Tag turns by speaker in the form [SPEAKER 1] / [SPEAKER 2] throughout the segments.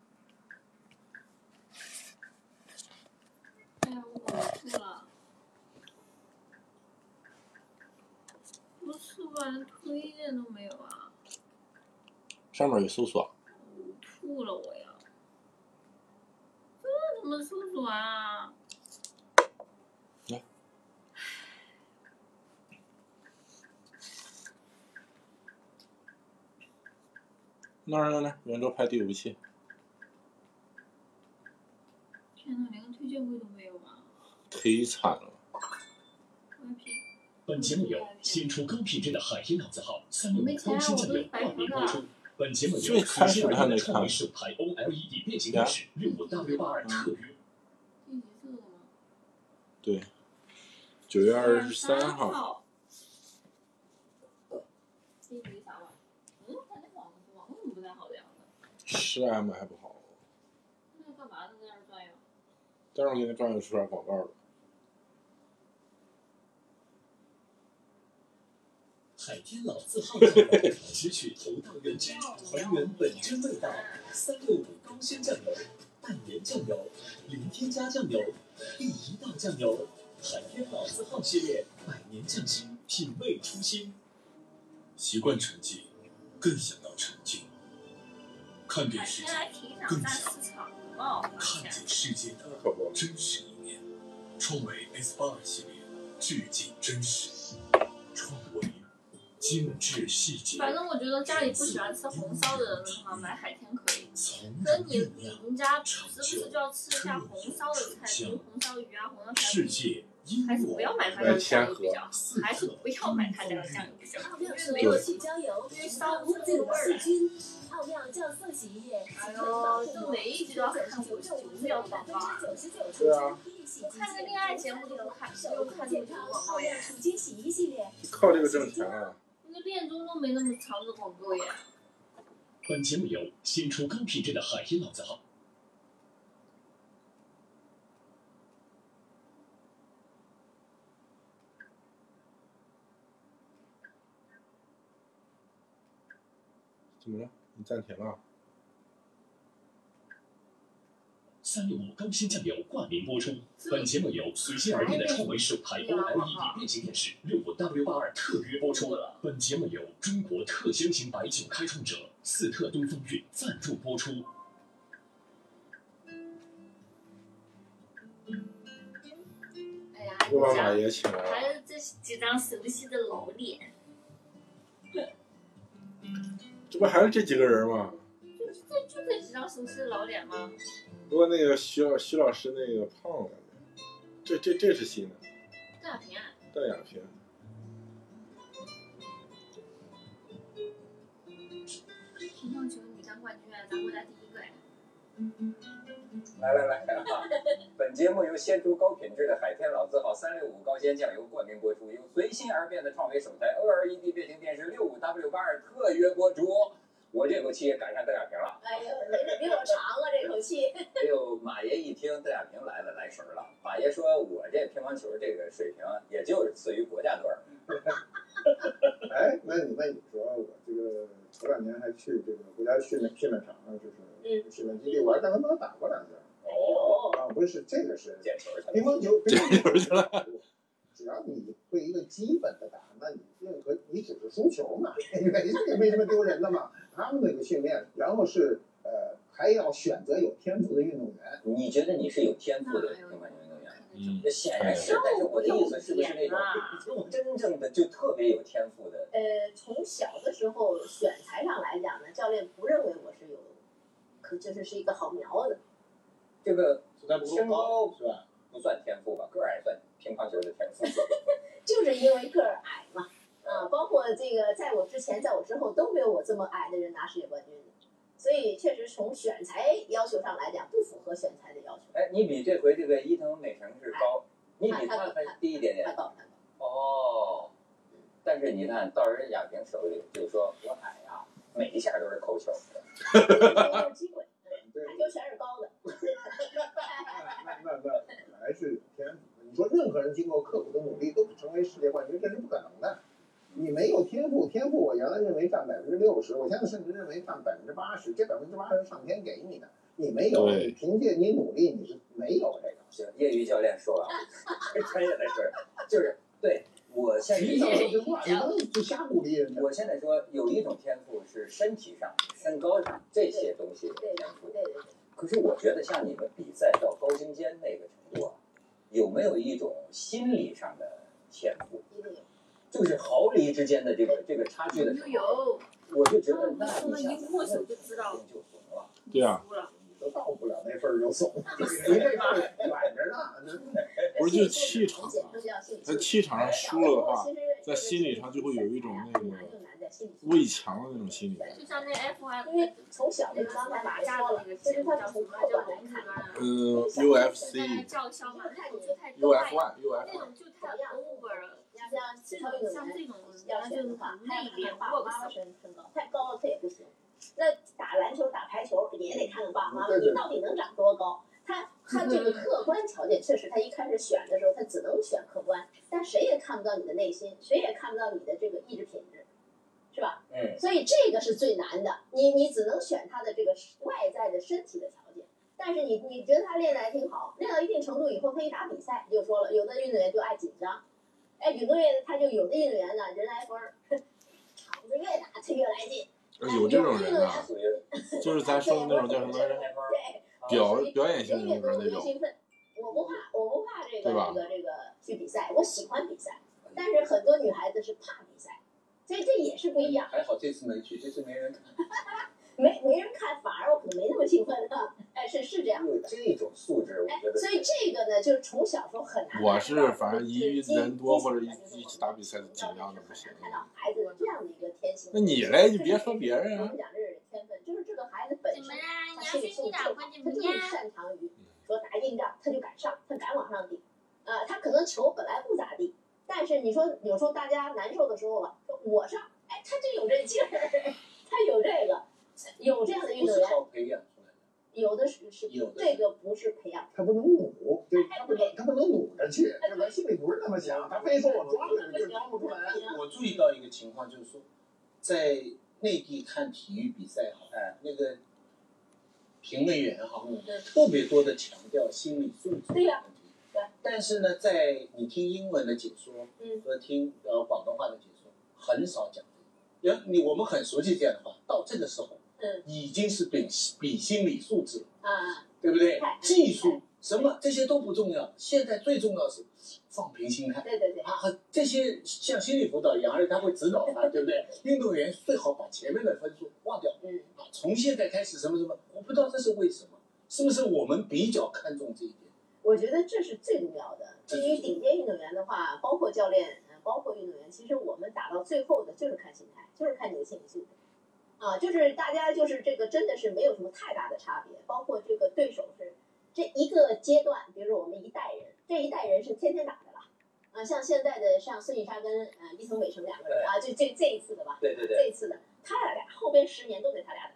[SPEAKER 1] 哎啊，连推荐都没有啊，
[SPEAKER 2] 上面有搜索，
[SPEAKER 1] 吐了我要！这怎么搜索啊？
[SPEAKER 2] 来那儿呢？那儿圆桌派第五期，
[SPEAKER 1] 天哪，连个推荐会都没有啊！
[SPEAKER 2] 忒惨了。
[SPEAKER 1] 我要骗
[SPEAKER 3] 本节目由新出高品质的海天脑子号三六五高清酱油冠名播出。本节目由
[SPEAKER 2] 最开始看那嗯
[SPEAKER 3] 的
[SPEAKER 2] 看
[SPEAKER 3] 创意手牌 OLED 变形电视六五 W 八二特约。
[SPEAKER 1] 第几次了吗？
[SPEAKER 2] 对，九月二十三号，
[SPEAKER 1] 号。第几啥玩意？嗯，咱那网网怎么不太好聊呢？
[SPEAKER 2] 是啊 M 还不好，
[SPEAKER 1] 那干嘛呢？在那儿转悠？
[SPEAKER 2] 但是我给那转悠出点广告了。
[SPEAKER 3] 海天老 字号酱油，只取头道原汁，还原本真味道。三六五高鲜酱油、淡盐酱油、零添加酱油、第一道酱油，海天老字号系列百年匠心，品味初心。
[SPEAKER 4] 习惯沉寂，更想到沉静。看遍
[SPEAKER 1] 海
[SPEAKER 4] 世
[SPEAKER 1] 天
[SPEAKER 4] 界，
[SPEAKER 1] 还挺想干市场的嘛，我发
[SPEAKER 4] 看
[SPEAKER 1] 现。
[SPEAKER 4] 见世界的
[SPEAKER 2] 那可不，
[SPEAKER 4] 真实一面。创维 S 八二系列，致敬真实。创维，精致细节，
[SPEAKER 1] 反正我觉得家里不喜欢吃红烧的人的话，买海天可以。
[SPEAKER 4] 从
[SPEAKER 1] 可是
[SPEAKER 4] 容
[SPEAKER 1] 你
[SPEAKER 4] 酝酿。
[SPEAKER 1] 你们家时不时就要吃一下红烧的菜，比如红烧鱼啊、红烧排
[SPEAKER 4] 世
[SPEAKER 1] 骨，
[SPEAKER 4] 界因
[SPEAKER 1] 还是
[SPEAKER 4] 我
[SPEAKER 1] 不要买他
[SPEAKER 2] 哎
[SPEAKER 1] 家的
[SPEAKER 2] 天
[SPEAKER 1] 酱油
[SPEAKER 2] 河
[SPEAKER 1] 比较好，还是不要买他家的酱油比较好，因为没有
[SPEAKER 5] 去郊游，
[SPEAKER 1] 烧
[SPEAKER 5] 无
[SPEAKER 1] 不进
[SPEAKER 5] 菌
[SPEAKER 1] 味儿
[SPEAKER 5] 无
[SPEAKER 1] 来。
[SPEAKER 5] 菌，奥妙酵素洗衣液，
[SPEAKER 1] 哎呦，就每一集都要看五九五秒广告啊！
[SPEAKER 5] 九十九除
[SPEAKER 2] 对啊
[SPEAKER 5] 菌洗
[SPEAKER 1] 我看个恋爱节目都不看，没有看这
[SPEAKER 5] 健
[SPEAKER 1] 么多
[SPEAKER 5] 康
[SPEAKER 1] 广
[SPEAKER 5] 奥
[SPEAKER 1] 告
[SPEAKER 5] 妙
[SPEAKER 1] 耶，
[SPEAKER 5] 除菌洗衣系列，
[SPEAKER 2] 靠这个挣钱啊！
[SPEAKER 1] 那恋综都没那么长的广告耶。
[SPEAKER 3] 本节目由新出高品质的海天老字号。
[SPEAKER 2] 怎么了？你暂停啊了？
[SPEAKER 3] 三六五高鲜酱油冠名播出。本节目由随心而变的创维首台
[SPEAKER 6] E
[SPEAKER 3] OLED 变形电视六五 W 八二特约播出。本节目由中国特香型白酒开创者四特东风韵赞助播出。
[SPEAKER 1] 哎呀，
[SPEAKER 2] 又把
[SPEAKER 1] 这
[SPEAKER 2] 马
[SPEAKER 1] 样
[SPEAKER 2] 爷请来了。
[SPEAKER 1] 还有这几张熟悉的老脸，
[SPEAKER 2] 这不还是这几个人吗？
[SPEAKER 1] 就是这就这几张熟悉的老脸吗？
[SPEAKER 2] 不过那个徐老徐老师那个胖了点，这这这是新的，
[SPEAKER 1] 大平啊，
[SPEAKER 2] 邓亚萍。
[SPEAKER 1] 乒乓球女单冠军啊，咱国家第一个哎。
[SPEAKER 7] 来来来，本节目由先出高品质的海天老字号三六五高鲜酱油冠名播出，由随心而变的创维首台 OLED 变形电视六五 W 八二特约播出。我这口气也赶上邓亚萍了。
[SPEAKER 5] 哎呦，比我长啊这口气，
[SPEAKER 7] 哎呦，马爷一听邓亚萍来了，来神儿了。马爷说：“我这乒乓球这个水平，也就是次于国家队儿。
[SPEAKER 8] 哎，那你那你说，我这个头两年还去这个国家训练训练场，就是训练基地，我还跟他们打过两下。”
[SPEAKER 7] 哦，
[SPEAKER 8] 啊，不是，这个是
[SPEAKER 7] 捡球去
[SPEAKER 8] 乒
[SPEAKER 7] 了。
[SPEAKER 8] 乓球，乒乓球，只要你会一个基本的打，那你任何你只是输球嘛，这没什么丢人的嘛。他们那个训练，然后是呃，还要选择有天赋的运动员。
[SPEAKER 7] 你觉得你是有天赋的乒乓球运动
[SPEAKER 1] 哎
[SPEAKER 7] 员？
[SPEAKER 2] 嗯，
[SPEAKER 7] 这显然是，但是我的意思是不是那种那种真正的就特别有天赋的？
[SPEAKER 5] 呃，从小的时候选材上来讲呢，教练不认为我是有，可就是是一个好苗子。
[SPEAKER 7] 这个
[SPEAKER 8] 但
[SPEAKER 7] 身高
[SPEAKER 8] 是吧？
[SPEAKER 7] 不算天赋吧，个儿也算乒乓球的天赋。
[SPEAKER 5] 就是因为个儿矮嘛，啊，包括这个在我之前、在我之后都没有我这么矮的人拿世界冠军的，所以确实从选材要求上来讲不符合选材的要求。
[SPEAKER 7] 哎，你比这回这个伊藤美诚是高，你比他还低一点
[SPEAKER 5] 太
[SPEAKER 7] 点。
[SPEAKER 5] 高太高，
[SPEAKER 7] 哦，但是你看到人亚萍手里就说我矮啊，每一下都是扣球。
[SPEAKER 5] 没有机会，嗯
[SPEAKER 8] 对，
[SPEAKER 5] 排球全是高的。
[SPEAKER 8] 那那那那还是天赋。你说任何人经过刻苦的努力都成为世界冠军，这是不可能的。你没有天赋，天赋我原来认为占百分之六十，我现在甚至认为占百分之八十。这百分之八十上天给你的，你没有，
[SPEAKER 2] 对
[SPEAKER 8] 你凭借你努力你是没有这个。
[SPEAKER 7] 啊 行，业余教练说完了，专业的事儿就是对我现
[SPEAKER 8] 你
[SPEAKER 7] 在
[SPEAKER 8] 讲这句话，你不能就瞎鼓励人家。
[SPEAKER 7] 我现在说有一种天赋是身体上、身高上这些东西的
[SPEAKER 5] 对
[SPEAKER 7] 天赋，
[SPEAKER 5] 对对对，
[SPEAKER 7] 可是我觉得像你们比赛到高精尖那个程度啊，有没有一种心理上的天赋？
[SPEAKER 5] 一定有。
[SPEAKER 7] 就是毫厘之间的这个这个差距的时候，
[SPEAKER 1] 嗯有，
[SPEAKER 7] 我就觉
[SPEAKER 1] 他
[SPEAKER 7] 得
[SPEAKER 1] 们
[SPEAKER 7] 那
[SPEAKER 1] 不是说
[SPEAKER 7] 你
[SPEAKER 1] 了
[SPEAKER 7] 想
[SPEAKER 1] 一握手就知道
[SPEAKER 7] 就怂了。
[SPEAKER 2] 对啊，
[SPEAKER 1] 输了，
[SPEAKER 8] 你都到不了那份儿就怂，
[SPEAKER 1] 那不
[SPEAKER 8] 你
[SPEAKER 1] 是
[SPEAKER 8] 这事儿远着呢。
[SPEAKER 2] 不是就
[SPEAKER 5] 气
[SPEAKER 2] 气
[SPEAKER 5] 场
[SPEAKER 2] 场
[SPEAKER 5] 很
[SPEAKER 2] 啊
[SPEAKER 5] 简单，就要心理素
[SPEAKER 2] 在
[SPEAKER 5] 质
[SPEAKER 2] 气场上输了的话，，
[SPEAKER 5] 在
[SPEAKER 2] 在
[SPEAKER 5] 心
[SPEAKER 2] 心
[SPEAKER 5] 理
[SPEAKER 2] 理
[SPEAKER 5] 上
[SPEAKER 2] 上
[SPEAKER 5] 就
[SPEAKER 2] 就
[SPEAKER 5] 会
[SPEAKER 2] 会
[SPEAKER 5] 有
[SPEAKER 2] 有
[SPEAKER 5] 一
[SPEAKER 2] 一
[SPEAKER 5] 种
[SPEAKER 2] 种
[SPEAKER 5] 那
[SPEAKER 2] 那
[SPEAKER 5] 个
[SPEAKER 2] 个
[SPEAKER 5] 畏
[SPEAKER 2] 畏
[SPEAKER 5] 强。
[SPEAKER 2] 强的那种心理。
[SPEAKER 1] 就像那 F 还
[SPEAKER 5] 因为从小就
[SPEAKER 1] 那
[SPEAKER 5] 是
[SPEAKER 1] 个
[SPEAKER 5] 刚才
[SPEAKER 1] 打
[SPEAKER 5] 打架
[SPEAKER 1] 架
[SPEAKER 5] 的
[SPEAKER 1] 的
[SPEAKER 5] 那
[SPEAKER 1] 那
[SPEAKER 5] 个
[SPEAKER 1] 个
[SPEAKER 5] 其实
[SPEAKER 1] 节目
[SPEAKER 5] 他
[SPEAKER 1] 叫什
[SPEAKER 5] 从
[SPEAKER 1] 么
[SPEAKER 5] 客
[SPEAKER 1] 叫
[SPEAKER 5] 观来
[SPEAKER 1] 龙
[SPEAKER 5] 看
[SPEAKER 1] 子，班，
[SPEAKER 2] 呃
[SPEAKER 1] 那个
[SPEAKER 2] ，UFC、
[SPEAKER 1] 叫小马，那种就太高矮
[SPEAKER 2] UF1、
[SPEAKER 1] 那
[SPEAKER 2] UF，
[SPEAKER 1] 种就太 over 了。
[SPEAKER 5] 你像
[SPEAKER 1] 这
[SPEAKER 5] 他们
[SPEAKER 1] 种
[SPEAKER 5] 有
[SPEAKER 1] 像
[SPEAKER 5] 人
[SPEAKER 1] 这种
[SPEAKER 5] 要
[SPEAKER 1] 那就
[SPEAKER 5] 选的
[SPEAKER 1] 是
[SPEAKER 5] 话，他
[SPEAKER 1] 内
[SPEAKER 5] 要
[SPEAKER 1] 敛
[SPEAKER 5] 看爸
[SPEAKER 1] 握
[SPEAKER 5] 爸妈妈
[SPEAKER 1] 手，
[SPEAKER 5] 身身高太高了，他也不行。那打篮球、打排球也得看看爸妈，
[SPEAKER 8] 对对
[SPEAKER 5] 你到底能长多高？他他这个客观条件确实，他一开始选的时候，他只能选客观，但谁也看不到你的内心，谁也看不到你的这个意志品质，是吧？
[SPEAKER 7] 嗯，
[SPEAKER 5] 所以这个是最难的，你你只能选他的这个外在的身体的条件。但是你你觉得他练的还挺好，练到一定程度以后，他一打比赛就说了，有的运动员就爱紧张，哎，有的人他就有的运动员呢人来疯儿， 场子越大他越来劲，
[SPEAKER 2] 有这种人啊，
[SPEAKER 7] 属于
[SPEAKER 2] 就是咱说的那种叫什么来着？
[SPEAKER 7] 开分儿
[SPEAKER 5] 对，
[SPEAKER 2] 表
[SPEAKER 5] 所以
[SPEAKER 2] 表演
[SPEAKER 5] 人
[SPEAKER 2] 型
[SPEAKER 5] 越
[SPEAKER 2] 人格
[SPEAKER 5] 多我
[SPEAKER 2] 那
[SPEAKER 5] 越
[SPEAKER 2] 种，
[SPEAKER 5] 兴奋。我不怕，我不怕这个
[SPEAKER 2] 对吧
[SPEAKER 5] 这个这个去比赛，我喜欢比赛。但是很多女孩子是怕比赛，所以这也是不一
[SPEAKER 1] 啊
[SPEAKER 5] 样。
[SPEAKER 7] 还好这次没去，这次没人看。
[SPEAKER 5] 没没人看，反而我可能没那么兴奋了。哎，是是这样。
[SPEAKER 7] 有这种素质，我
[SPEAKER 5] 哎
[SPEAKER 7] 觉，得
[SPEAKER 5] 所以这个呢，就是从小时候很难。
[SPEAKER 2] 我是反正一人多或者一一起打比赛紧张的不行。
[SPEAKER 5] 看到孩子有这样的一个天性。
[SPEAKER 2] 那你嘞，就别说别
[SPEAKER 5] 我
[SPEAKER 2] 人啊
[SPEAKER 5] 们。讲这是天分，就是这个孩子本
[SPEAKER 1] 怎
[SPEAKER 5] 身
[SPEAKER 1] 么啦？你
[SPEAKER 5] 他
[SPEAKER 1] 要
[SPEAKER 5] 心理
[SPEAKER 1] 是
[SPEAKER 5] 素
[SPEAKER 1] 你
[SPEAKER 5] 质
[SPEAKER 1] 打
[SPEAKER 5] 好，
[SPEAKER 1] 过怎
[SPEAKER 5] 他
[SPEAKER 1] 么
[SPEAKER 5] 就
[SPEAKER 1] 样？
[SPEAKER 5] 擅长于
[SPEAKER 2] 嗯
[SPEAKER 5] 说打硬仗，他就敢上，他敢往上顶。呃，他可能球本来不咋地，但是你说有时候大家难受的时候吧，啊说我上，哎，他就有这劲儿， 他有这个，有这样的运
[SPEAKER 7] 不
[SPEAKER 5] 动
[SPEAKER 7] 是
[SPEAKER 5] 员，
[SPEAKER 7] 靠培养出来的。
[SPEAKER 5] 有的是是
[SPEAKER 7] 有的是
[SPEAKER 5] 这个不是培养。
[SPEAKER 8] 他不能努，对，他不能，他不能努着去，这人心里不是那么想，他非说我抓着你就抓不出来。
[SPEAKER 6] 我注意到一个情况，就是说，在内地看体育比赛哈，
[SPEAKER 7] 哎，
[SPEAKER 6] 那个评论员哈，嗯
[SPEAKER 5] 对
[SPEAKER 6] 特别多的强调心理素质的
[SPEAKER 5] 嗯对
[SPEAKER 6] 问
[SPEAKER 5] 呀
[SPEAKER 6] 题。
[SPEAKER 5] 对
[SPEAKER 6] 但是呢，在你听英文的解说
[SPEAKER 5] 嗯
[SPEAKER 6] 和听呃广东话的解说，很少讲这个。人你我们很熟悉这样的话，到这个时候，
[SPEAKER 5] 嗯
[SPEAKER 6] 已经是比比心理素质了，
[SPEAKER 5] 啊，
[SPEAKER 6] 对不对
[SPEAKER 5] 哎？
[SPEAKER 6] 技术什么这些都不重要，现在最重要是放平心态。
[SPEAKER 5] 对对对，
[SPEAKER 6] 啊，这些像心理辅导一样，而且他会指导他，对不对？运动员最好把前面的分数忘掉
[SPEAKER 5] 嗯，
[SPEAKER 6] 啊，从现在开始什么什么，我不知道这是为什么，是不是我们比较看重这一点？
[SPEAKER 5] 我觉得这是最重要的。
[SPEAKER 6] 这
[SPEAKER 5] 至
[SPEAKER 6] 是
[SPEAKER 5] 于顶尖运动员的话，包括教练，呃包括运动员，其实我们打到最后的就是看心态，就是看你的心理素质。啊，就是大家就是这个真的是没有什么太大的差别，包括这个对手是这一个阶段，比如说我们一代人，这一代人是天天打的了。啊，像现在的像孙颖莎跟呃伊藤美诚两个人啊，就这这一次的吧，
[SPEAKER 7] 对对对，
[SPEAKER 5] 这一次的，他俩俩后边十年都得他俩打，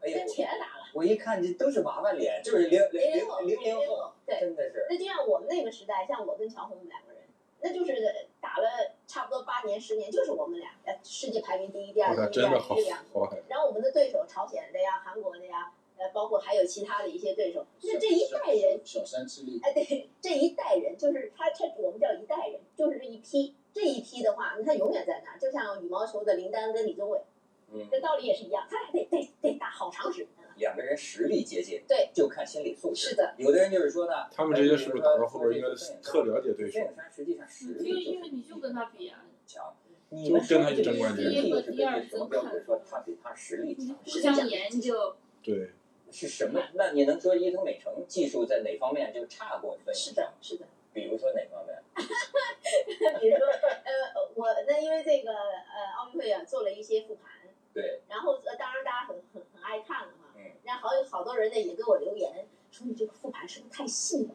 [SPEAKER 7] 哎呀
[SPEAKER 5] 跟，铁打了，
[SPEAKER 7] 我一看这都是娃娃脸，就是零零
[SPEAKER 5] 零
[SPEAKER 7] 零
[SPEAKER 5] 后
[SPEAKER 7] 零零后，
[SPEAKER 5] 后，对。
[SPEAKER 7] 真的是。
[SPEAKER 5] 那就像我们那个时代，像我跟乔红我们两个人，那就是打了差不多八年、十年，就是我们俩呃世界排名第一、第二、
[SPEAKER 2] 我
[SPEAKER 5] 第
[SPEAKER 2] 操，
[SPEAKER 5] 一、第
[SPEAKER 2] 真
[SPEAKER 5] 二、
[SPEAKER 2] 的好
[SPEAKER 5] 第一这样。
[SPEAKER 2] 好哎狠！
[SPEAKER 5] 然后我们的对手朝鲜的呀、韩国的呀，呃，包括还有其他的一些对手，那这一代人，
[SPEAKER 6] 小山之力，
[SPEAKER 5] 哎，对，这一代人就是他，他我们叫一代人，就是这一批。这一批的话，他永远在那儿，就像羽毛球的林丹跟李宗伟，
[SPEAKER 7] 嗯，
[SPEAKER 5] 这道理也是一样，他俩得得得打好长时间啊。
[SPEAKER 7] 两个人实力接近，
[SPEAKER 5] 对，
[SPEAKER 7] 就看心理素质。
[SPEAKER 5] 是的，
[SPEAKER 7] 有的人就是说呢，
[SPEAKER 2] 他们这些是不是打到后边应该特了解对
[SPEAKER 7] 这
[SPEAKER 2] 手？
[SPEAKER 7] 种山实际上实
[SPEAKER 1] 就
[SPEAKER 7] 力
[SPEAKER 1] 因为你就跟他比啊，
[SPEAKER 7] 强，
[SPEAKER 2] 就跟他去争冠
[SPEAKER 7] 你
[SPEAKER 2] 军
[SPEAKER 7] 们说的这个是什么标准？说他比他实力强
[SPEAKER 1] 互相研究，
[SPEAKER 2] 对，
[SPEAKER 7] 是什么？那你能说伊藤美诚技术在哪方面就差过孙
[SPEAKER 5] 是
[SPEAKER 7] 颖
[SPEAKER 5] 的
[SPEAKER 7] 莎？，
[SPEAKER 5] 是的。
[SPEAKER 7] 比如说哪方面？
[SPEAKER 5] 比如说，呃，我那因为这个呃奥运会啊做了一些复盘，
[SPEAKER 7] 对，
[SPEAKER 5] 然后呃当然大家很很很爱看了嘛，
[SPEAKER 7] 嗯，
[SPEAKER 5] 然后好有好多人呢也给我留言说你这个复盘是不是太细了？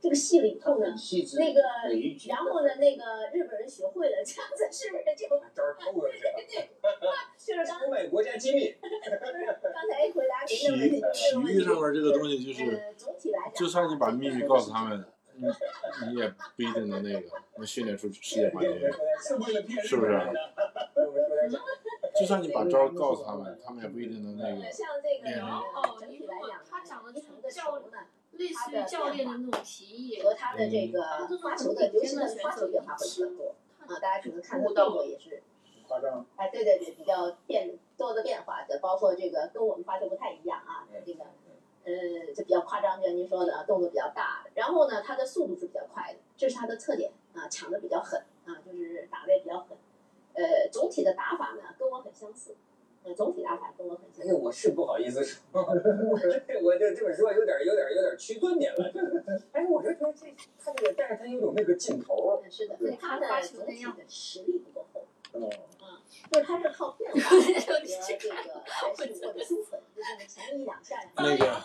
[SPEAKER 5] 这个细了以
[SPEAKER 6] 他
[SPEAKER 5] 后
[SPEAKER 6] 很
[SPEAKER 5] 呢，
[SPEAKER 6] 细致，
[SPEAKER 5] 那个
[SPEAKER 6] 每一句
[SPEAKER 5] 然后呢那个日本人学会了，这样子是不是 就
[SPEAKER 7] 把招儿偷过去了，
[SPEAKER 5] 就是刚
[SPEAKER 7] 出卖国家机密。
[SPEAKER 5] 刚才回答您
[SPEAKER 2] 体
[SPEAKER 5] 的问题
[SPEAKER 2] 育
[SPEAKER 5] 这
[SPEAKER 2] 体
[SPEAKER 5] 个
[SPEAKER 2] 育上，面
[SPEAKER 5] 问题
[SPEAKER 2] 这个东西就是，
[SPEAKER 5] 呃，总体来讲，啊
[SPEAKER 2] 就算你把秘密告诉他们，你你也不一定能那个能训练出世界冠军。
[SPEAKER 6] 是为了骗
[SPEAKER 2] 是不是
[SPEAKER 7] 我
[SPEAKER 1] 嗯
[SPEAKER 7] 们说点讲
[SPEAKER 2] 就算你把招儿告诉他们，他们也不一定能那
[SPEAKER 5] 呃，
[SPEAKER 2] 个。
[SPEAKER 5] 像这个
[SPEAKER 2] 嗯
[SPEAKER 5] 呃整体来讲呢，
[SPEAKER 1] 他讲的
[SPEAKER 5] 一层的
[SPEAKER 1] 教
[SPEAKER 5] 球呢
[SPEAKER 1] 类似于教练的那种提议，
[SPEAKER 5] 和他的这个发球的，尤其是发球变化会比较多。
[SPEAKER 1] 他
[SPEAKER 5] 啊，大家只能看他
[SPEAKER 1] 舞蹈
[SPEAKER 5] 动作也是
[SPEAKER 8] 夸张，
[SPEAKER 5] 哎，对对对，比较变多的变化的，包括这个跟我们发球不太一样啊，
[SPEAKER 1] 嗯
[SPEAKER 5] 这个
[SPEAKER 7] 嗯
[SPEAKER 5] 呃就比较夸张，就像您说的啊，动作比较大。然后呢，他的速度是比较快的，这是他的特点啊，抢的比较狠啊，就是打的也比较狠。呃，总体的打法呢跟我很相似，呃，总体打法跟我很相
[SPEAKER 7] 哎，
[SPEAKER 5] 似。
[SPEAKER 7] 我是不好意思说， 我这这么说有点有点有点屈尊您了。 就是，哎，我就觉得这他这个，但是他有种那个劲头，
[SPEAKER 5] 嗯是的，
[SPEAKER 1] 对
[SPEAKER 5] 他的总体的实力不够厚，
[SPEAKER 7] 嗯
[SPEAKER 8] 哦，
[SPEAKER 5] 就是他是靠变化和这个战术或者输粉，就这么前面一两下，
[SPEAKER 2] 那个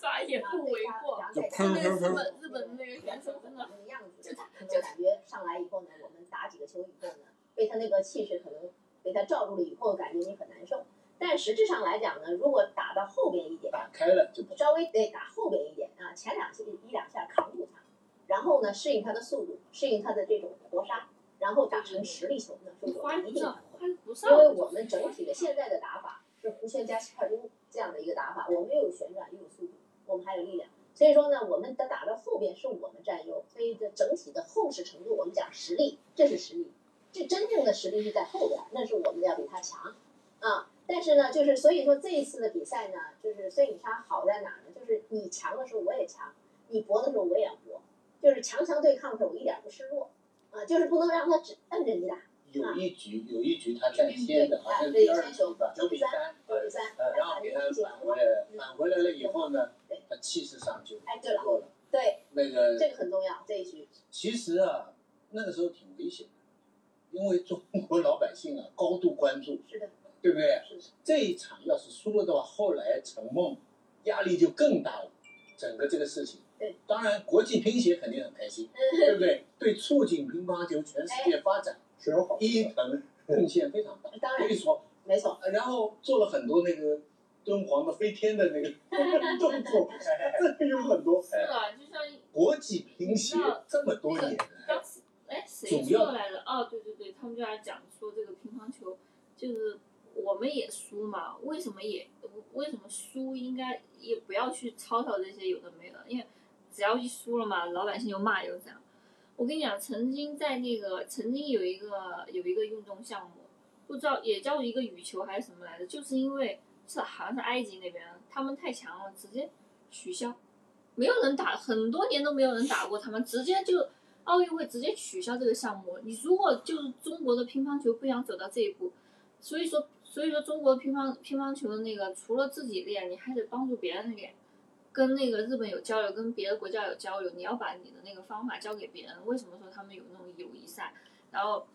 [SPEAKER 1] 咋也不为过。
[SPEAKER 5] 就
[SPEAKER 2] 砰砰砰
[SPEAKER 1] 日本那个选手真的
[SPEAKER 5] 那个样子，可能感觉上来以后呢，我们打几个球以后呢，被他那个气势可能被他罩住了以后，感觉你很难受。但实质上来讲呢，如果打到后边一点，
[SPEAKER 6] 打开了就
[SPEAKER 5] 稍微得打后边一点啊，前两下一两下扛住他，然后呢适应他的速度，适应他的这种搏杀，然后打成实力球呢，是我
[SPEAKER 1] 花
[SPEAKER 5] 们一
[SPEAKER 1] 不
[SPEAKER 5] 定
[SPEAKER 1] 上，花不上
[SPEAKER 5] 因。为我们整体的现在的打法是弧圈加快攻这样的一个打法，我们又有旋转又有速度，我们还有力量，所以说呢，我们的打到后边是我们占优，所以这整体的厚实程度，我们讲实力，这是实力，这真正的实力是在后边，那是我们要比他强啊。但是呢，就是所以说这一次的比赛呢，就是孙颖莎好在哪儿呢？就是你强的时候我也强，你搏的时候我也要搏，就是强强对抗的时候我一点不示弱啊，就是不能让他只摁着你打。
[SPEAKER 6] 有一局有一局他占先的，好像
[SPEAKER 5] 对
[SPEAKER 6] 第二局吧，
[SPEAKER 5] 对
[SPEAKER 6] 九比三，
[SPEAKER 5] 对比赛
[SPEAKER 6] 呃，然后给他返回来了，返回来了以后呢
[SPEAKER 5] 对，
[SPEAKER 6] 他气势上就
[SPEAKER 5] 哎，对了，
[SPEAKER 6] 弱了。
[SPEAKER 5] 对，
[SPEAKER 6] 那个
[SPEAKER 5] 这个很重要，这一局。
[SPEAKER 6] 其实啊，那个时候挺危险的，因为中国老百姓啊高度关注，
[SPEAKER 5] 是的，
[SPEAKER 6] 对不对？
[SPEAKER 5] 是的，
[SPEAKER 6] 这一场要是输了的话，后来陈梦压力就更大了，整个这个事情。
[SPEAKER 5] 对，
[SPEAKER 6] 当然国际乒协肯定很 开心，对不对？对促进乒乓球全世界发展，
[SPEAKER 8] 是有好处
[SPEAKER 6] 伊
[SPEAKER 8] 的，
[SPEAKER 6] 藤贡献 非常大。
[SPEAKER 5] 当
[SPEAKER 6] 可
[SPEAKER 5] 然
[SPEAKER 6] 以说，
[SPEAKER 5] 没错，
[SPEAKER 6] 呃然后做了很多那个敦煌的飞天的 那个动作，这有很多。
[SPEAKER 1] 是啊，就像
[SPEAKER 6] 哎国际乒协这么多年来，
[SPEAKER 1] 当时哎谁说来了？哦，对对对，他们就在讲说这个乒乓球，就是我们也输嘛，为什么也为什么输？应该也不要去吵吵这些有的没的，因为只要一输了嘛，老百姓就骂又这样。我跟你讲，曾经在那个曾经有一个有一个运动项目，不知道也叫一个羽球还是什么来着，就是因为是好像是埃及那边他们太强了，直接取消，没有人打，很多年都没有人打过他们，直接就奥运会直接取消这个项目。你如果就是中国的乒乓球不想走到这一步，所以说所以说中国乒乓乒乓球的那个除了自己练，你还得帮助别人练。跟那个日本有交流，跟别的国家有交流，你要把你的那个方法教给别人。为什么说他们有那种友谊赛？然后，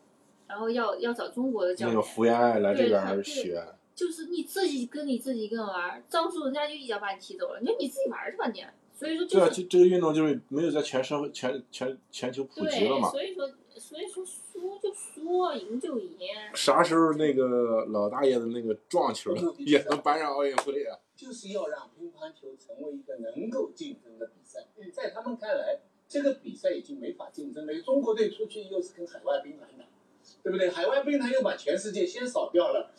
[SPEAKER 1] 然后要要找中国的教
[SPEAKER 2] 那
[SPEAKER 1] 练。
[SPEAKER 2] 个福原爱来这边还是学，
[SPEAKER 1] 就是你自己跟你自己一个人玩儿，招数人家就一脚把你踢走了，你就你自己玩儿去吧你。所以说就
[SPEAKER 2] 对啊，
[SPEAKER 1] 是
[SPEAKER 2] 这这个运动就是没有在全社会、全全全球普及了嘛。
[SPEAKER 1] 所以说所以说输就输，赢就赢。
[SPEAKER 2] 啥时候那个老大爷的那个撞球 也能搬上奥运会啊？
[SPEAKER 6] 就是要让乒乓球成为一个能够竞争的比赛
[SPEAKER 5] 嗯。
[SPEAKER 6] 在他们看来，这个比赛已经没法竞争了。中国队出去又是跟海外兵团打，对不对？海外兵团又把全世界先扫掉了，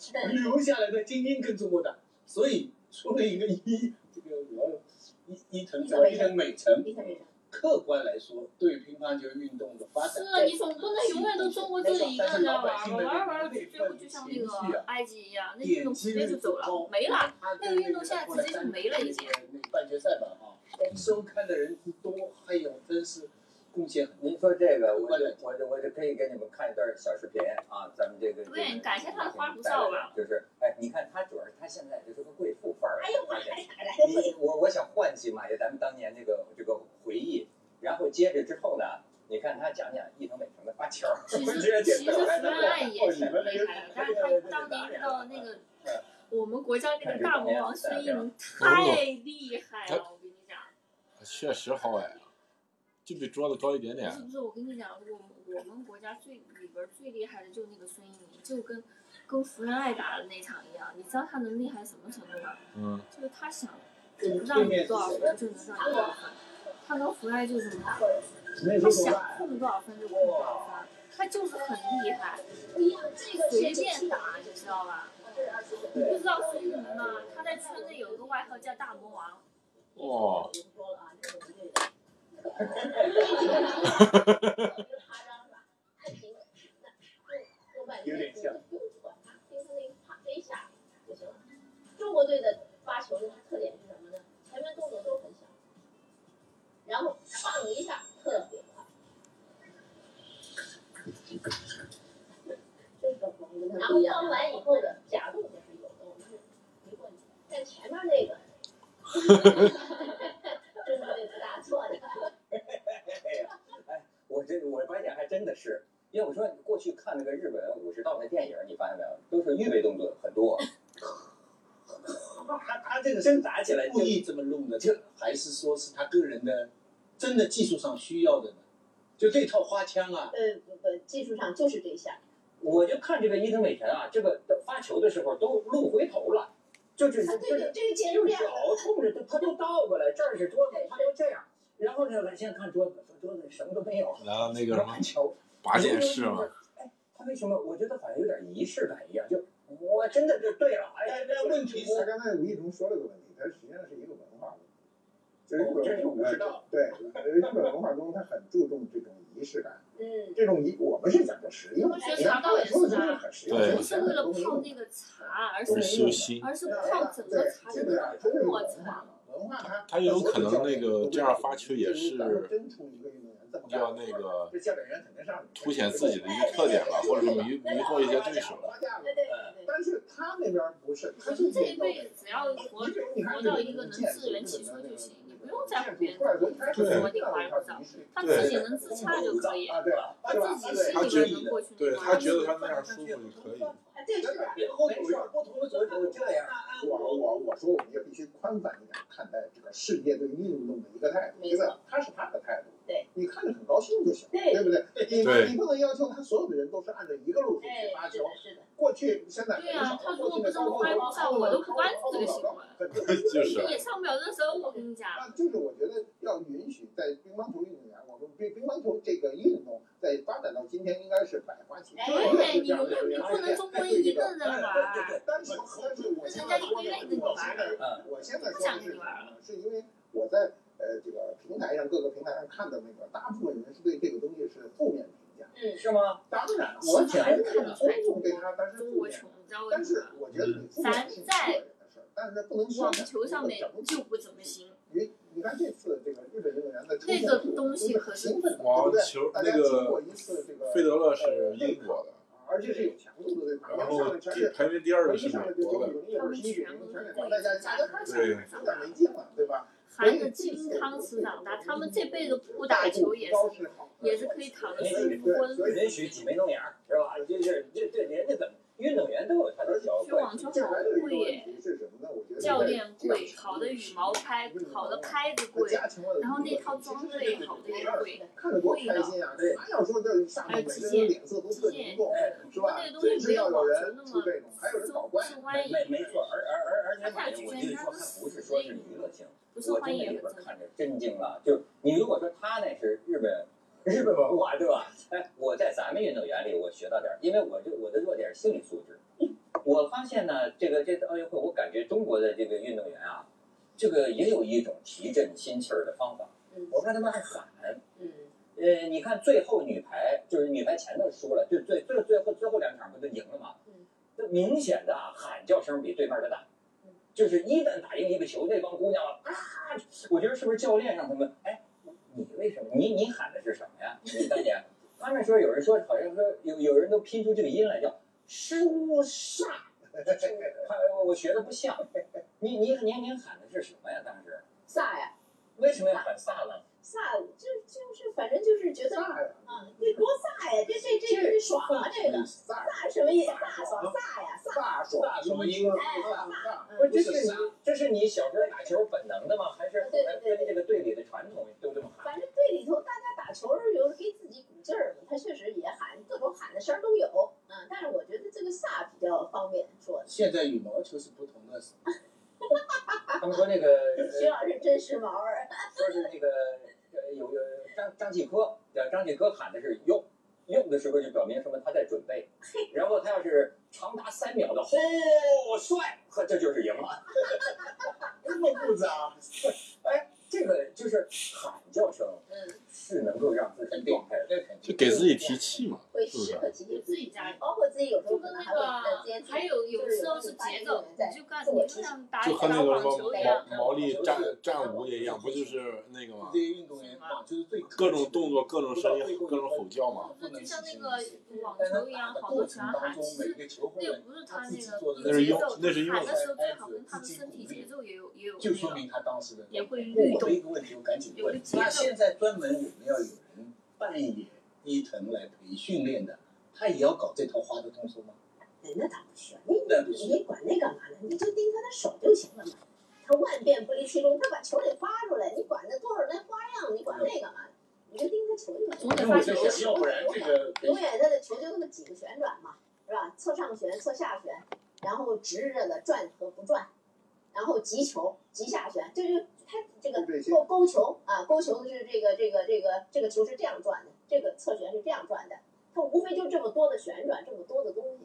[SPEAKER 6] 留下来的精英跟中国打，所以出了一个一这个我伊伊藤
[SPEAKER 5] 伊藤美
[SPEAKER 6] 伊
[SPEAKER 5] 诚
[SPEAKER 6] 藤美诚。
[SPEAKER 5] 你看这个，
[SPEAKER 6] 客观来说，对乒乓球运动的发
[SPEAKER 1] 是
[SPEAKER 6] 展，
[SPEAKER 1] 啊，你总不能永远都中国自己一个人在玩儿吧？玩儿玩儿，最后就像那个埃及一样，那运动直接就走了，没
[SPEAKER 6] 啊
[SPEAKER 1] 了。。那个运动现在直接就没了已经。
[SPEAKER 6] 半决赛吧，哈
[SPEAKER 5] 对，
[SPEAKER 6] 收看的人之多，哎呦，真是贡献很大。
[SPEAKER 7] 您说这个，我就我就我就可以给你们看一段小视频啊，咱们这个。
[SPEAKER 1] 对
[SPEAKER 7] 这个
[SPEAKER 1] 感谢他的花不少吧。
[SPEAKER 7] 就是，哎，你看她主要是她现在就是个贵妇范儿。
[SPEAKER 5] 哎呦我还
[SPEAKER 7] 你
[SPEAKER 5] 打来回，
[SPEAKER 7] 我我想唤起马爷咱们当年这个这个回忆，然后接着之后呢，你看她讲讲伊藤美诚的发球。
[SPEAKER 1] 其
[SPEAKER 7] 我
[SPEAKER 1] 实
[SPEAKER 7] 觉得
[SPEAKER 1] 其
[SPEAKER 7] 这
[SPEAKER 1] 实福
[SPEAKER 7] 段还能
[SPEAKER 1] 原
[SPEAKER 7] 聊
[SPEAKER 1] 爱也挺厉害的，但是他当年遇到那个我们国家那个大魔王孙一宁太厉害了，我跟你讲。
[SPEAKER 2] 确实好矮啊，就比桌子高一点
[SPEAKER 1] 不是
[SPEAKER 2] 点。
[SPEAKER 1] 不是，我跟你讲，我我们国家最里边最厉害的就是那个孙一宁，就跟跟福原爱打的那场一样，你知道他能厉害什么程度吗？
[SPEAKER 2] 嗯，
[SPEAKER 1] 就是他想
[SPEAKER 6] 对
[SPEAKER 1] 不让你多少分就能让你多少分，他跟福原爱就是这么打，他想控多少分就控多少分，他就是很厉害，
[SPEAKER 5] 不一样，这个
[SPEAKER 1] 随
[SPEAKER 5] 是
[SPEAKER 1] 便
[SPEAKER 5] 七档，
[SPEAKER 1] 打，你知道吧？
[SPEAKER 5] 这是二十九。
[SPEAKER 1] 你不知道孙一宁吗？他在圈内有一个外号叫大魔王，
[SPEAKER 2] 哦，
[SPEAKER 5] 我不说了啊，这是我们队的。哈哈哈哈哈！夸张是吧？太平，那真的不大错的。
[SPEAKER 7] 哎，我这我发现还真的是，因为我说你过去看那个日本武士道的电影，你发现没有，都是预备动作很多。他他这个挣扎起来
[SPEAKER 6] 故
[SPEAKER 7] 就
[SPEAKER 6] 意这么弄的，这还是说是他个人的真的技术上需要的呢？就这套花枪啊，
[SPEAKER 5] 呃，不不，技术上就是这项。
[SPEAKER 7] 我就看这个伊藤美诚啊，这个发球的时候都露回头了，就是
[SPEAKER 5] 啊，
[SPEAKER 7] 就
[SPEAKER 5] 对
[SPEAKER 7] 是
[SPEAKER 5] 对，这个节
[SPEAKER 7] 用
[SPEAKER 5] 奏
[SPEAKER 7] 脚
[SPEAKER 5] 量的，
[SPEAKER 7] 冲着他，他都倒过来，这儿是桌子，他都这样。然后呢，先看桌子，说桌子什么都没有，
[SPEAKER 2] 然后那个什么
[SPEAKER 7] 发球。
[SPEAKER 2] 靶点式嘛，
[SPEAKER 7] 哎，他为什么？我觉得好像有点仪式感一样，就我真的就对了。哎，那问题
[SPEAKER 8] 他
[SPEAKER 7] 是，
[SPEAKER 8] 刚才无意中说了个问题，它实际上是一个文化问题，就是
[SPEAKER 7] 哦这
[SPEAKER 8] 日
[SPEAKER 7] 是
[SPEAKER 8] 本
[SPEAKER 7] 武士道。
[SPEAKER 8] 对日本文化中，它很注重这种仪式感，
[SPEAKER 5] 嗯，
[SPEAKER 8] 这种仪我们是讲究实用，
[SPEAKER 1] 我觉得
[SPEAKER 8] 你要
[SPEAKER 1] 茶道也是啊
[SPEAKER 8] 说的是很实用，
[SPEAKER 2] 对
[SPEAKER 1] 不是为了泡那个茶，而
[SPEAKER 2] 都
[SPEAKER 1] 是
[SPEAKER 2] 是修心。
[SPEAKER 1] 而是泡整个茶
[SPEAKER 8] 啊这
[SPEAKER 1] 的
[SPEAKER 8] 个
[SPEAKER 1] 那个过
[SPEAKER 8] 文
[SPEAKER 1] 程。
[SPEAKER 8] 化，文化它
[SPEAKER 2] 他有可能那个这样发球也是
[SPEAKER 8] 咱们真出一个运动员这么干
[SPEAKER 2] 要那个
[SPEAKER 8] 这教练员肯定上去
[SPEAKER 2] 凸显自己的一个特点吧，或者是迷迷惑一些对手。
[SPEAKER 8] 花架子
[SPEAKER 5] 对对对对，
[SPEAKER 8] 但是他那边不是，他
[SPEAKER 1] 我
[SPEAKER 8] 就
[SPEAKER 1] 们这一辈子只要活
[SPEAKER 8] 你比如你看
[SPEAKER 1] 活到一个能自圆其说就行，你不用在乎别人怎么
[SPEAKER 8] 对
[SPEAKER 1] 怎么说你怀不着，他自己能自洽就可以，
[SPEAKER 8] 啊，对吧？
[SPEAKER 1] 他
[SPEAKER 8] 对吧？
[SPEAKER 1] 自己心里边能过去
[SPEAKER 2] 对
[SPEAKER 1] 那
[SPEAKER 2] 他
[SPEAKER 1] 关。
[SPEAKER 2] 觉得他那样舒服就可以。
[SPEAKER 5] 啊对是的，
[SPEAKER 6] 别后头有不同的
[SPEAKER 7] 我我这样，
[SPEAKER 8] 我我我说，我们也必须宽泛一点看待这个世界对运动的一个态度，
[SPEAKER 5] 没
[SPEAKER 8] 对
[SPEAKER 5] 错
[SPEAKER 8] 吧？他是他的态度，你看着很高兴就行，
[SPEAKER 5] 对
[SPEAKER 8] 对，不对？
[SPEAKER 2] 对
[SPEAKER 8] 你你不能要求他所有的人都是按照一个路数
[SPEAKER 5] 哎
[SPEAKER 8] 去发，
[SPEAKER 5] 是
[SPEAKER 8] 球
[SPEAKER 5] 的，，是的，
[SPEAKER 8] 过去现在
[SPEAKER 1] 对啊，他如果不是我怀不上，我都不关注这个新闻。
[SPEAKER 2] 就是
[SPEAKER 1] 你也上不了热搜，我跟你讲。
[SPEAKER 8] 啊，就是我觉得要允许在乒乓球运动员，我们乒乒乓球这个运动在发展到今天，应该是百花齐放。
[SPEAKER 1] 哎对，你永远不能中国一个人玩儿，
[SPEAKER 8] 但是但是我现
[SPEAKER 1] 人
[SPEAKER 8] 在
[SPEAKER 1] 家
[SPEAKER 8] 说
[SPEAKER 1] 一个
[SPEAKER 8] 的
[SPEAKER 1] 愿意跟你玩儿。
[SPEAKER 7] 嗯，
[SPEAKER 8] 我现在说的是什么呢？是因为我在呃这个平台上各个平台上看到那个，大部分人是对这个东西是负面评价。
[SPEAKER 5] 嗯，
[SPEAKER 7] 是吗？
[SPEAKER 8] 当然了，我
[SPEAKER 1] 我
[SPEAKER 8] 讲
[SPEAKER 1] 还是看得出来中
[SPEAKER 8] 公众对
[SPEAKER 1] 国
[SPEAKER 8] 他但是
[SPEAKER 1] 中
[SPEAKER 8] 负
[SPEAKER 1] 国
[SPEAKER 8] 面，
[SPEAKER 1] 穷，你知道为
[SPEAKER 8] 但
[SPEAKER 1] 什
[SPEAKER 8] 是
[SPEAKER 1] 么？
[SPEAKER 8] 我觉得你负面是个人的事儿，但是不能说
[SPEAKER 1] 网球上面就不怎么行，
[SPEAKER 8] 你你看这次这个日本运动员的出
[SPEAKER 1] 那
[SPEAKER 8] 现
[SPEAKER 1] 个东西可是
[SPEAKER 8] 兴奋的，对
[SPEAKER 2] 网
[SPEAKER 8] 不对？
[SPEAKER 2] 球
[SPEAKER 8] 大
[SPEAKER 2] 那
[SPEAKER 8] 家经
[SPEAKER 2] 个
[SPEAKER 8] 过一次这个
[SPEAKER 2] 费德勒是英国的，
[SPEAKER 8] 而且是有强度的对抗，
[SPEAKER 2] 然
[SPEAKER 8] 要上
[SPEAKER 2] 后
[SPEAKER 8] 来全
[SPEAKER 2] 第
[SPEAKER 8] 是
[SPEAKER 2] 排名第二
[SPEAKER 8] 我
[SPEAKER 2] 的
[SPEAKER 8] 一
[SPEAKER 2] 是
[SPEAKER 8] 上来
[SPEAKER 2] 美
[SPEAKER 8] 就九
[SPEAKER 2] 国
[SPEAKER 8] 比
[SPEAKER 2] 的，
[SPEAKER 8] 零，一会儿十一比零，全是大家大家看起来
[SPEAKER 2] 对
[SPEAKER 8] 有点没劲了，对吧？
[SPEAKER 1] 含着金汤匙长大，他们这辈子不打球也
[SPEAKER 8] 高
[SPEAKER 1] 是
[SPEAKER 8] 是好，
[SPEAKER 1] 也是可以躺着舒服
[SPEAKER 8] 对，
[SPEAKER 1] 过
[SPEAKER 8] 所
[SPEAKER 1] 日
[SPEAKER 8] 以
[SPEAKER 1] 子。
[SPEAKER 7] 允许挤眉弄眼儿是吧？这这这这人家怎么运动员都有他的小
[SPEAKER 1] 其实网球
[SPEAKER 8] 这
[SPEAKER 1] 好
[SPEAKER 8] 还有一个
[SPEAKER 1] 贵耶，
[SPEAKER 8] 问题是什么呢？我觉得
[SPEAKER 1] 教练贵，好的羽毛拍，好的拍子贵，
[SPEAKER 8] 加强了，
[SPEAKER 1] 然后那套装备好的也贵。
[SPEAKER 8] 看着多开心啊！
[SPEAKER 7] 对
[SPEAKER 8] 他要说这下面每个人脸色都特凝重，是吧？
[SPEAKER 1] 那个东
[SPEAKER 8] 真
[SPEAKER 1] 西
[SPEAKER 8] 是
[SPEAKER 1] 没有
[SPEAKER 8] 要有
[SPEAKER 1] 网球
[SPEAKER 8] 人
[SPEAKER 1] 那
[SPEAKER 8] 出
[SPEAKER 1] 么
[SPEAKER 8] 这种，还有人搞
[SPEAKER 1] 不
[SPEAKER 8] 怪
[SPEAKER 1] 是。欢迎
[SPEAKER 7] 没，没错，而而而而且马云，我跟你说，他不是说是娱乐性，
[SPEAKER 1] 不是
[SPEAKER 7] 我
[SPEAKER 1] 欢
[SPEAKER 7] 真的
[SPEAKER 1] 迎
[SPEAKER 7] 里
[SPEAKER 1] 也不
[SPEAKER 7] 边
[SPEAKER 1] 正常。
[SPEAKER 7] 看着震惊了。就你如果说他那是日本日本文化对吧？哎，我在咱们运动员里我学到点儿，因为我这我的弱点是心理素质。
[SPEAKER 1] 嗯
[SPEAKER 7] 我发现呢，这个这次奥运会，我感觉中国的这个运动员啊，这个也有一种提振心气儿的方法。
[SPEAKER 5] 嗯
[SPEAKER 7] 我看他们还喊，
[SPEAKER 5] 嗯，
[SPEAKER 7] 呃，你看最后女排就是女排前头输了，就最最最后最后两场不就赢了吗？
[SPEAKER 5] 嗯，
[SPEAKER 7] 这明显的啊，喊叫声比对面的大
[SPEAKER 5] 嗯，
[SPEAKER 7] 就是一旦打赢一个球，这帮姑娘啊，啊，我觉得是不是教练让他们，哎，你为什么你你喊的是什么呀？你当年他们说有人说好像说有有人都拼出这个音来叫输煞，他我学的不像，你你你你喊的是什么呀？当时
[SPEAKER 5] 萨呀，
[SPEAKER 7] 为什么要喊萨呢？
[SPEAKER 5] 萨，就就是反正就是觉得
[SPEAKER 8] 呀，
[SPEAKER 5] 啊，这多萨呀，这这这这爽啊，这个
[SPEAKER 8] 嗯萨
[SPEAKER 5] 萨什么意思？萨爽萨呀，萨，
[SPEAKER 8] 萨说，
[SPEAKER 1] 哎
[SPEAKER 5] 啊
[SPEAKER 8] 萨
[SPEAKER 7] 不是，这是这是你小时候打球本能的吗？还是
[SPEAKER 5] 啊对对对
[SPEAKER 7] 跟这个队里的传统就这么喊？
[SPEAKER 5] 反正队里头大家打球儿有给自己鼓劲儿嘛，他确实也喊各种喊的声儿都有，嗯，但是我觉得这个萨比较方便说的。
[SPEAKER 6] 现在羽毛球是不同的，
[SPEAKER 7] 他们说那个
[SPEAKER 5] 徐
[SPEAKER 7] 呃
[SPEAKER 5] 老师真时髦儿，
[SPEAKER 7] 说是那个呃有有张张继科，叫张继科喊的是用用的时候就表明什么他在准备，然后他要是长达三秒的吼帅，呵这就是赢 了。
[SPEAKER 8] 这么复杂，
[SPEAKER 7] 啊哎这个就是喊叫声
[SPEAKER 5] 嗯，
[SPEAKER 7] 是能够让自己状态
[SPEAKER 6] 那肯定
[SPEAKER 2] 就给自己提气嘛，
[SPEAKER 5] 会
[SPEAKER 2] 是不
[SPEAKER 5] 时
[SPEAKER 2] 是？
[SPEAKER 5] 刻提醒
[SPEAKER 1] 自己家人
[SPEAKER 5] 包括自自己有时候
[SPEAKER 1] 就
[SPEAKER 5] 可
[SPEAKER 1] 跟那
[SPEAKER 5] 能还会再
[SPEAKER 1] 个
[SPEAKER 5] 坚持，
[SPEAKER 1] 还有有时候是节奏，你就干，你就像打
[SPEAKER 2] 就和那
[SPEAKER 1] 打
[SPEAKER 2] 个
[SPEAKER 1] 网
[SPEAKER 2] 什么
[SPEAKER 1] 球一样，
[SPEAKER 2] 毛毛利战战舞也一样，不就是那个吗
[SPEAKER 6] 这？些运动员啊，就是最
[SPEAKER 2] 各种动作、各种声音、各种吼叫嘛。
[SPEAKER 1] 就就像那个网球一样，好多拳喊，其实那个不是他那
[SPEAKER 2] 那
[SPEAKER 1] 个
[SPEAKER 2] 是
[SPEAKER 1] 节
[SPEAKER 2] 用
[SPEAKER 1] 奏，
[SPEAKER 2] 那是用
[SPEAKER 1] 喊的时候最好跟他的身体节奏也有也有
[SPEAKER 6] 就
[SPEAKER 1] 那
[SPEAKER 6] 说
[SPEAKER 1] 个
[SPEAKER 6] 明他当时的
[SPEAKER 1] 也会
[SPEAKER 6] 问
[SPEAKER 1] 律
[SPEAKER 6] 我的一
[SPEAKER 1] 动，
[SPEAKER 6] 个问题，我赶紧
[SPEAKER 1] 有个
[SPEAKER 6] 问。
[SPEAKER 1] 节
[SPEAKER 6] 那
[SPEAKER 1] 奏。
[SPEAKER 6] 现在专门我们要有人扮演伊藤来培训练的，他也要搞这套花的动作吗？
[SPEAKER 5] 哎，那咋不是啊？你你你管那干嘛呢？你就盯他的手就行了嘛。他万变不离其宗，他把球给发出来，你管他多少那花样，你管那干嘛？你就盯他球就行
[SPEAKER 1] 总得
[SPEAKER 6] 因
[SPEAKER 1] 发
[SPEAKER 5] 了。
[SPEAKER 6] 为我在
[SPEAKER 1] 球
[SPEAKER 6] 想，要不然这个培
[SPEAKER 5] 永远他的球就那么几个旋转嘛，是吧？侧上旋、侧下旋，然后直着的转和不转，然后急球、急下旋，这就他这个
[SPEAKER 8] 就这些
[SPEAKER 5] 勾勾球啊，勾球是这个这个这个这个球是这样转的，这个侧旋是这样转的，它无非就这么多的旋转，这么多的东西，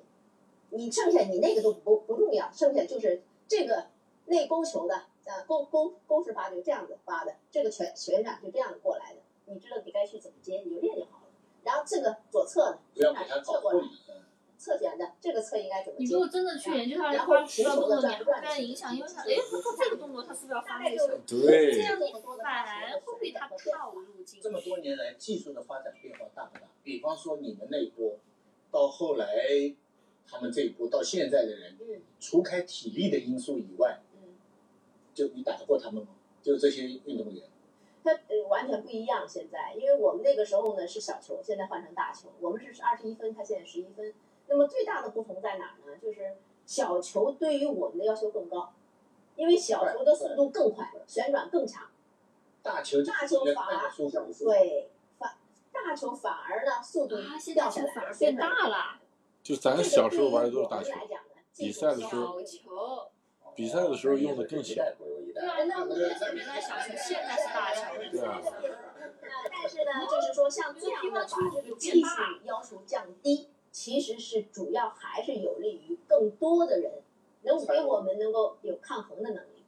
[SPEAKER 5] 你剩下你那个都不不重要，剩下就是这个内勾球的。啊，勾勾勾式发球这样子发的，这个旋旋转就这样过来的，你知道你该去怎么接，你就练就好了。然后这个左侧呢，
[SPEAKER 6] 不要给他搞
[SPEAKER 5] 侧过
[SPEAKER 6] 混
[SPEAKER 5] 来
[SPEAKER 6] 了，。
[SPEAKER 5] 侧旋的这个侧应该怎么
[SPEAKER 1] 你
[SPEAKER 5] 接
[SPEAKER 1] 如？果真的去研究他的花式动作，你还会被他影响，因为他哎，他做这个动作，他是不是要
[SPEAKER 5] 大
[SPEAKER 1] 发
[SPEAKER 5] 概
[SPEAKER 1] 那
[SPEAKER 5] 就
[SPEAKER 1] 个
[SPEAKER 5] 是
[SPEAKER 1] 这
[SPEAKER 2] 对，
[SPEAKER 1] 样你反而会被他套路进去
[SPEAKER 6] 这。么多年来，技术的发展变化大不大？比方说你们那一波，到后来他们这一波，到现在的人，
[SPEAKER 5] 嗯
[SPEAKER 6] 除开体力的因素以外，
[SPEAKER 5] 嗯，
[SPEAKER 6] 就你打得过他们吗？就这些运动员，
[SPEAKER 5] 它呃完全不一样。现在，因为我们那个时候呢是小球，现在换成大球，我们是二十一分，他现在十一分。那么最大的不同在哪儿呢？就是小球对于我们的要求更高，因为小球的速度更快，旋转更强。
[SPEAKER 6] 大球就
[SPEAKER 5] 大球
[SPEAKER 6] 能
[SPEAKER 5] 法
[SPEAKER 6] 看得出
[SPEAKER 8] 像素
[SPEAKER 5] 对，反大球反而呢速度
[SPEAKER 1] 啊，现在
[SPEAKER 5] 掉下
[SPEAKER 1] 球
[SPEAKER 5] 来，
[SPEAKER 1] 反而变大了，
[SPEAKER 2] 就咱小时候玩的都是大球，
[SPEAKER 5] 这个对于我们来讲呢
[SPEAKER 2] 比赛的时候
[SPEAKER 1] 小球。
[SPEAKER 2] 比赛的时候用的更小。
[SPEAKER 7] 不如一代
[SPEAKER 1] 对啊，那我们特别的小球，现在是大球。
[SPEAKER 2] 对啊
[SPEAKER 5] 那但是呢，就是说像这样的把这个技术要求降低，其实是主要还是有利于更多的人，能给我们能够有抗衡的能力。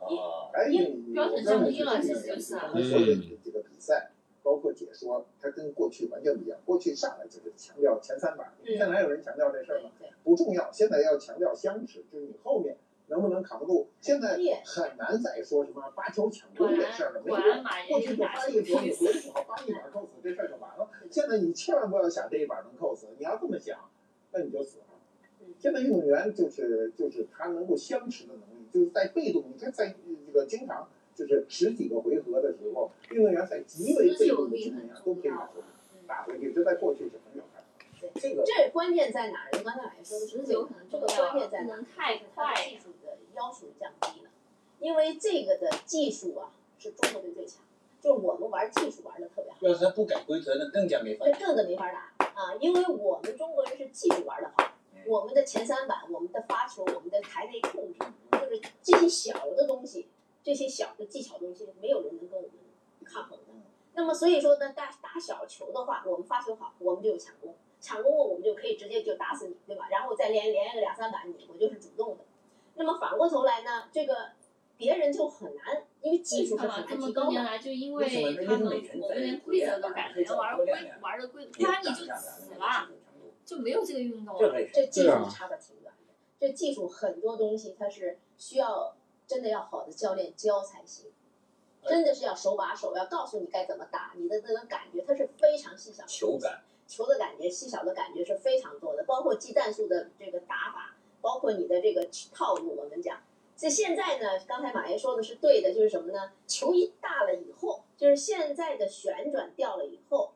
[SPEAKER 7] 啊，
[SPEAKER 8] 而且哎你
[SPEAKER 1] 标准降低了其实就是
[SPEAKER 8] 刚
[SPEAKER 1] 啊
[SPEAKER 8] 才说的这个比赛，包括解说，它跟过去完全不一样。过去上来就是强调前三板，
[SPEAKER 5] 嗯
[SPEAKER 8] 现在还有人强调这事儿
[SPEAKER 5] 对
[SPEAKER 8] 吗？
[SPEAKER 5] 对，
[SPEAKER 8] 不重要，现在要强调相持，就是你后面能不能扛住。现在很难再说什么发球抢攻这事儿了，没
[SPEAKER 1] 果
[SPEAKER 8] 用
[SPEAKER 1] 然。马
[SPEAKER 8] 过
[SPEAKER 1] 爷
[SPEAKER 8] 去
[SPEAKER 1] 一
[SPEAKER 8] 就
[SPEAKER 1] 打
[SPEAKER 8] 发
[SPEAKER 1] 球
[SPEAKER 8] 一个球，你
[SPEAKER 1] 去
[SPEAKER 8] 回来不好，发一板扣死，这事儿就完了。现在你千万不要想这一板能扣死，你要这么想，那你就死了。
[SPEAKER 5] 嗯
[SPEAKER 8] 现在运动员就是就是他能够相持的能力，就是在被动，你看在这个经常就是十几个回合的时候，运动员在极为被动的情况下都可以把球打回去，这在过去是很少看到
[SPEAKER 6] 这个
[SPEAKER 5] 这关键在哪儿？您刚才也说的
[SPEAKER 1] 持
[SPEAKER 5] 是
[SPEAKER 1] 久很
[SPEAKER 5] 这
[SPEAKER 1] 重
[SPEAKER 5] 个
[SPEAKER 1] 要，
[SPEAKER 5] 关键
[SPEAKER 1] 不
[SPEAKER 5] 在哪儿？
[SPEAKER 1] 能太
[SPEAKER 5] 它
[SPEAKER 1] 快
[SPEAKER 5] 的。技术的要求降低了，因为这个的技术啊是中国队最强，就是我们玩技术玩的特别好。
[SPEAKER 6] 要是他不改规则，那更加没法
[SPEAKER 5] 呃这
[SPEAKER 6] 打。
[SPEAKER 5] 更的没法打啊，因为我们中国人是技术玩的好，我们的前三板、我们的发球、我们的台内控制，就是这些小的东西，这些小的技巧东西，没有人能跟我们抗衡的。那么所以说呢，打打小球的话，我们发球好，我们就有抢攻，抢攻了我们就可以直接就打死你，对吧？然后再连连个两三板，你我就是主动的。那么反过头来呢，这个别人就很难，因为技术是
[SPEAKER 1] 看
[SPEAKER 5] 很
[SPEAKER 1] 吧，这
[SPEAKER 5] 难
[SPEAKER 1] 么
[SPEAKER 5] 提
[SPEAKER 1] 多
[SPEAKER 5] 高
[SPEAKER 1] 年
[SPEAKER 5] 的。
[SPEAKER 1] 来，就因为他们我们连规则都改了，玩规玩的规则，不啊然你就死了，就没有这个运动
[SPEAKER 7] 这
[SPEAKER 1] 了。
[SPEAKER 7] 为什
[SPEAKER 5] 这
[SPEAKER 7] 么？
[SPEAKER 5] 技
[SPEAKER 2] 对啊
[SPEAKER 5] 术差的挺远的。这技术很多东西它是需要真的要好的教练教才行，
[SPEAKER 2] 哎
[SPEAKER 5] 真的是要手把手，要告诉你该怎么打，你的那个感觉它是非常细小的。
[SPEAKER 7] 球感，
[SPEAKER 5] 球的感觉、细小的感觉是非常多的，包括技战术的这个打法，包括你的这个套路，我们讲。所以现在呢，刚才马爷说的是对的，就是什么呢？球一大了以后，就是现在的旋转掉了以后，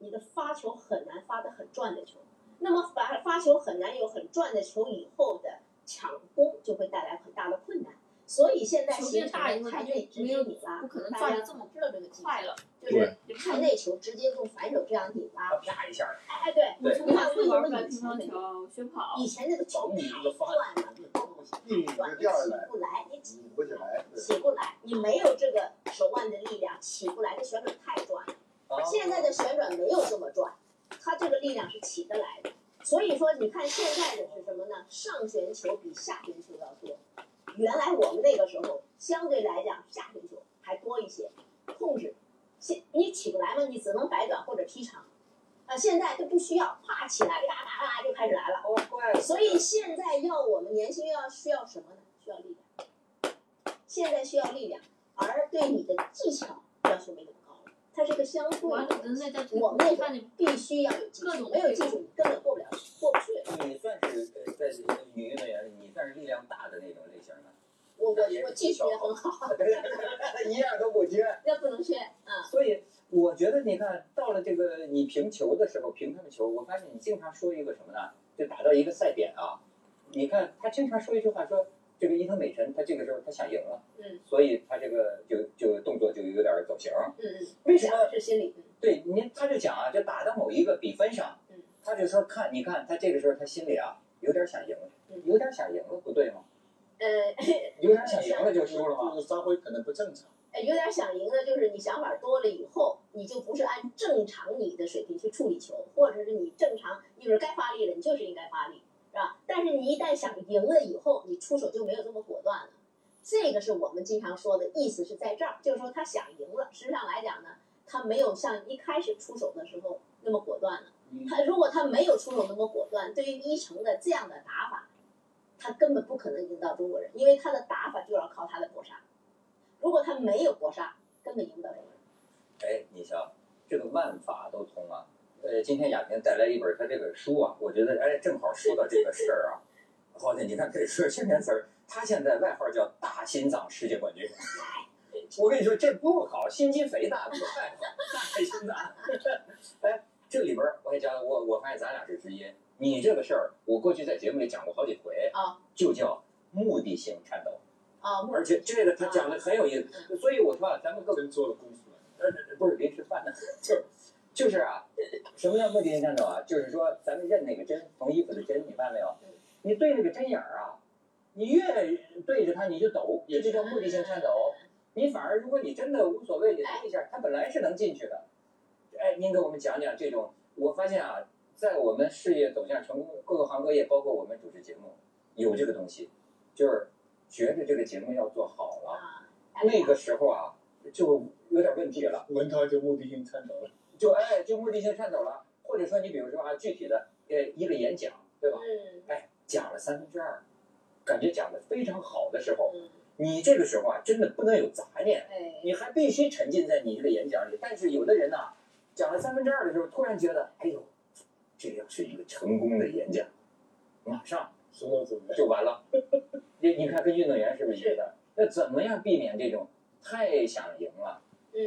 [SPEAKER 5] 你的发球很难发的很转的球。那么发发球很难有很转的球以后的抢攻就会带来很大的困难。所以现在
[SPEAKER 1] 球
[SPEAKER 5] 形
[SPEAKER 1] 变
[SPEAKER 5] 成
[SPEAKER 1] 大以
[SPEAKER 5] 了
[SPEAKER 1] 后
[SPEAKER 5] 太
[SPEAKER 1] 就
[SPEAKER 5] 内直
[SPEAKER 1] 没
[SPEAKER 5] 接
[SPEAKER 1] 有
[SPEAKER 5] 你拉，
[SPEAKER 1] 不可能
[SPEAKER 5] 大
[SPEAKER 1] 转
[SPEAKER 5] 家
[SPEAKER 1] 得这么
[SPEAKER 5] 知道这个技
[SPEAKER 1] 快
[SPEAKER 5] 术，
[SPEAKER 1] 了，
[SPEAKER 5] 就是
[SPEAKER 1] 也不
[SPEAKER 5] 太
[SPEAKER 1] 能
[SPEAKER 5] 内球直接用反手这样你拉
[SPEAKER 7] 他，啪一下，
[SPEAKER 5] 哎，对，
[SPEAKER 1] 我从小就玩不来乒乓
[SPEAKER 5] 你
[SPEAKER 1] 球、学跑
[SPEAKER 5] 以，前那个球太乱了，你根本起
[SPEAKER 8] 嗯，
[SPEAKER 5] 不来
[SPEAKER 8] 就掉下来，
[SPEAKER 5] 你起
[SPEAKER 8] 拧不起来。
[SPEAKER 5] 起不来，你没有这个手腕的力量，起不来，这旋转太转了。而现在的旋转没有这么转，它这个力量是起得来的。所以说，你看现在的是什么呢？上旋球比下旋球要多。原来我们那个时候相对来讲下旋球还多一些，控制，现你起不来嘛，你只能摆转或者劈长。啊、现在都不需要，啪起来，哒哒啦就开始来了。
[SPEAKER 7] 哦，怪不得
[SPEAKER 5] 所以现在要我们年轻人要需要什么呢？需要力量。现在需要力量，而对你的技巧要求没那么高了，它是个相对
[SPEAKER 1] 完了，
[SPEAKER 5] 的。
[SPEAKER 1] 人类在推
[SPEAKER 5] 我们也
[SPEAKER 1] 看你
[SPEAKER 5] 必须要有技
[SPEAKER 1] 各
[SPEAKER 5] 术，
[SPEAKER 1] 种
[SPEAKER 5] 没有技术你根本过不了，过不去。
[SPEAKER 7] 你算是呃在女运动员里，你算是力量大的那种类型啊的，
[SPEAKER 5] 我我我技术也很好，
[SPEAKER 7] 一样都不缺。
[SPEAKER 5] 那不能缺啊。
[SPEAKER 7] 所以我觉得你看到了这个你评球的时候，评他们球，我发现你经常说一个什么呢？就打到一个赛点啊，你看他经常说一句话说。这个伊藤美诚，他这个时候他想赢了，
[SPEAKER 5] 嗯，
[SPEAKER 7] 所以他这个就就动作就有点走形。
[SPEAKER 5] 嗯嗯，
[SPEAKER 7] 为什么
[SPEAKER 5] 是心理？嗯
[SPEAKER 7] 对，您他就讲啊，就打到某一个比分上
[SPEAKER 5] 嗯，
[SPEAKER 7] 他就说看，你看他这个时候他心里啊有点想赢了
[SPEAKER 5] 嗯，
[SPEAKER 7] 有点想赢了，不对吗？
[SPEAKER 5] 呃，
[SPEAKER 7] 有点想赢了就输了吗？
[SPEAKER 6] 就是发挥可能不正常。
[SPEAKER 5] 哎有点想赢的，就是你想法多了以后，你就不是按正常你的水平去处理球，或者是你正常就是该发力了，你就是应该发力，是吧？但是你一旦想赢了以后，你出手就没有这么果断了。这个是我们经常说的意思是在这儿，就是说他想赢了，实际上来讲呢，他没有像一开始出手的时候那么果断了。他如果他没有出手那么果断，对于一城的这样的打法，他根本不可能赢到中国人，因为他的打法就要靠他的搏杀。如果他没有搏杀，根本赢不了中国人。
[SPEAKER 7] 哎，你瞧，这个万法都通啊。呃，今天亚萍带来一本他这个书啊，我觉得哎，正好说到这个事儿啊。好的，你看这说青年词儿，他现在外号叫大心脏世界冠军。我跟你说，这不好，心肌肥大不太好，大心脏。哎，这里边儿我也讲，我我发现咱俩是知音。你这个事儿，我过去在节目里讲过好几回
[SPEAKER 5] 啊，
[SPEAKER 7] 就叫目的性颤抖。
[SPEAKER 5] 啊，穆
[SPEAKER 7] 而且这个他讲的很有意思，所以我说啊，咱们各呃
[SPEAKER 6] 真做了功夫了。
[SPEAKER 7] 不是临时犯的， 就是就是啊，什么叫目的性战斗啊？就是说咱们认那个针，缝衣服的针，你发现没有
[SPEAKER 5] 嗯？
[SPEAKER 7] 你对那个针眼儿啊，你越对着它你就抖，这就叫目的性颤抖。你反而如果你真的无所谓，你蹬一下，它本来是能进去的。哎，您给我们讲讲这种，我发现啊，在我们事业走向成功，各个行各业，包括我们主持节目，有这个东西，就是觉着这个节目要做好了，
[SPEAKER 5] 啊，
[SPEAKER 7] 那个时候啊，就有点问题了。
[SPEAKER 6] 文涛就目的性颤抖了，
[SPEAKER 7] 就哎就目的性颤抖了，或者说你比如说啊具体的呃一个演讲对吧？
[SPEAKER 5] 嗯
[SPEAKER 7] 哎讲了三分之二，感觉讲的非常好的时候，
[SPEAKER 5] 嗯，
[SPEAKER 7] 你这个时候啊真的不能有杂念，
[SPEAKER 5] 哎，
[SPEAKER 7] 你还必须沉浸在你这个演讲里。但是有的人呐、讲了三分之二的时候，突然觉得哎呦，这要是一个成功的演讲，马上
[SPEAKER 6] 说到怎么
[SPEAKER 7] 就完 了。你你看跟运动员是不是一样的？那怎么样避免这种太想赢了？
[SPEAKER 5] 嗯，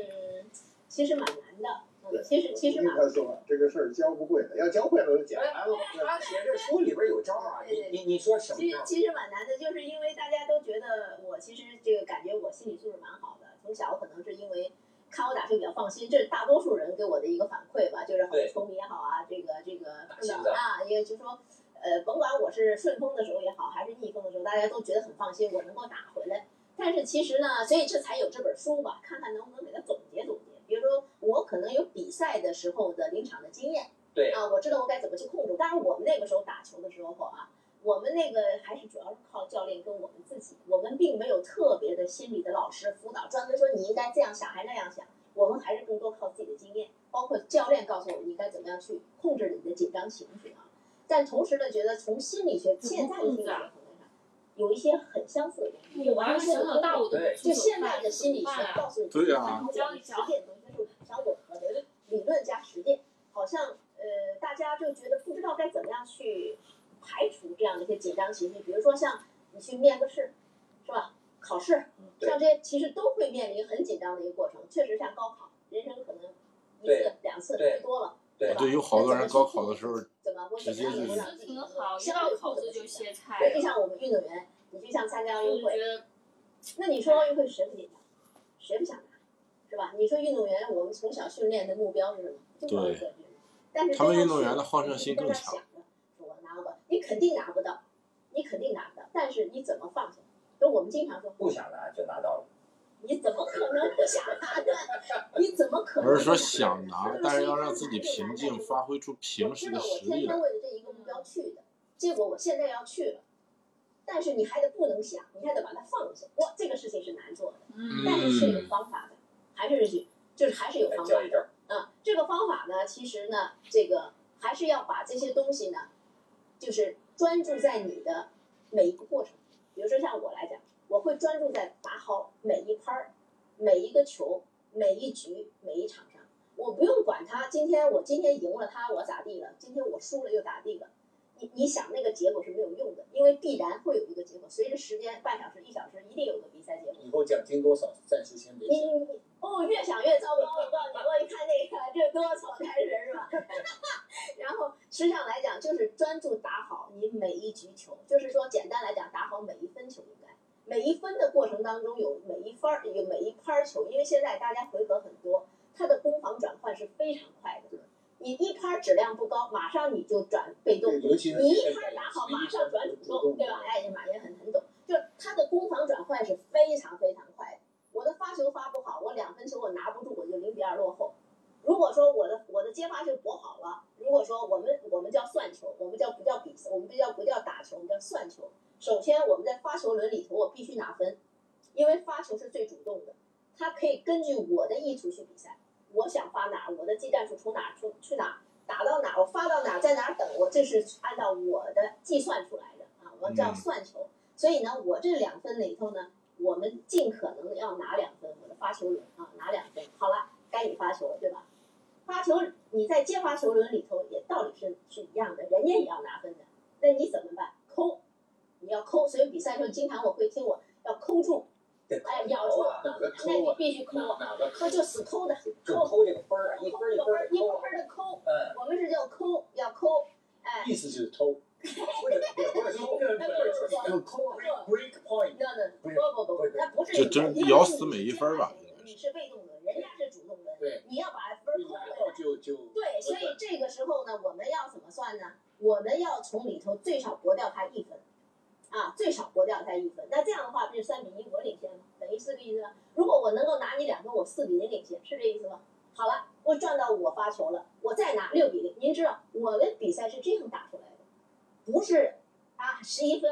[SPEAKER 5] 其实蛮难的，
[SPEAKER 8] 对
[SPEAKER 5] 嗯，其实其实蛮
[SPEAKER 8] 他说嘛，这个事儿教不会的，要教会了就简单了。
[SPEAKER 7] 他写这书里边有招啊，你你你说什么
[SPEAKER 5] 其
[SPEAKER 7] 招
[SPEAKER 5] 实？其实蛮难的，就是因为大家都觉得我其实这个感觉我心理素质蛮好的，从小可能是因为看我打球比较放心，这是大多数人给我的一个反馈吧，就是好
[SPEAKER 7] 对
[SPEAKER 5] 球迷也好啊，这个这个
[SPEAKER 7] 打
[SPEAKER 5] 碰
[SPEAKER 7] 心
[SPEAKER 5] 到啊，也就是说。呃，甭管我是顺风的时候也好，还是逆风的时候，大家都觉得很放心，我能够打回来。但是其实呢，所以这才有这本书吧，看看能不能给它总结总结。比如说，我可能有比赛的时候的临场的经验，
[SPEAKER 7] 对
[SPEAKER 5] 啊，我知道我该怎么去控制。但是我们那个时候打球的时候啊，我们那个还是主要是靠教练跟我们自己，我们并没有特别的心理的老师辅导，专门说你应该这样想，还那样想。我们还是更多靠自己的经验，包括教练告诉我们应该怎么样去控制你的紧张情绪啊。但同时呢，觉得从心理学现在的心理学可能上有一些很相似的东西，
[SPEAKER 1] 我要是从小到我都
[SPEAKER 7] 对
[SPEAKER 5] 就现在的心理学
[SPEAKER 1] 啊，
[SPEAKER 5] 告诉你，
[SPEAKER 2] 对啊
[SPEAKER 5] 教你实践东西是相吻合的，理论加实践，好像呃大家就觉得不知道该怎么样去排除这样的一些紧张情绪，比如说像你去面个试，是吧？考试，
[SPEAKER 7] 嗯
[SPEAKER 5] 像这些其实都会面临很紧张的一个过程，确实像高考，人生可能一次
[SPEAKER 7] 对
[SPEAKER 5] 两次
[SPEAKER 7] 对
[SPEAKER 5] 最多了，
[SPEAKER 7] 对
[SPEAKER 5] 是吧
[SPEAKER 2] 对，有好多人高考的时候，
[SPEAKER 5] 怎么我怎么
[SPEAKER 2] 直接
[SPEAKER 5] 样
[SPEAKER 2] 就
[SPEAKER 5] 能够让
[SPEAKER 1] 事
[SPEAKER 5] 自己
[SPEAKER 1] 情好，一
[SPEAKER 5] 相
[SPEAKER 1] 到
[SPEAKER 5] 对
[SPEAKER 1] 考试就
[SPEAKER 5] 不紧
[SPEAKER 1] 歇菜
[SPEAKER 5] 张，就像我们运动员，你就像参加奥
[SPEAKER 1] 就
[SPEAKER 5] 运
[SPEAKER 1] 是
[SPEAKER 5] 会
[SPEAKER 1] 觉。得
[SPEAKER 5] 那你说奥运会谁不紧张？谁不想拿？是吧？你说运动员，我们从小训练的目标是什么？就是奥运冠军。但是
[SPEAKER 2] 他们
[SPEAKER 5] 真要
[SPEAKER 2] 运动员
[SPEAKER 5] 去
[SPEAKER 2] 的好胜心更
[SPEAKER 5] 你跟他
[SPEAKER 2] 强
[SPEAKER 5] 想着说我拿不到，你肯定拿不到，你肯定拿不到。但是你怎么放下？就我们经常说，
[SPEAKER 7] 不想拿就拿到了。
[SPEAKER 5] 你怎么可能不想拿呢？你怎么可能？
[SPEAKER 2] 而是说想拿，但是要让自己平静，发挥出平时的
[SPEAKER 5] 我
[SPEAKER 2] 实
[SPEAKER 5] 知道我天
[SPEAKER 2] 力来
[SPEAKER 5] 天。为了这一个目标去的，结果我现在要去了，但是你还得不能想，你还得把它放下。哇，这个事情是难做的。但
[SPEAKER 1] 嗯，
[SPEAKER 5] 是是有方法的，还是去，就是还是有
[SPEAKER 7] 哎
[SPEAKER 5] 方法
[SPEAKER 7] 教一
[SPEAKER 5] 的。
[SPEAKER 7] 招，
[SPEAKER 5] 嗯，这个方法呢，其实呢，这个还是要把这些东西呢，就是专注在你的每一个过程。比如说像我来讲，我会专注在打好每一拍儿、每一个球、每一局、每一场上，我不用管他今天我今天赢了他我咋地了，今天我输了又咋地了。你你想那个结果是没有用的，因为必然会有一个结果，随着时间半小时、一小时，一定有个比赛结果。
[SPEAKER 6] 以后奖金多少，暂时先别
[SPEAKER 5] 你
[SPEAKER 6] 想。
[SPEAKER 5] 你你哦，越想越糟糕。我告诉你，我一看那个这多从开始是吧？ 然后实际上来讲，就是专注打好你每一局球，就是说简单来讲，打好每一分球应该。每一分的过程当中有每一分儿有每一拍儿球，因为现在大家回合很多，它的攻防转换是非常快的。你一拍儿质量不高，马上你就转被动，
[SPEAKER 6] 尤其是
[SPEAKER 5] 你一拍打好，马上转主动，对吧？哎，马云很很懂，就是他的攻防转换是非常非常快的。我的发球发不好，我两分球我拿不住，我就零比二落后。如果说我的我的接发球搏好了，如果说我们我们叫算球，我们叫不叫比赛，我们不叫不叫打球，我们叫算球。首先我们在发球轮里头，我必须拿分，因为发球是最主动的，他可以根据我的意图去比赛，我想发哪儿，我的技战术从哪儿出去哪儿。打到哪儿，我发到哪儿，在哪儿等我，这是按照我的计算出来的啊，我叫算球。所以呢，我这两分里头呢，我们尽可能要拿两分，我的发球轮啊拿两分。好了，该你发球了，对吧？发球你在接发球轮里头也道理是是一样的，人家也要拿分的，那你怎么办？抠，你要抠。所以比赛时候经常我会听我要抠住，
[SPEAKER 7] 对
[SPEAKER 5] 哎，咬住，
[SPEAKER 6] 哪个
[SPEAKER 5] 那
[SPEAKER 6] 抠
[SPEAKER 5] 你
[SPEAKER 6] 啊？
[SPEAKER 5] 必须抠啊，
[SPEAKER 6] 哪个抠
[SPEAKER 5] 那？就死抠的，
[SPEAKER 7] 就抠这个分儿啊，一分儿一
[SPEAKER 5] 一
[SPEAKER 7] 分
[SPEAKER 5] 分
[SPEAKER 7] 儿
[SPEAKER 5] 儿一分
[SPEAKER 7] 抠啊。
[SPEAKER 5] 儿的抠，
[SPEAKER 7] 嗯，
[SPEAKER 5] 我们是叫抠，要抠，哎。
[SPEAKER 6] 意思就是偷。
[SPEAKER 7] 不是不 是抠，
[SPEAKER 6] 要抠 break point。
[SPEAKER 5] 那那不不不，那不是
[SPEAKER 2] 这真咬死每一分儿吧应该是
[SPEAKER 5] 你是被动的，人家是主动的，
[SPEAKER 6] 对，
[SPEAKER 5] 你要把分儿
[SPEAKER 6] 一
[SPEAKER 5] 扣
[SPEAKER 6] 拿
[SPEAKER 5] 回
[SPEAKER 6] 到
[SPEAKER 5] 来。
[SPEAKER 6] 就就
[SPEAKER 5] 对，所以这个时候呢，我们要怎么算呢？我们要从里头最少驳掉他一分，啊，最少驳掉他一分。那这样的话，不是三比一我领先吗？等于四比一呢？如果我能够拿你两分，我四比零领先，是这意思吗？好了，我赚到我发球了，我再拿六比零。您知道我们比赛是这样打出来的，不是啊，十一分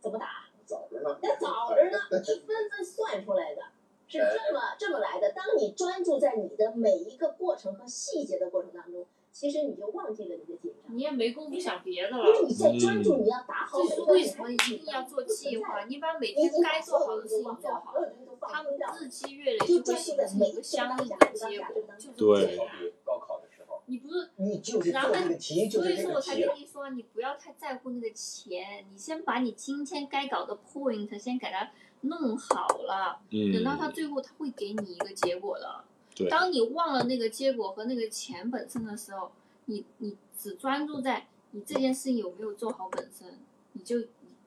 [SPEAKER 5] 怎么打？
[SPEAKER 8] 早着呢。
[SPEAKER 5] 那早着呢， 一分分算出来的，是这么这么来的。当你专注在你的每一个过程和细节的过程当中，其实你就忘记了你的紧张，
[SPEAKER 1] 你也没工夫想别的
[SPEAKER 5] 因为
[SPEAKER 1] 了。
[SPEAKER 5] 你在专注，你要打好
[SPEAKER 1] 这
[SPEAKER 5] 每
[SPEAKER 1] 是
[SPEAKER 5] 一
[SPEAKER 1] 为
[SPEAKER 5] 个
[SPEAKER 1] 什么一定要做计划？你把每
[SPEAKER 5] 你已
[SPEAKER 1] 天
[SPEAKER 5] 经
[SPEAKER 1] 该
[SPEAKER 5] 把
[SPEAKER 1] 做
[SPEAKER 5] 所
[SPEAKER 1] 好
[SPEAKER 5] 有
[SPEAKER 1] 的
[SPEAKER 5] 的
[SPEAKER 1] 事
[SPEAKER 5] 都
[SPEAKER 1] 情
[SPEAKER 5] 忘
[SPEAKER 1] 做
[SPEAKER 5] 掉，
[SPEAKER 1] 好
[SPEAKER 5] 所，有的都
[SPEAKER 1] 他们
[SPEAKER 5] 放空掉，
[SPEAKER 1] 日积月累
[SPEAKER 5] 就
[SPEAKER 1] 会
[SPEAKER 5] 专
[SPEAKER 1] 形
[SPEAKER 5] 注在每
[SPEAKER 1] 成一
[SPEAKER 5] 一
[SPEAKER 1] 个
[SPEAKER 5] 个
[SPEAKER 1] 相
[SPEAKER 5] 当
[SPEAKER 1] 应
[SPEAKER 5] 下
[SPEAKER 1] 的结果，就这么
[SPEAKER 2] 对
[SPEAKER 1] 简
[SPEAKER 7] 好
[SPEAKER 1] 单。
[SPEAKER 7] 比高考的时候，
[SPEAKER 1] 你不是，
[SPEAKER 3] 你就是做这个题，就
[SPEAKER 1] 所
[SPEAKER 3] 是
[SPEAKER 1] 以
[SPEAKER 3] 这
[SPEAKER 1] 说
[SPEAKER 3] 个
[SPEAKER 1] 我才
[SPEAKER 3] 题。
[SPEAKER 1] 跟你说，你不要太在乎那个钱，你先把你今天该搞的 point 先给它弄好了，等到它
[SPEAKER 2] 嗯，
[SPEAKER 1] 最后它会给你一个结果的。
[SPEAKER 2] 对，
[SPEAKER 1] 当你忘了那个结果和那个钱本身的时候，你你只专注在你这件事情有没有做好本身，你就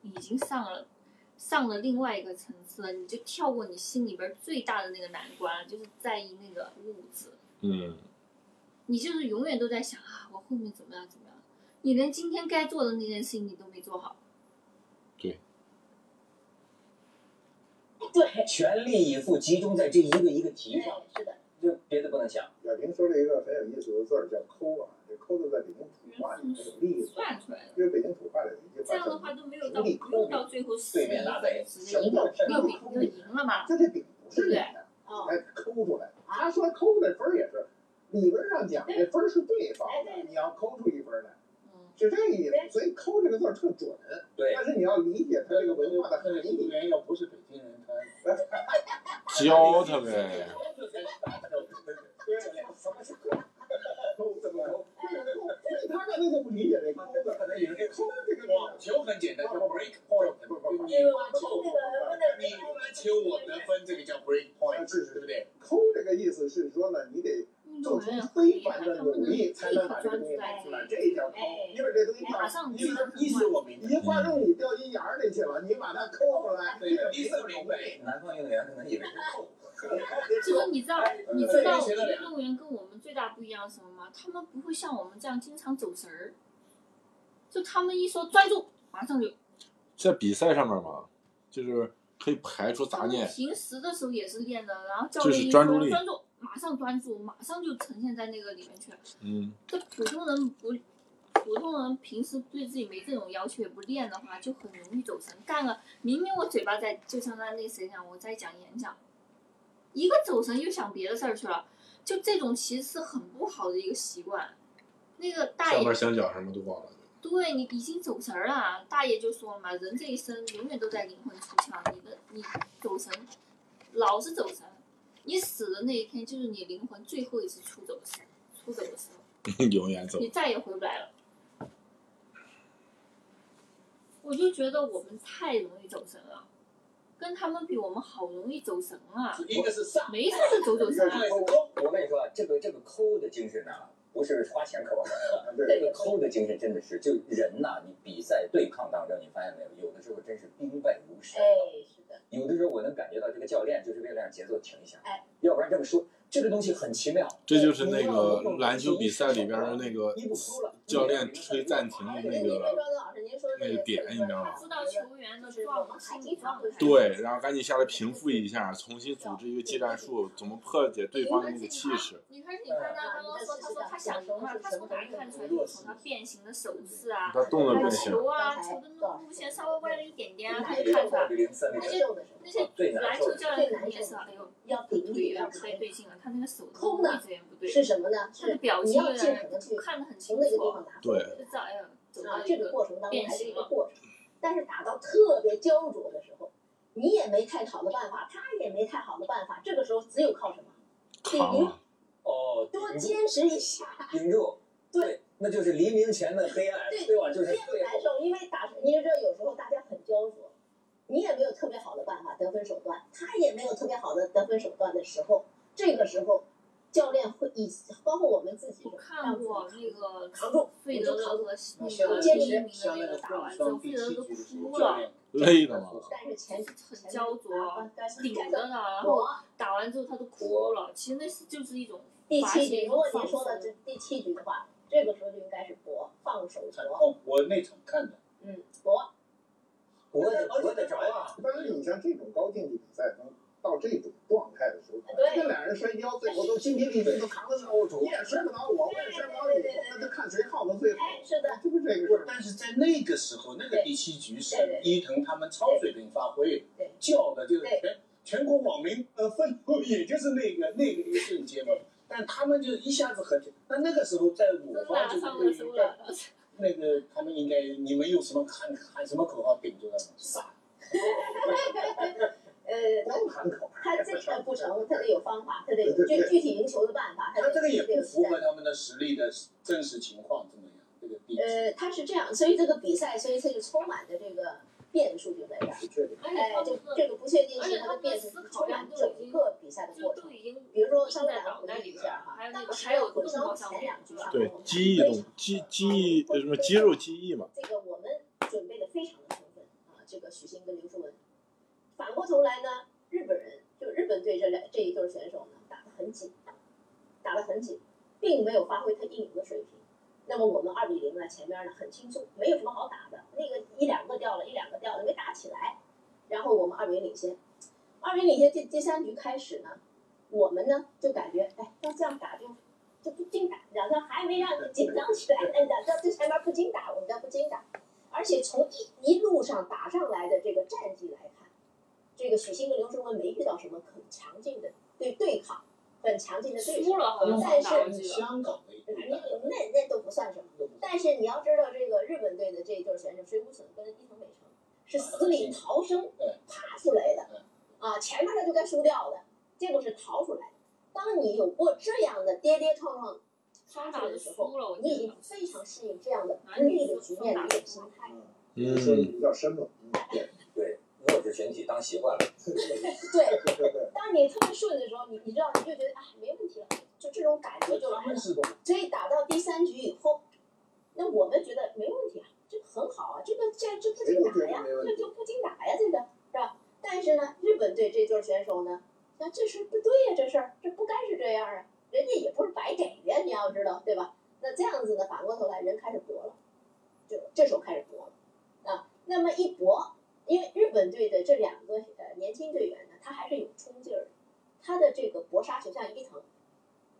[SPEAKER 1] 已经上了上了另外一个层次了，你就跳过你心里边最大的那个难关，就是在意那个物质，
[SPEAKER 2] 嗯，
[SPEAKER 1] 你就是永远都在想啊，我后面怎么样怎么样，你连今天该做的那件事情你都没做好，
[SPEAKER 5] 对，
[SPEAKER 7] 全力以赴，集中在这一个一个题
[SPEAKER 5] 对
[SPEAKER 7] 上，，
[SPEAKER 5] 是的，
[SPEAKER 7] 就别的不能想。
[SPEAKER 8] 小平说了一个很有意思的字儿，叫“抠”啊，这“抠”字在北京土话里很有意思，
[SPEAKER 1] 算出来了。
[SPEAKER 8] 因为北京土话里的一句
[SPEAKER 1] 这样
[SPEAKER 8] 话
[SPEAKER 1] 的
[SPEAKER 8] 叫
[SPEAKER 1] 话都没有到不用到最后十
[SPEAKER 7] 对
[SPEAKER 1] 一
[SPEAKER 7] 面拿北
[SPEAKER 1] 分之类的，六比零就赢了嘛。
[SPEAKER 8] 这这饼不是你的，
[SPEAKER 5] 哦，
[SPEAKER 8] 哎，抠出来。他说抠的分儿也是，理论上讲这分儿是对方的，你要抠出一分儿来，
[SPEAKER 1] 嗯，
[SPEAKER 8] 是这个意思。所以“抠”这个字儿特准，
[SPEAKER 7] 对，
[SPEAKER 8] 但是你要理解它这个文化的
[SPEAKER 6] 那
[SPEAKER 8] 含
[SPEAKER 6] 个运动
[SPEAKER 8] 义。
[SPEAKER 6] 员要不是北京人，他
[SPEAKER 2] 教他呗。
[SPEAKER 7] 什么是抠？
[SPEAKER 8] 抠怎么抠？这个抠，所以他刚才就不理解这抠字，可能以为哎抠这个字儿
[SPEAKER 6] 网球很简单，叫 break point，对不对？
[SPEAKER 5] 因为我抽那个
[SPEAKER 6] 你
[SPEAKER 5] 那
[SPEAKER 6] 不
[SPEAKER 5] 个
[SPEAKER 6] 来球我得分，这个叫 break point，对不对？
[SPEAKER 8] 抠这个意思是说呢，你得
[SPEAKER 1] 运
[SPEAKER 8] 做
[SPEAKER 1] 动
[SPEAKER 8] 出
[SPEAKER 1] 员很
[SPEAKER 8] 非
[SPEAKER 1] 厉害，
[SPEAKER 8] 凡的
[SPEAKER 1] 他不
[SPEAKER 8] 努
[SPEAKER 1] 能
[SPEAKER 8] 力
[SPEAKER 1] 立
[SPEAKER 8] 才能把
[SPEAKER 1] 刻
[SPEAKER 8] 这个
[SPEAKER 1] 专
[SPEAKER 8] 东
[SPEAKER 1] 注
[SPEAKER 8] 西
[SPEAKER 1] 在
[SPEAKER 8] 抠出来，
[SPEAKER 1] 这
[SPEAKER 8] 这
[SPEAKER 1] 个。
[SPEAKER 8] 叫抠。因为这东西
[SPEAKER 1] 马
[SPEAKER 8] 掉，
[SPEAKER 1] 上
[SPEAKER 6] 意思意思我明白，
[SPEAKER 8] 你化妆你掉一眼儿里去了，你把它抠出来，
[SPEAKER 6] 对，意思明白。
[SPEAKER 7] 南方运动员可能以为是抠，
[SPEAKER 1] 就是你知道，你知
[SPEAKER 6] 这
[SPEAKER 1] 道
[SPEAKER 6] 个学得了
[SPEAKER 1] 运动员跟我们最大不一样是什么吗？他们不会像我们这样经常走神儿，就他们一说专注，马上就。
[SPEAKER 2] 在比赛上面嘛，就是可以排除杂
[SPEAKER 1] 他们
[SPEAKER 2] 念，
[SPEAKER 1] 平时的时候也是练的，然后教
[SPEAKER 2] 就
[SPEAKER 1] 练
[SPEAKER 2] 是
[SPEAKER 1] 一
[SPEAKER 2] 专注
[SPEAKER 1] 说
[SPEAKER 2] 力
[SPEAKER 1] 专注，马上专注，马上就呈现在那个里面去。
[SPEAKER 2] 嗯，
[SPEAKER 1] 这普通人不，普通人平时对自己没这种要求，也不练的话，就很容易走神。干了，明明我嘴巴在，就像那那谁讲，我在讲演讲，一个走神又想别的事儿去了，就这种其实是很不好的一个习惯。那个大
[SPEAKER 2] 上
[SPEAKER 1] 爷
[SPEAKER 2] 边想讲什么都忘了。
[SPEAKER 1] 对你已经走神儿了。大爷就说了嘛，人这一生永远都在灵魂出窍，你的你走神，老是走神。你死的那一天就是你灵魂最后一次出走的时候，出走的时候，
[SPEAKER 2] 永远走
[SPEAKER 1] 你再也回不来了。我就觉得我们太容易走神了，跟他们比，我们好容易走神啊，
[SPEAKER 6] 一个是上，
[SPEAKER 1] 没事就走走神啊。
[SPEAKER 7] 我我跟你说，这个这个抠的精神啊，不是花钱抠，这个抠的精神真的是，就人呐、你比赛对抗当中，你发现没有，有的时候真是兵败如山
[SPEAKER 5] 哎
[SPEAKER 7] 倒。，
[SPEAKER 5] 是的，
[SPEAKER 7] 有的时候我能感觉到这个教练就是为了让节奏停一下，
[SPEAKER 5] 哎，
[SPEAKER 7] 要不然这么说，这个东西很奇妙。哎
[SPEAKER 2] 这就是那个篮球比赛里边的那个
[SPEAKER 7] 你不输了，
[SPEAKER 2] 教练吹暂停的
[SPEAKER 5] 对，
[SPEAKER 2] 那
[SPEAKER 5] 您
[SPEAKER 2] 个
[SPEAKER 5] 说的老师，您说的
[SPEAKER 2] 那个点你知道吗
[SPEAKER 1] 知道球员的状况，心理状态。
[SPEAKER 2] 对，然后赶紧下来平复一下，重新组织一个技战术，怎么破解对方的那个气势。
[SPEAKER 1] 你看，你看他刚刚说，他说他想赢嘛，他从哪里看出来？就是从他变形的手势啊，
[SPEAKER 2] 他动作
[SPEAKER 1] 还有
[SPEAKER 2] 变形，
[SPEAKER 1] 球啊，球的那个路线稍微歪了一点点啊，他就看出来。
[SPEAKER 7] 零三零
[SPEAKER 5] 难受的时
[SPEAKER 7] 哦
[SPEAKER 5] 候
[SPEAKER 1] 那些篮球教练肯定也是，哎呦，
[SPEAKER 5] 要
[SPEAKER 1] 腿
[SPEAKER 5] 顶
[SPEAKER 1] 有
[SPEAKER 5] 一
[SPEAKER 1] 点
[SPEAKER 5] 要
[SPEAKER 1] 不太对劲了，他那个手
[SPEAKER 5] 空
[SPEAKER 1] 的
[SPEAKER 5] 的
[SPEAKER 1] 位置也不对，
[SPEAKER 5] 是什么呢？
[SPEAKER 1] 他的
[SPEAKER 5] 是
[SPEAKER 1] 表
[SPEAKER 5] 你
[SPEAKER 1] 情有
[SPEAKER 5] 要尽可
[SPEAKER 1] 点
[SPEAKER 5] 能去
[SPEAKER 1] 看得很清
[SPEAKER 5] 从那个地
[SPEAKER 1] 楚，
[SPEAKER 5] 方打
[SPEAKER 2] 对
[SPEAKER 1] 就知道哎呀，走
[SPEAKER 5] 啊
[SPEAKER 1] 到，一
[SPEAKER 5] 这个
[SPEAKER 1] 个
[SPEAKER 5] 过程当中
[SPEAKER 1] 变
[SPEAKER 5] 还是一
[SPEAKER 1] 形
[SPEAKER 5] 个
[SPEAKER 1] 了
[SPEAKER 5] 过程，但是打到特别焦灼的时候，你也没太好的办法，他也没太好的办法，这个时候只有靠什么？
[SPEAKER 2] 扛啊，
[SPEAKER 7] 哦，
[SPEAKER 5] 多坚持一下，
[SPEAKER 7] 顶住，对，那就是黎明前的黑暗， 对吧？就是
[SPEAKER 5] 这样
[SPEAKER 7] 最
[SPEAKER 5] 难
[SPEAKER 7] 后，
[SPEAKER 5] 受，因为打，你知道有时候大家很焦灼，你也没有特别好的办法得分手段，他也没有特别好的得分手段的时候，这个时候教练会以包括我们自己
[SPEAKER 1] 我看过那个
[SPEAKER 5] 扛住，
[SPEAKER 1] 费德勒和那
[SPEAKER 6] 像
[SPEAKER 1] 个第
[SPEAKER 5] 坚
[SPEAKER 1] 一
[SPEAKER 5] 持
[SPEAKER 1] 名的那个打完之后，费德勒都哭
[SPEAKER 6] 教
[SPEAKER 1] 了，
[SPEAKER 6] 练，
[SPEAKER 2] 累了嘛。
[SPEAKER 5] 但是前啊提
[SPEAKER 1] 很焦灼，顶着
[SPEAKER 5] 的
[SPEAKER 1] 呢，然后
[SPEAKER 5] 我
[SPEAKER 1] 打完之后他都哭了。其实那是就是一种
[SPEAKER 5] 第
[SPEAKER 1] 发
[SPEAKER 5] 七
[SPEAKER 1] 泄
[SPEAKER 5] 局，
[SPEAKER 1] 一
[SPEAKER 5] 如
[SPEAKER 1] 种
[SPEAKER 5] 果
[SPEAKER 1] 放
[SPEAKER 5] 您说的
[SPEAKER 1] 松。
[SPEAKER 5] 这第七局的话，这个时候就应该是搏，放手搏，
[SPEAKER 6] 哦，我那场看的，
[SPEAKER 5] 嗯，搏，
[SPEAKER 7] 活得活得着啊！
[SPEAKER 8] 但是你像这种高竞技比赛，能到这种状态的时候，
[SPEAKER 5] 对
[SPEAKER 8] 这俩人摔跤，最后都筋疲力尽，都扛得住。你也摔不倒我，我也摔不倒你，那就看谁耗的最好。
[SPEAKER 5] 哎，是的，
[SPEAKER 8] 就是这个事
[SPEAKER 6] 我
[SPEAKER 8] 儿。
[SPEAKER 6] 但是在那个时候，那个第七局是伊藤他们超水平发挥
[SPEAKER 5] 对，
[SPEAKER 6] 叫的就是
[SPEAKER 5] 对
[SPEAKER 6] 全全国网民呃愤怒，也就是那个那个一瞬间嘛。但他们就一下子合体，那那个时候在我
[SPEAKER 1] 真
[SPEAKER 6] 方
[SPEAKER 1] 拉
[SPEAKER 6] 就是
[SPEAKER 1] 上
[SPEAKER 6] 对
[SPEAKER 1] 了
[SPEAKER 6] 于
[SPEAKER 1] 手了，
[SPEAKER 6] 那个他们应该你们用什么喊喊什么口号顶住他们？傻，
[SPEAKER 5] 呃，
[SPEAKER 8] 光喊口
[SPEAKER 5] 他这个不成，他得有方法，他得有具具体赢球的办法，
[SPEAKER 6] 他
[SPEAKER 5] 得
[SPEAKER 6] 这个也
[SPEAKER 5] 得有
[SPEAKER 6] 不符
[SPEAKER 5] 战
[SPEAKER 6] 合他们的实力的真实情况，怎么样？这个第一局
[SPEAKER 5] 呃，他是这样，所以这个比赛，所以他就充满着这个变数就在这儿。
[SPEAKER 1] 而且
[SPEAKER 5] 哎，
[SPEAKER 1] 他
[SPEAKER 5] 就
[SPEAKER 1] 们
[SPEAKER 5] 这个不确定
[SPEAKER 1] 而且
[SPEAKER 5] 性，
[SPEAKER 1] 他
[SPEAKER 5] 它
[SPEAKER 1] 们的
[SPEAKER 5] 的变数
[SPEAKER 1] 思考
[SPEAKER 5] 充
[SPEAKER 1] 量
[SPEAKER 5] 满
[SPEAKER 1] 都已
[SPEAKER 5] 整
[SPEAKER 1] 经
[SPEAKER 5] 个比赛的
[SPEAKER 1] 就
[SPEAKER 5] 过
[SPEAKER 1] 都
[SPEAKER 5] 程。
[SPEAKER 1] 已经
[SPEAKER 5] 比如说，
[SPEAKER 1] 印
[SPEAKER 5] 稍微
[SPEAKER 1] 在脑袋里
[SPEAKER 5] 一
[SPEAKER 1] 边
[SPEAKER 5] 下
[SPEAKER 1] 儿，
[SPEAKER 5] 哈
[SPEAKER 1] 还有，那
[SPEAKER 5] 当
[SPEAKER 1] 个
[SPEAKER 5] 时
[SPEAKER 1] 还有
[SPEAKER 5] 回
[SPEAKER 1] 动
[SPEAKER 5] 到
[SPEAKER 1] 作上
[SPEAKER 5] 前
[SPEAKER 1] 面
[SPEAKER 5] 两，局
[SPEAKER 1] 是
[SPEAKER 5] 啊
[SPEAKER 1] 吧，？
[SPEAKER 2] 对，记忆动记记忆呃什么肌肉记忆嘛。
[SPEAKER 5] 这个我们准备的非常的充分啊，这个许昕跟刘诗雯。反过头来呢，日本人就日本队这两这一对选手呢，打得很紧，打得很紧，并没有发挥他应有的水平。那么我们二比零呢，前面呢很轻松，没有什么好打的，那个一两个掉了，一两个掉了，没打起来。然后我们二比零领先，二比零领先第第三局开始呢，我们呢就感觉，哎，要这样打就就不经打，两仗还没让你紧张起来呢，两仗这前面不经打，我们这不经打，而且从一一路上打上来的这个战绩来看，这个许昕跟刘诗雯没遇到什么很强劲的对对抗，很强劲的对手
[SPEAKER 1] 输，了好像
[SPEAKER 5] 但
[SPEAKER 1] 是
[SPEAKER 5] 是
[SPEAKER 1] 打完
[SPEAKER 6] 跟
[SPEAKER 1] 这个。
[SPEAKER 6] 香港的一
[SPEAKER 5] 那
[SPEAKER 6] 个
[SPEAKER 5] 那那都不算什么。
[SPEAKER 6] 都不
[SPEAKER 5] 但是你要知道，这个日本队的这一对选手水谷隼跟伊藤美诚是死里逃生
[SPEAKER 6] 对
[SPEAKER 5] 爬出来的
[SPEAKER 6] 对，
[SPEAKER 5] 啊，前面他就该输掉的，结果是逃出来的。当你有过这样的跌跌撞撞发
[SPEAKER 1] 打
[SPEAKER 5] 展
[SPEAKER 1] 就
[SPEAKER 5] 的时候，
[SPEAKER 1] 输了，我
[SPEAKER 5] 你
[SPEAKER 1] 记
[SPEAKER 5] 已
[SPEAKER 1] 得
[SPEAKER 5] 经。非常适应这样的
[SPEAKER 1] 啊
[SPEAKER 5] 不
[SPEAKER 1] 你
[SPEAKER 5] 利的
[SPEAKER 1] 说
[SPEAKER 5] 局
[SPEAKER 1] 说
[SPEAKER 5] 面的
[SPEAKER 1] 打
[SPEAKER 5] 一个
[SPEAKER 1] 得
[SPEAKER 5] 心
[SPEAKER 1] 输
[SPEAKER 5] 态。
[SPEAKER 8] 你说的比较深了。嗯
[SPEAKER 7] 对，弱智群体当习惯了。
[SPEAKER 5] 对，
[SPEAKER 8] 对对对，
[SPEAKER 5] 当你特别顺的时候，你你知道你就觉得啊没问题了，就这种感觉就来
[SPEAKER 6] 他
[SPEAKER 5] 了
[SPEAKER 6] 们。是吧？
[SPEAKER 5] 所以打到第三局以后，那我们觉得没问题啊，这个很好啊，这个这这不经打呀，
[SPEAKER 8] 没问题
[SPEAKER 5] 这就不经打呀，这个是吧？但是呢，日本队这对选手呢，那这事儿不对呀、这事儿这不该是这样啊，人家也不是白给的呀，你要知道对吧？那这样子呢，反过头来人开始搏了，就这时候开始搏了啊。那么一搏，因为日本队的这两个呃年轻队员呢，他还是有冲劲儿的，他的这个搏杀就像伊藤，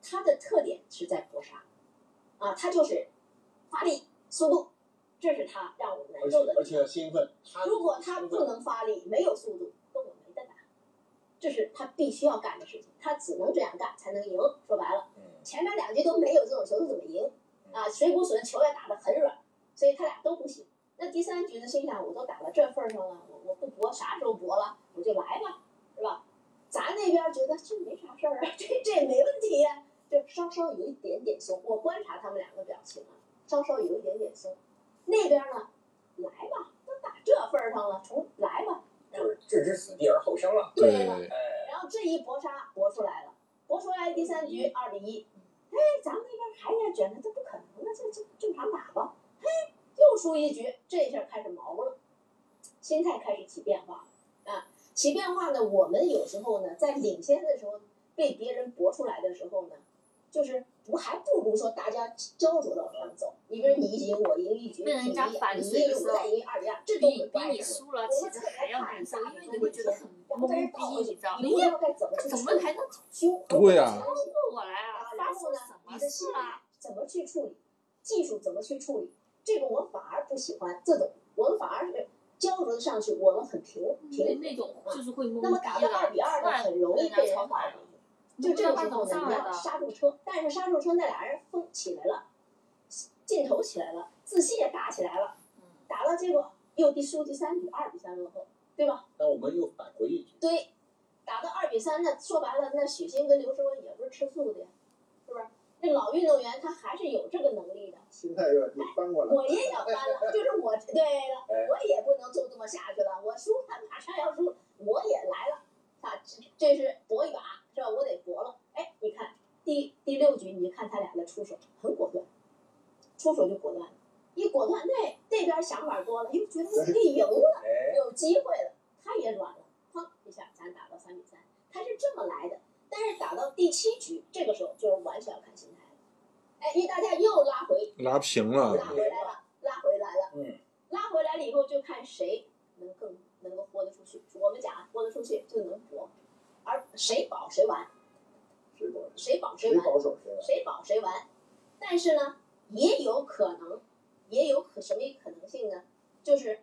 [SPEAKER 5] 他的特点是在搏杀。啊，他就是发力、速度，这是他让我们难
[SPEAKER 6] 而且
[SPEAKER 5] 受的
[SPEAKER 6] 而
[SPEAKER 5] 地
[SPEAKER 6] 且要兴奋。他
[SPEAKER 5] 方。如果他不能发力、没有速度，跟我没得打，这是他必须要干的事情，他只能这样干才能赢。说白了，
[SPEAKER 7] 嗯，
[SPEAKER 5] 前面两局都没有这种球，他怎么赢？啊，水谷隼球也打得很软，所以他俩都不行。那第三局呢，心想我都打到这份儿上了，我我不搏啥时候搏了，我就来吧，是吧？咱那边觉得这没啥事儿啊，这这没问题呀、就稍稍有一点点松。我观察他们两个表情啊，稍稍有一点点松。那边呢，来吧，都打这份儿上了，从来吧，
[SPEAKER 7] 就是置之死地而后生了。
[SPEAKER 5] 对了。
[SPEAKER 2] 对，
[SPEAKER 7] 哎，
[SPEAKER 5] 然后这一搏杀搏出来了，搏出来第三局
[SPEAKER 1] 嗯
[SPEAKER 5] 二比一，哎，咱们那边还在卷呢，这不可能的，这这正常打吧，嘿，又输一局，这一下开始毛了，心态开始起变化了啊，起变化呢，我们有时候呢，在领先的时候被别人搏出来的时候呢，就是不还不如说大家焦灼的往上走，你比如你一赢我赢一局，
[SPEAKER 1] 被人家
[SPEAKER 5] 你赢
[SPEAKER 1] 反
[SPEAKER 5] 你
[SPEAKER 1] 水
[SPEAKER 5] 赢
[SPEAKER 1] 的
[SPEAKER 5] 我
[SPEAKER 1] 时候
[SPEAKER 5] 再赢二比二，这
[SPEAKER 1] 比
[SPEAKER 5] 都很
[SPEAKER 1] 比你
[SPEAKER 5] 的
[SPEAKER 1] 输了，其实还要难受，因为你会觉得很懵逼，你知道吗？
[SPEAKER 5] 不知道该怎么去
[SPEAKER 1] 怎么还能
[SPEAKER 5] 修？
[SPEAKER 2] 对呀
[SPEAKER 1] 超过我来啊？
[SPEAKER 5] 然
[SPEAKER 1] 发
[SPEAKER 5] 后
[SPEAKER 1] 生
[SPEAKER 5] 呢
[SPEAKER 1] 什，么
[SPEAKER 5] 你的心
[SPEAKER 1] 事
[SPEAKER 5] 态
[SPEAKER 1] 啊？
[SPEAKER 5] 怎么去处理，技术怎么去处理，这个我反而不喜欢这种，我们反而是焦灼的上去，我们很平
[SPEAKER 1] 那
[SPEAKER 5] 平。
[SPEAKER 1] 那种就是会懵
[SPEAKER 5] 嗯那么打
[SPEAKER 1] 逼
[SPEAKER 5] 到二
[SPEAKER 1] 了，
[SPEAKER 5] 比二呢，很容易
[SPEAKER 1] 人家
[SPEAKER 5] 被人
[SPEAKER 1] 超
[SPEAKER 5] 打
[SPEAKER 1] 反了。
[SPEAKER 5] 就这个时
[SPEAKER 1] 怎
[SPEAKER 5] 候
[SPEAKER 1] 么上
[SPEAKER 5] 呢，你
[SPEAKER 1] 来
[SPEAKER 5] 要
[SPEAKER 1] 的？
[SPEAKER 5] 刹住车，但是刹住车那俩人疯起来了，劲头起来了，自信也打起来了，
[SPEAKER 1] 嗯
[SPEAKER 5] 打到结果又第输第三局二比三落后，对吧？
[SPEAKER 6] 那我们又返回一局，
[SPEAKER 5] 对，打到二比三，那说白了，那许昕跟刘诗雯也不是吃素的呀，是不是？那老运动员他还是有这个能力的，
[SPEAKER 8] 心态又又翻过来了。哎
[SPEAKER 5] 我也要翻了，就是我对了，我也不能就这么下去了，我输他马上要输，我也来了，啊，这这是搏一把，是吧？我得搏了。哎，你看第第六局，你看他俩的出手很果断，出手就果断，一果断，那那边想法多了，又哎觉得我可以赢了。
[SPEAKER 7] 哎，
[SPEAKER 5] 有机会了，他也软了，砰一下，咱打到三比三，他是这么来的。但是打到第七局，这个时候就是完全要看心态了。哎，因为大家又拉回，
[SPEAKER 2] 拉平
[SPEAKER 5] 拉
[SPEAKER 2] 了，
[SPEAKER 5] 回来了，拉回来了，
[SPEAKER 7] 嗯，
[SPEAKER 5] 拉回来了以后就看谁能更能够豁得出去。我们讲豁得出去就能搏，而谁保谁完，
[SPEAKER 8] 谁保谁
[SPEAKER 5] 谁保谁
[SPEAKER 8] 谁
[SPEAKER 5] 完，
[SPEAKER 8] 保守谁吧？
[SPEAKER 5] 谁保谁完。但是呢，也有可能，也有可什么可能性呢？就是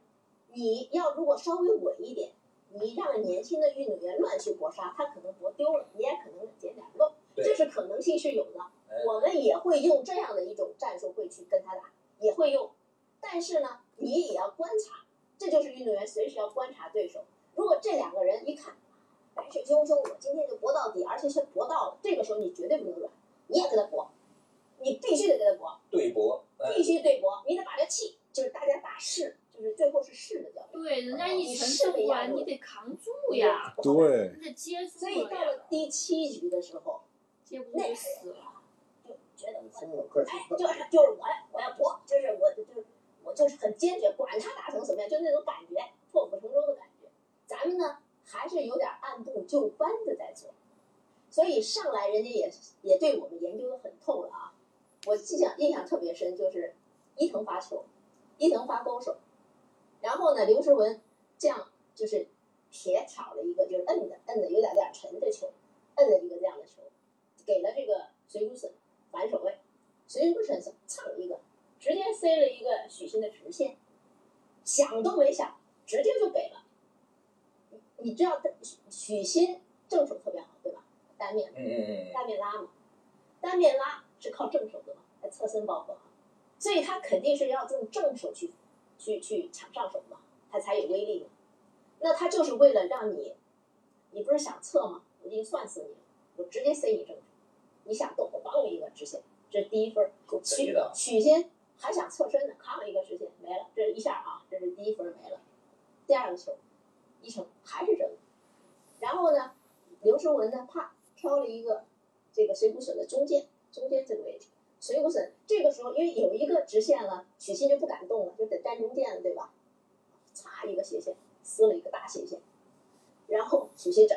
[SPEAKER 5] 你要如果稍微稳一点，你让年轻的运动员乱去搏杀，他可能搏丢了，你也可能捡点漏，
[SPEAKER 7] 对
[SPEAKER 5] 这是可能性是有的。我们也会用这样的一种战术会去跟他打，也会用，但是呢，你也要观察，这就是运动员随时要观察对手。如果这两个人一看哎来势汹汹，我今天就搏到底，而且是搏到了，这个时候你绝对不能软，你也跟他搏，你必须得跟他搏，
[SPEAKER 7] 对搏，哎
[SPEAKER 5] 必须对搏，你得把这气，就是大家打势，就是最后是势的交流。
[SPEAKER 1] 对，人家一拳揍过来，你得扛住呀，
[SPEAKER 2] 对，
[SPEAKER 1] 你得接住
[SPEAKER 5] 所以到
[SPEAKER 1] 呀
[SPEAKER 5] 了，第七局的时候，
[SPEAKER 1] 接不住就死了。
[SPEAKER 5] 就觉得我
[SPEAKER 8] 心有客气
[SPEAKER 5] 哎，，就是就是我我要搏，就是我就是我就是很坚决，管他打成什么样，就那种感觉，破釜沉舟的感觉。咱们呢还是有点按部就班的在做，所以上来人家也也对我们研究的很透了啊。我印象印象特别深，就是伊藤发球，伊藤发勾手，然后呢刘诗雯这样就是铁挑了一个，就是摁的摁的有点有点沉的球，摁了一个这样的球，给了这个水谷隼反手位。谁不神蹭一个，直接塞了一个许昕的直线，想都没想，直接就给了。你你知道他许许昕正手特别好，对吧？单面
[SPEAKER 7] 嗯嗯嗯
[SPEAKER 5] 单面拉嘛，单面拉是靠正手的嘛，来侧身包裹，所以他肯定是要用正手去去去抢上手嘛，他才有威力嘛。那他就是为了让你，你不是想侧吗？我已经算死你了，我直接塞你正手，你想动我帮你一个直线，这是第一分儿。
[SPEAKER 7] 够
[SPEAKER 5] 许
[SPEAKER 7] 贼的，
[SPEAKER 5] 许昕还想侧身呢，咔一个直线没了，这一下啊，这是第一分没了。第二个球，一成还是扔。然后呢，刘诗雯呢，啪挑了一个这个水谷隼的中间，中间这个位置。水谷隼这个时候因为有一个直线了，许昕就不敢动了，就得站中间了，对吧？擦一个斜线，撕了一个大斜线，然后许昕整，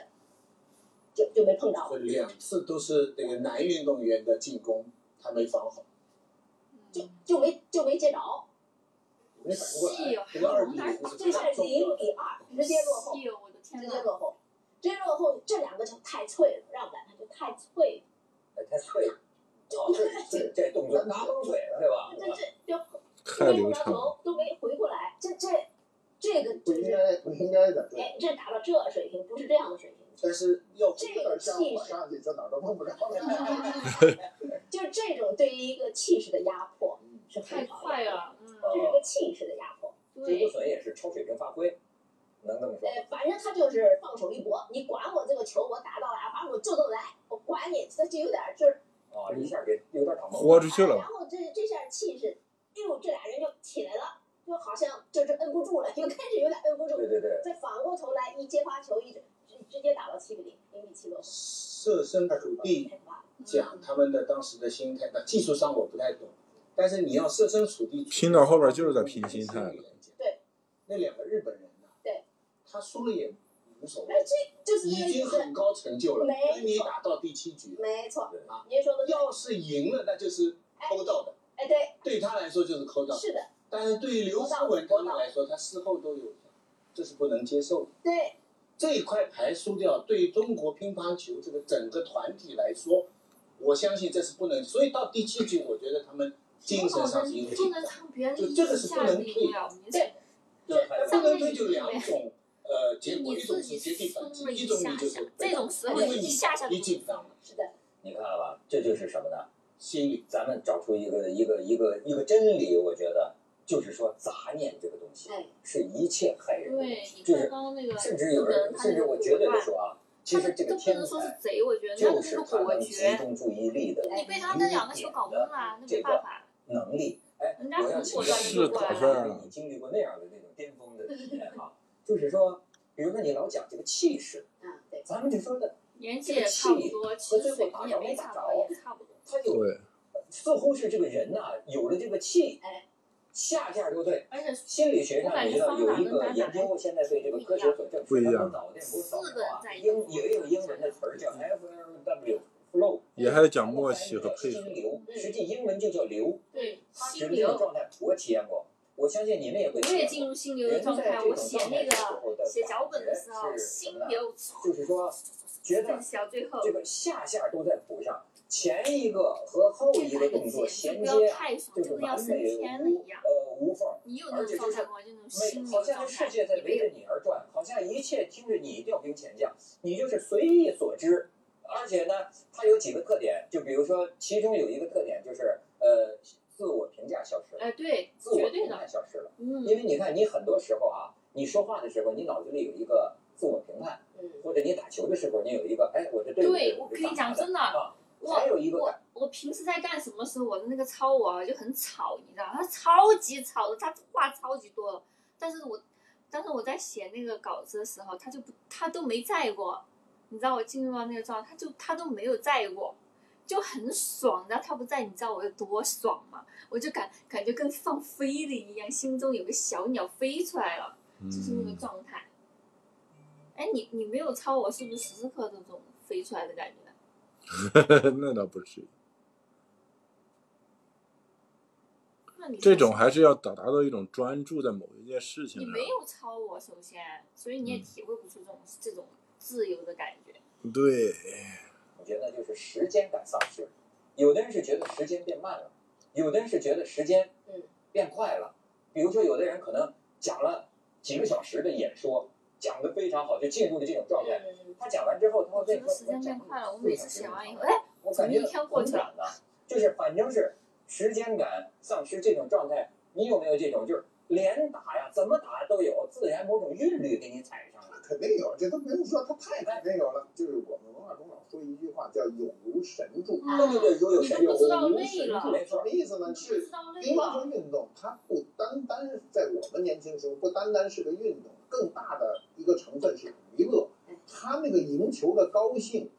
[SPEAKER 5] 就就没碰着，
[SPEAKER 6] 会两次都是那个男运动员的进攻，他没防好，
[SPEAKER 5] 就就没就没接着。
[SPEAKER 1] 嗯
[SPEAKER 8] 没反应过来。
[SPEAKER 1] 戏哦，
[SPEAKER 6] 这个二
[SPEAKER 1] 往
[SPEAKER 6] 比
[SPEAKER 1] 哪儿
[SPEAKER 6] 零
[SPEAKER 1] 打
[SPEAKER 6] 是
[SPEAKER 5] 这
[SPEAKER 6] 非
[SPEAKER 5] 是
[SPEAKER 6] 常重要
[SPEAKER 5] 零
[SPEAKER 6] 的。
[SPEAKER 5] 比二，直接落后。
[SPEAKER 1] 戏哦，我的天
[SPEAKER 5] 直
[SPEAKER 1] 呐
[SPEAKER 5] 接！落后，直接落后，这两个就太脆了，让我感觉就太脆了，
[SPEAKER 7] 哎太脆了，哦
[SPEAKER 5] 就
[SPEAKER 7] 这这动 作拿冷嘴对吧？啊
[SPEAKER 5] 这这就
[SPEAKER 2] 太
[SPEAKER 5] 没碰
[SPEAKER 2] 流
[SPEAKER 5] 着
[SPEAKER 2] 畅了，
[SPEAKER 5] 头，都没回过来，这这这个
[SPEAKER 8] 不
[SPEAKER 5] 就
[SPEAKER 8] 应
[SPEAKER 5] 是，
[SPEAKER 8] 该不应该的，对，
[SPEAKER 5] 哎，这打到这水平不是这样的水平，
[SPEAKER 6] 但是要
[SPEAKER 5] 这
[SPEAKER 8] 有
[SPEAKER 5] 个
[SPEAKER 8] 点像
[SPEAKER 5] 气
[SPEAKER 8] 我
[SPEAKER 5] 势，
[SPEAKER 8] 上去就哪儿都碰不着。
[SPEAKER 5] 就是这种对于一个气势的压迫是
[SPEAKER 1] 太
[SPEAKER 5] 很讨
[SPEAKER 1] 快
[SPEAKER 5] 厌的。
[SPEAKER 1] 了，嗯，
[SPEAKER 5] 这是个个气势的压迫。
[SPEAKER 7] 金
[SPEAKER 1] 对
[SPEAKER 7] 无，损也是超水平发挥，能这么说。
[SPEAKER 5] 呃，反正他就是放手一搏，你管我这个球我打到了啊，反正我就能来，我管你，他就有点就是哎
[SPEAKER 7] 啊，一下给有点打懵
[SPEAKER 2] 豁
[SPEAKER 7] 了。
[SPEAKER 2] 出去
[SPEAKER 5] 然
[SPEAKER 2] 了，
[SPEAKER 5] 后这这下气势，哎呦，这俩人就起来了，就好像就是摁不住了，又开始有点摁不住
[SPEAKER 7] 对。对对，
[SPEAKER 5] 再反过头来一接发球，一直直直接打到七比零，零比七落后，
[SPEAKER 6] 设身处地
[SPEAKER 5] 太棒了！
[SPEAKER 1] 嗯
[SPEAKER 6] 讲他们的当时的心态，那技术上我不太懂，但是你要设身处地
[SPEAKER 2] 拼到后边就是在拼心态了。
[SPEAKER 5] 对，
[SPEAKER 6] 那两个日本人呢？
[SPEAKER 5] 对，
[SPEAKER 6] 他输了也无所谓
[SPEAKER 5] 哎，，这就是
[SPEAKER 6] 已
[SPEAKER 5] 那个意
[SPEAKER 6] 经
[SPEAKER 5] 思，
[SPEAKER 6] 很高成就了，
[SPEAKER 5] 没错
[SPEAKER 6] 因为你打到第七局，
[SPEAKER 5] 没错
[SPEAKER 7] 对，
[SPEAKER 5] 您说的对，
[SPEAKER 6] 要是赢了那就是偷到的，
[SPEAKER 5] 哎，对，
[SPEAKER 6] 对他来说就是抠到的，
[SPEAKER 5] 是的，
[SPEAKER 6] 但是对于刘诗雯他们来说，他事后都有，这是不能接受的。
[SPEAKER 5] 对，
[SPEAKER 6] 这一块牌输掉，对中国乒乓球这个整个团体来说，我相信这是不能。所以到第七局，我觉得他们精神上是一个
[SPEAKER 1] 哦不
[SPEAKER 6] 紧
[SPEAKER 1] 能
[SPEAKER 6] 张，
[SPEAKER 1] 从别人的
[SPEAKER 6] 就
[SPEAKER 1] 意
[SPEAKER 6] 这个
[SPEAKER 1] 识
[SPEAKER 6] 是不
[SPEAKER 1] 下
[SPEAKER 6] 能
[SPEAKER 1] 定
[SPEAKER 6] 退
[SPEAKER 1] 义啊，我们
[SPEAKER 5] 对
[SPEAKER 6] 对，那不能推就两种呃结
[SPEAKER 1] 你
[SPEAKER 6] 果，一
[SPEAKER 1] 自
[SPEAKER 6] 种
[SPEAKER 1] 己
[SPEAKER 6] 是绝地反击
[SPEAKER 1] 松，了
[SPEAKER 6] 一
[SPEAKER 1] 一
[SPEAKER 6] 种
[SPEAKER 1] 下
[SPEAKER 6] 你就是
[SPEAKER 1] 下，这种时候
[SPEAKER 6] 因为
[SPEAKER 1] 一
[SPEAKER 6] 你
[SPEAKER 1] 下下就
[SPEAKER 6] 你紧张了，
[SPEAKER 5] 是的，
[SPEAKER 7] 你看吧，这就是什么呢？
[SPEAKER 6] 心里
[SPEAKER 7] 咱们找出一个一个一个一个真理，我觉得就是说杂念这个东西
[SPEAKER 5] 哎，
[SPEAKER 7] 是一切害人的东
[SPEAKER 1] 对
[SPEAKER 7] 西，
[SPEAKER 1] 你
[SPEAKER 7] 就
[SPEAKER 1] 刚
[SPEAKER 7] 是
[SPEAKER 1] 刚那个
[SPEAKER 7] 甚至有人，
[SPEAKER 1] 他
[SPEAKER 7] 甚
[SPEAKER 1] 那
[SPEAKER 7] 至
[SPEAKER 1] 个
[SPEAKER 7] 我
[SPEAKER 1] 古
[SPEAKER 7] 绝对的
[SPEAKER 1] 怪，
[SPEAKER 7] 说啊，其
[SPEAKER 1] 他
[SPEAKER 7] 实
[SPEAKER 1] 们
[SPEAKER 7] 这
[SPEAKER 1] 都
[SPEAKER 7] 个
[SPEAKER 1] 不
[SPEAKER 7] 天
[SPEAKER 1] 能说是
[SPEAKER 7] 才
[SPEAKER 1] 贼，我觉得那
[SPEAKER 7] 就
[SPEAKER 1] 个
[SPEAKER 7] 是
[SPEAKER 1] 是
[SPEAKER 7] 他
[SPEAKER 1] 果
[SPEAKER 7] 能集
[SPEAKER 1] 决，
[SPEAKER 7] 中注意力的
[SPEAKER 1] 你被他那两个球搞崩了，那没办法。
[SPEAKER 7] 能力。哎，
[SPEAKER 1] 人家
[SPEAKER 7] 我要
[SPEAKER 1] 很
[SPEAKER 7] 请
[SPEAKER 1] 果
[SPEAKER 7] 教
[SPEAKER 1] 断就
[SPEAKER 2] 是
[SPEAKER 7] 你，
[SPEAKER 1] 过来
[SPEAKER 2] 打
[SPEAKER 1] 了
[SPEAKER 2] 分。儿啊
[SPEAKER 7] 你经历过那样的那种巅峰的体验啊，就是说，比如说你老讲这个气势，
[SPEAKER 5] 嗯，对，
[SPEAKER 7] 咱们就说的，
[SPEAKER 1] 年纪也差不多，其实水平也没差多，也差不多。
[SPEAKER 7] 他有
[SPEAKER 2] 对，
[SPEAKER 7] 似乎是这个人呐、有了这个气
[SPEAKER 5] 哎，
[SPEAKER 7] 下架就对。
[SPEAKER 1] 而且
[SPEAKER 7] 心理学上你知道有一个研究，现在对这个科学所证
[SPEAKER 2] 不一
[SPEAKER 7] 实，
[SPEAKER 2] 样
[SPEAKER 7] 他们脑电波扫描啊，英也有英文的词儿叫 F L W
[SPEAKER 1] 嗯
[SPEAKER 7] flow，
[SPEAKER 2] 也还得讲默契和配合
[SPEAKER 7] 心。流，实际英文就叫流。
[SPEAKER 1] 对
[SPEAKER 7] 他觉
[SPEAKER 1] 嗯心
[SPEAKER 7] 得这种
[SPEAKER 1] 流，
[SPEAKER 7] 状态我体验过，我相信你们也会
[SPEAKER 1] 我
[SPEAKER 7] 体
[SPEAKER 1] 也
[SPEAKER 7] 验
[SPEAKER 1] 进
[SPEAKER 7] 过。
[SPEAKER 1] 入心流的
[SPEAKER 7] 人
[SPEAKER 1] 状
[SPEAKER 7] 在这
[SPEAKER 1] 态。
[SPEAKER 7] 种
[SPEAKER 1] 我
[SPEAKER 7] 状
[SPEAKER 1] 写
[SPEAKER 7] 态
[SPEAKER 1] 那
[SPEAKER 7] 的时
[SPEAKER 1] 个
[SPEAKER 7] 候的
[SPEAKER 1] 写脚本的时候，
[SPEAKER 7] 感觉是什
[SPEAKER 1] 心
[SPEAKER 7] 么呢
[SPEAKER 1] 流
[SPEAKER 7] 就是说，觉得
[SPEAKER 1] 更小，最后
[SPEAKER 7] 这个下下都在补上，前一个和后一个动作
[SPEAKER 1] 就
[SPEAKER 7] 衔
[SPEAKER 1] 不
[SPEAKER 7] 接
[SPEAKER 1] 要
[SPEAKER 7] 啊，
[SPEAKER 1] 太爽，
[SPEAKER 7] 就
[SPEAKER 1] 这
[SPEAKER 7] 是
[SPEAKER 1] 个要
[SPEAKER 7] 完
[SPEAKER 1] 升
[SPEAKER 7] 美
[SPEAKER 1] 天了
[SPEAKER 7] 无
[SPEAKER 1] 一样。
[SPEAKER 7] 呃无缝。
[SPEAKER 1] 你有那种状态吗？就那种心
[SPEAKER 7] 没，
[SPEAKER 1] 流
[SPEAKER 7] 好
[SPEAKER 1] 的
[SPEAKER 7] 像
[SPEAKER 1] 状
[SPEAKER 7] 是世
[SPEAKER 1] 态，
[SPEAKER 7] 界在
[SPEAKER 1] 你没
[SPEAKER 7] 围
[SPEAKER 1] 有
[SPEAKER 7] 着。你而转，好像一切听着你调兵遣将，你就是随意所知。而且呢，它有几个特点，就比如说，其中有一个特点就是，呃，自我评价消失了，
[SPEAKER 1] 哎，对，
[SPEAKER 7] 自我
[SPEAKER 1] 绝对
[SPEAKER 7] 评
[SPEAKER 1] 的，
[SPEAKER 7] 判消失了。
[SPEAKER 1] 嗯，
[SPEAKER 7] 因为你看，你很多时候啊，你说话的时候，你脑子里有一个自我评判，
[SPEAKER 5] 嗯，
[SPEAKER 7] 或者你打球的时候，你有一个，哎，我这队伍
[SPEAKER 1] 对我跟你讲，真的，
[SPEAKER 7] 啊，
[SPEAKER 1] 我
[SPEAKER 7] 还有一个
[SPEAKER 1] 我我平时在干什么时候，我的那个超我啊就很吵，你知道，他超级吵的，他话超级多了。但是我，但是我在写那个稿子的时候，他就不，他都没在过，你知道我进入到那个状态，他就他都没有在过，就很爽。然后他不在，你知道我有多爽吗？我就感感觉跟放飞了一样，心中有个小鸟飞出来了，就是那个
[SPEAKER 2] 嗯，
[SPEAKER 1] 状态。哎，你你没有超我，是不是时时刻都这种飞出来的感觉？
[SPEAKER 2] 那倒不至于，
[SPEAKER 1] 那你
[SPEAKER 2] 这
[SPEAKER 1] 说
[SPEAKER 2] 种
[SPEAKER 1] 是
[SPEAKER 2] 还是要达达到一种专注在某一件事情
[SPEAKER 1] 你
[SPEAKER 2] 上。
[SPEAKER 1] 没有超我，首先，所以你也
[SPEAKER 2] 嗯
[SPEAKER 1] 体会不出这种、这种自由的感觉。
[SPEAKER 2] 对，
[SPEAKER 7] 我觉得就是时间感丧失。有的人是觉得时间变慢了，有的人是觉得时间
[SPEAKER 5] 嗯
[SPEAKER 7] 变快了。比如说，有的人可能讲了几个小时的演说，讲的非常好，就进入了这种状态。
[SPEAKER 5] 嗯，
[SPEAKER 7] 他讲完之后，他
[SPEAKER 1] 我
[SPEAKER 7] 会
[SPEAKER 1] 觉
[SPEAKER 7] 问
[SPEAKER 1] 得
[SPEAKER 7] 说
[SPEAKER 1] 时间变快了，我每次写完以后，，
[SPEAKER 7] 讲了
[SPEAKER 1] 哎，
[SPEAKER 7] 我感觉
[SPEAKER 1] 怎么一天过去了
[SPEAKER 7] 很赶啊就是反正是时间感丧失这种状态。你有没有这种就是连打呀，怎么打都有，自然某种韵律给你踩上了？
[SPEAKER 1] 啊
[SPEAKER 8] 肯定有，这都不用说，他太肯定有了。就是我们文化中老说一句话叫“有如神助
[SPEAKER 1] 嗯
[SPEAKER 7] 对对对，如有神
[SPEAKER 1] 你都
[SPEAKER 7] 有
[SPEAKER 1] 不知道
[SPEAKER 7] 无
[SPEAKER 1] 累了
[SPEAKER 7] 没”，
[SPEAKER 8] 什
[SPEAKER 7] 错
[SPEAKER 8] 么。意思呢？
[SPEAKER 1] 不
[SPEAKER 8] 是
[SPEAKER 1] 知道累
[SPEAKER 8] 乒乓
[SPEAKER 1] 了，
[SPEAKER 8] 球运动，它不单单在我们年轻时候不单单是个运动，更大的一个成分是娱乐。他那个赢球的高兴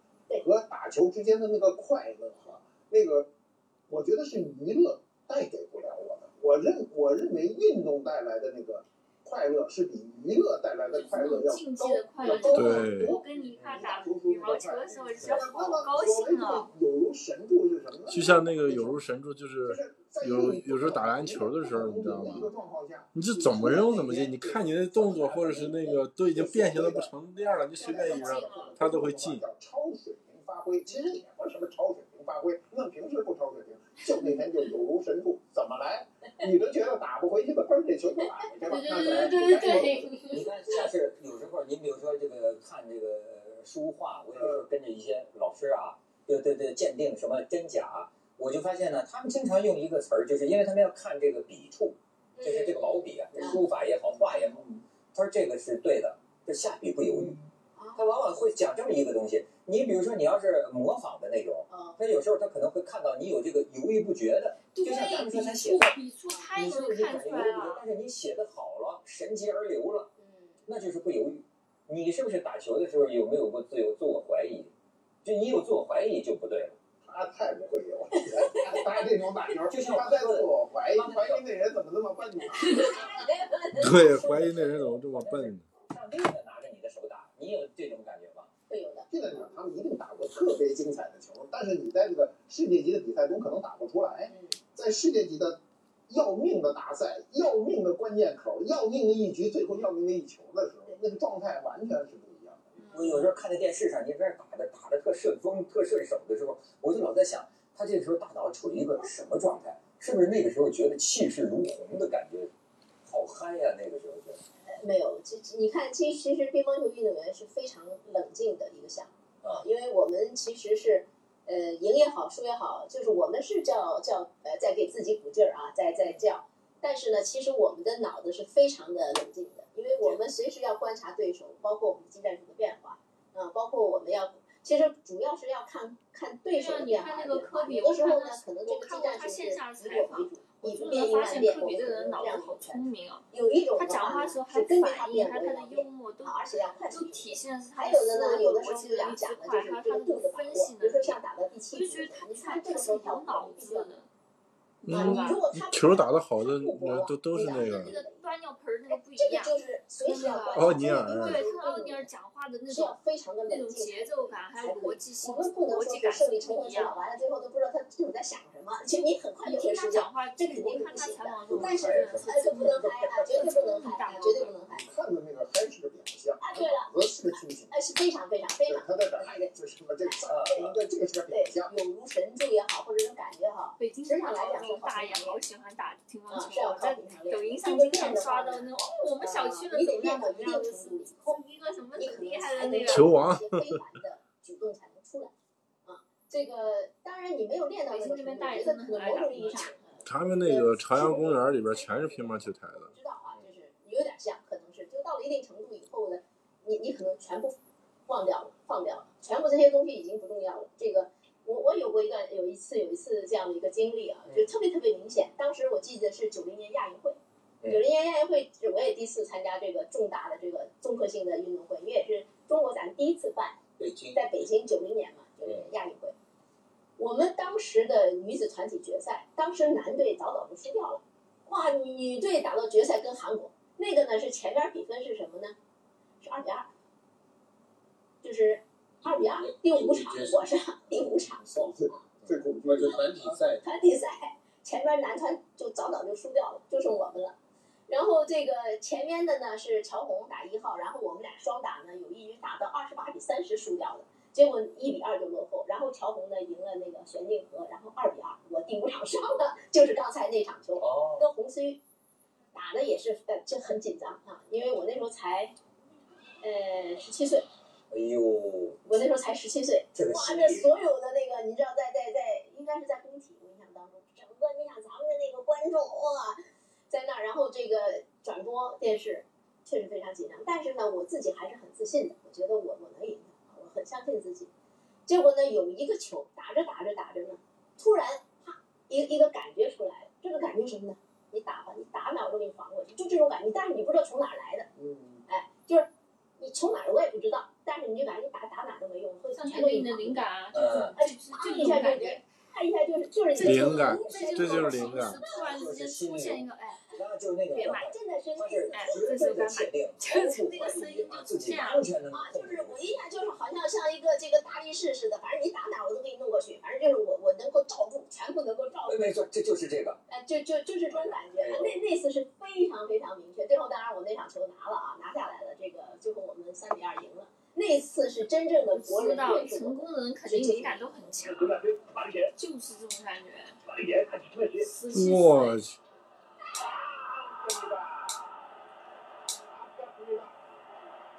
[SPEAKER 8] 和打球之间的那个快乐哈、那个我觉得是娱乐带给不了我的。我认我认为运动带来的那个快乐是比娱乐带来的快乐要
[SPEAKER 1] 竞技
[SPEAKER 8] 高
[SPEAKER 1] 的快乐
[SPEAKER 8] 要高
[SPEAKER 2] 对
[SPEAKER 8] 很多。
[SPEAKER 1] 我跟你一块打羽毛球的时候，你觉得
[SPEAKER 8] 那
[SPEAKER 1] 好
[SPEAKER 8] 么
[SPEAKER 1] 高
[SPEAKER 8] 所谓
[SPEAKER 1] 兴
[SPEAKER 8] 的
[SPEAKER 1] 啊！
[SPEAKER 8] 有如神助是什么呢？
[SPEAKER 2] 就像那个有如神助，就
[SPEAKER 8] 就是是在
[SPEAKER 2] 有
[SPEAKER 8] 运动
[SPEAKER 2] 有时候打篮球的时候你知道吗
[SPEAKER 8] 一个状况下
[SPEAKER 2] 你是怎么扔怎么进，你看你的动作或者是那个都已经变形的不成样了，你随便一扔，他都会进。
[SPEAKER 8] 叫超水平发挥，其实也不是什么超水平发挥，那平时不超水平，就那天就有如神助，怎么来，你都觉得打不回去的，嘣，这球就打回去
[SPEAKER 1] 对对对
[SPEAKER 8] 了。
[SPEAKER 1] 对对对对，
[SPEAKER 7] 你看，像是有时候，您比如说这个看这个呃书画，我有时候跟着一些老师啊，对对对，鉴定
[SPEAKER 5] 嗯
[SPEAKER 7] 什么真假，我就发现呢，他们经常用一个词儿，就是因为他们要看这个笔触，这是这个毛笔啊，
[SPEAKER 1] 嗯
[SPEAKER 7] 这书法也好，画也好，他说这个是对的，这下笔不犹豫。
[SPEAKER 1] 嗯
[SPEAKER 7] 他往往会讲这么一个东西，你比如说你要是模仿的那种，
[SPEAKER 5] 嗯，
[SPEAKER 7] 他有时候他可能会看到你有这个犹豫不决的，
[SPEAKER 1] 对，
[SPEAKER 7] 就像咱们说他
[SPEAKER 1] 笔
[SPEAKER 7] 写
[SPEAKER 1] 触
[SPEAKER 7] 字，
[SPEAKER 1] 笔触太
[SPEAKER 7] 你
[SPEAKER 1] 能
[SPEAKER 7] 说你
[SPEAKER 1] 看
[SPEAKER 7] 感觉
[SPEAKER 1] 出
[SPEAKER 7] 犹
[SPEAKER 1] 来
[SPEAKER 7] 豫不决，
[SPEAKER 1] 了，
[SPEAKER 7] 但是你写的好了，神急而流了，
[SPEAKER 5] 嗯，
[SPEAKER 7] 那就是不犹豫。你是不是打球的时候有没有过自由自我怀疑？就你有自我怀疑就不对了。
[SPEAKER 8] 他太不会游了，他这种打球，
[SPEAKER 7] 就像我
[SPEAKER 8] 他在
[SPEAKER 7] 说的
[SPEAKER 8] 自我怀疑，怀疑那人怎么那么笨呢？
[SPEAKER 2] 对，怀疑那人怎么这么笨呢？
[SPEAKER 7] 上力的拿着你的手打，你有这种感觉吗？
[SPEAKER 5] 会有的，
[SPEAKER 8] 这个场他们一定打过特别精彩的球，但是你在这个世界级的比赛中可能打不出来，
[SPEAKER 5] 嗯，
[SPEAKER 8] 在世界级的要命的大赛、要命的关键口、要命的一局、最后要命的一球的时候，那个状态完全是不一样的。
[SPEAKER 7] 我有时候看在电视上，你在那打的打的特顺风、特顺手的时候，我就老在想，他这个时候大脑处于一个什么状态？是不是那个时候觉得气势如虹的感觉？好嗨呀、那个时候觉得。
[SPEAKER 5] 没有，这这你看，其实其实乒乓球运动员是非常冷静的一个项目
[SPEAKER 7] 啊，
[SPEAKER 5] 因为我们其实是，呃，赢也好，输也好，就是我们是叫叫呃在给自己鼓劲儿啊，在在叫，但是呢，其实我们的脑子是非常的冷静的，因为我们随时要观察对手，包括我们技战术的变化，啊、包括我们要。其实主要是要看看对手的变化，
[SPEAKER 1] 对啊你看那个科比
[SPEAKER 5] 有的时候
[SPEAKER 1] 我
[SPEAKER 5] 呢
[SPEAKER 1] 看他，
[SPEAKER 5] 可能这
[SPEAKER 1] 我
[SPEAKER 5] 个
[SPEAKER 1] 看
[SPEAKER 5] 技
[SPEAKER 1] 过
[SPEAKER 5] 战
[SPEAKER 1] 他
[SPEAKER 5] 术是
[SPEAKER 1] 线下的
[SPEAKER 5] 以
[SPEAKER 1] 采
[SPEAKER 5] 我为
[SPEAKER 1] 我就
[SPEAKER 5] 主，以变
[SPEAKER 1] 能
[SPEAKER 5] 应
[SPEAKER 1] 发
[SPEAKER 5] 万
[SPEAKER 1] 现
[SPEAKER 5] 变，
[SPEAKER 1] 科比
[SPEAKER 5] 我
[SPEAKER 1] 这个
[SPEAKER 5] 们
[SPEAKER 1] 人脑
[SPEAKER 5] 这
[SPEAKER 1] 子
[SPEAKER 5] 样
[SPEAKER 1] 好
[SPEAKER 5] 一个
[SPEAKER 1] 聪明啊，
[SPEAKER 5] 有一种
[SPEAKER 1] 他
[SPEAKER 5] 的
[SPEAKER 1] 讲
[SPEAKER 5] 话
[SPEAKER 1] 话
[SPEAKER 5] 呢
[SPEAKER 1] 的时候还
[SPEAKER 5] 是跟着他
[SPEAKER 1] 反应，
[SPEAKER 5] 变，
[SPEAKER 1] 还
[SPEAKER 5] 我
[SPEAKER 1] 有
[SPEAKER 5] 也
[SPEAKER 1] 他
[SPEAKER 5] 要
[SPEAKER 1] 的
[SPEAKER 5] 变
[SPEAKER 1] 幽。默都
[SPEAKER 5] 啊，而且要看
[SPEAKER 1] 都
[SPEAKER 5] 清
[SPEAKER 1] 体
[SPEAKER 5] 楚。
[SPEAKER 1] 现是他
[SPEAKER 5] 还
[SPEAKER 1] 的
[SPEAKER 5] 有
[SPEAKER 1] 思
[SPEAKER 5] 的呢，
[SPEAKER 1] 维
[SPEAKER 5] 有的时
[SPEAKER 1] 逻
[SPEAKER 5] 候
[SPEAKER 1] 辑的
[SPEAKER 5] 讲
[SPEAKER 1] 一
[SPEAKER 5] 讲
[SPEAKER 1] 致
[SPEAKER 5] 的就
[SPEAKER 1] 快，
[SPEAKER 5] 是
[SPEAKER 1] 还有
[SPEAKER 5] 这
[SPEAKER 1] 他
[SPEAKER 5] 个
[SPEAKER 1] 的
[SPEAKER 5] 度的把
[SPEAKER 1] 分
[SPEAKER 5] 握
[SPEAKER 1] 析，
[SPEAKER 5] 比
[SPEAKER 1] 能
[SPEAKER 5] 如说
[SPEAKER 1] 力，
[SPEAKER 5] 像打到第
[SPEAKER 1] 我
[SPEAKER 5] 七
[SPEAKER 1] 就觉
[SPEAKER 5] 局的
[SPEAKER 1] 得
[SPEAKER 5] 时
[SPEAKER 1] 他
[SPEAKER 5] 候，你
[SPEAKER 1] 太
[SPEAKER 5] 看
[SPEAKER 1] 特
[SPEAKER 5] 这个
[SPEAKER 1] 别
[SPEAKER 5] 时候
[SPEAKER 1] 有
[SPEAKER 5] 跳
[SPEAKER 1] 脑子了，
[SPEAKER 2] 嗯
[SPEAKER 5] 啊，你如果他
[SPEAKER 2] 球打得好的
[SPEAKER 5] 不搏
[SPEAKER 2] 那
[SPEAKER 5] 了
[SPEAKER 2] 都都是那
[SPEAKER 5] 对
[SPEAKER 2] 个
[SPEAKER 5] 啊
[SPEAKER 1] 那个端尿盆儿那个不一
[SPEAKER 5] 这
[SPEAKER 1] 样
[SPEAKER 5] 个。就是随时要观察
[SPEAKER 2] 奥尼尔
[SPEAKER 5] 所以
[SPEAKER 1] 对，
[SPEAKER 5] 乒乓球
[SPEAKER 1] 看奥尼尔
[SPEAKER 5] 运动
[SPEAKER 1] 讲话的那
[SPEAKER 5] 员是要
[SPEAKER 1] 种
[SPEAKER 5] 非常的
[SPEAKER 1] 那
[SPEAKER 5] 冷
[SPEAKER 1] 种
[SPEAKER 5] 静。
[SPEAKER 1] 节奏感，还有逻辑性、
[SPEAKER 5] 我们不能
[SPEAKER 1] 逻
[SPEAKER 5] 说
[SPEAKER 1] 辑
[SPEAKER 5] 是
[SPEAKER 1] 感
[SPEAKER 5] 胜
[SPEAKER 1] 是
[SPEAKER 5] 利成
[SPEAKER 1] 不
[SPEAKER 5] 功
[SPEAKER 1] 一
[SPEAKER 5] 指导
[SPEAKER 1] 样。
[SPEAKER 5] 完了，最后都不知道他队友在想什么。其实你很快
[SPEAKER 1] 你
[SPEAKER 5] 就
[SPEAKER 1] 听
[SPEAKER 5] 会
[SPEAKER 1] 他
[SPEAKER 5] 知道，
[SPEAKER 1] 讲话，
[SPEAKER 5] 这
[SPEAKER 1] 这
[SPEAKER 5] 肯
[SPEAKER 1] 肯
[SPEAKER 5] 定
[SPEAKER 1] 定
[SPEAKER 5] 不
[SPEAKER 1] 看他
[SPEAKER 5] 行
[SPEAKER 1] 采
[SPEAKER 5] 的
[SPEAKER 1] 访中，
[SPEAKER 5] 但是哎，就不能嗨啊，绝对不能嗨啊，绝对不能嗨。
[SPEAKER 8] 看的那个嗨是个表象，
[SPEAKER 5] 啊，对了，
[SPEAKER 8] 我是个清醒。
[SPEAKER 5] 哎，是非常非常非
[SPEAKER 8] 对
[SPEAKER 5] 常，
[SPEAKER 8] 他在这儿嗨，就是什么这个啊，这这个是个表
[SPEAKER 5] 对，
[SPEAKER 8] 象。
[SPEAKER 5] 有如神助也好，或者这种感觉也好，
[SPEAKER 1] 北京
[SPEAKER 5] 职场来讲
[SPEAKER 1] 这种大爷好喜欢打乒
[SPEAKER 5] 啊，
[SPEAKER 1] 乓
[SPEAKER 5] 是
[SPEAKER 1] 球，
[SPEAKER 5] 要
[SPEAKER 1] 我
[SPEAKER 5] 靠
[SPEAKER 1] 在
[SPEAKER 5] 平常练。
[SPEAKER 1] 抖音上经常刷到那种，哦，我们小
[SPEAKER 5] 呃
[SPEAKER 1] 区的怎么样怎么样，就是一个什么
[SPEAKER 5] 你
[SPEAKER 1] 很
[SPEAKER 5] 可
[SPEAKER 1] 厉
[SPEAKER 5] 能
[SPEAKER 1] 害
[SPEAKER 5] 才
[SPEAKER 1] 的
[SPEAKER 5] 能
[SPEAKER 1] 那
[SPEAKER 5] 有
[SPEAKER 1] 个，
[SPEAKER 2] 球王
[SPEAKER 5] 一些非凡的举动才能出来啊。这个当然你没有练到那个程度，我觉得可能某种意义上，呃
[SPEAKER 2] 他们那个朝阳公园里边全是乒乓球台
[SPEAKER 5] 我
[SPEAKER 2] 子，
[SPEAKER 5] 知道啊，就是有点像，可能是就到了一定程度以后呢，你你可能全部忘掉了，放掉了，全部这些东西已经不重要了。这个我我有过一段有一次有一次这样的一个经历
[SPEAKER 2] 嗯
[SPEAKER 5] 啊，就特别特别明显。当时我记得是九零年亚运会。
[SPEAKER 7] 嗯
[SPEAKER 5] 九零年亚运会，我也第一次参加这个重大的这个综合性的运动会，因为也是中国咱第一次办，
[SPEAKER 6] 北京
[SPEAKER 5] 在北京九零年嘛，九零年亚运会。我们当时的女子团体决赛，当时男队早早就输掉了，哇，女队打到决赛跟韩国，那个呢是前边比分是什么呢？是二比二，就是二比二，第五场我是 第五场，
[SPEAKER 8] 最恐怖
[SPEAKER 6] 那
[SPEAKER 8] 的
[SPEAKER 6] 就团体赛，
[SPEAKER 5] 团体赛前边男团就早早就输掉了，就剩我们了。然后这个前面的呢是乔红打一号，然后我们俩双打呢有一局打到二十八比三十输掉的，结果一比二就落后。然后乔红呢赢了那个玄静和，然后二比二，我第五场上的 就是刚才那场球，
[SPEAKER 7] 哦，
[SPEAKER 5] 跟红丝打的也是呃这很紧张啊，因为我那时候才呃十七岁，
[SPEAKER 7] 哎呦，
[SPEAKER 5] 我那时候才十七岁，
[SPEAKER 7] 这个
[SPEAKER 5] 哇，
[SPEAKER 7] 心
[SPEAKER 5] 这
[SPEAKER 7] 理
[SPEAKER 5] 所有的那个，你知道在，在在应该是在工体，我印象当中，整个你想咱们的那个观众哇，在那儿，然后这个转播电视，确实非常紧张。但是呢，我自己还是很自信的，我觉得我我能赢的，我很相信自己。结果呢，有一个球打着打着打着呢，突然啪，一个一个感觉出来了，这个感觉什么呢？你打吧，你打哪我都给你防过去，就这种感觉。但是你不知道从哪儿来的，
[SPEAKER 8] 嗯，
[SPEAKER 5] 哎，就是你从哪儿我也不知道，但是你就感觉你打打哪儿都没用，会
[SPEAKER 1] 上天
[SPEAKER 5] 全都
[SPEAKER 1] 给你
[SPEAKER 5] 防
[SPEAKER 1] 的
[SPEAKER 5] 过
[SPEAKER 1] 灵
[SPEAKER 5] 去
[SPEAKER 1] 感啊，
[SPEAKER 2] 呃
[SPEAKER 7] 嗯，
[SPEAKER 5] 哎
[SPEAKER 1] 就是就是这种感觉，
[SPEAKER 5] 看一下就是就是这
[SPEAKER 2] 灵感
[SPEAKER 1] 这
[SPEAKER 2] 这
[SPEAKER 1] 种
[SPEAKER 2] 就是灵感
[SPEAKER 1] 突然之间出现一个，哎，
[SPEAKER 7] 那就是那个
[SPEAKER 1] 别
[SPEAKER 7] 状
[SPEAKER 1] 买
[SPEAKER 7] 态，
[SPEAKER 5] 真的是
[SPEAKER 7] 他是
[SPEAKER 5] 哎
[SPEAKER 7] 绝对的确定，
[SPEAKER 1] 就是那个声音就
[SPEAKER 7] 自
[SPEAKER 1] 出
[SPEAKER 7] 己
[SPEAKER 1] 现了。
[SPEAKER 7] 完全能
[SPEAKER 5] 啊，
[SPEAKER 7] 控
[SPEAKER 5] 就
[SPEAKER 7] 制
[SPEAKER 5] 是我印象就是好像像一个这个大力士似的，反正你打哪我都给你弄过去，反正就是我我能够罩住，全部能够罩
[SPEAKER 7] 哎
[SPEAKER 5] 住，
[SPEAKER 7] 没错，这就是这个，
[SPEAKER 5] 哎，就就就是这种感觉。那那次是非常非常明确，最后当然我那场球拿了啊，拿下来了，这个最后我们三比二赢了。那次是真正的国
[SPEAKER 1] 知
[SPEAKER 5] 人
[SPEAKER 1] 道
[SPEAKER 5] 认识
[SPEAKER 1] 成
[SPEAKER 5] 我，
[SPEAKER 1] 功的人肯定灵感都很强，就是这种感觉。十七岁
[SPEAKER 2] 我去，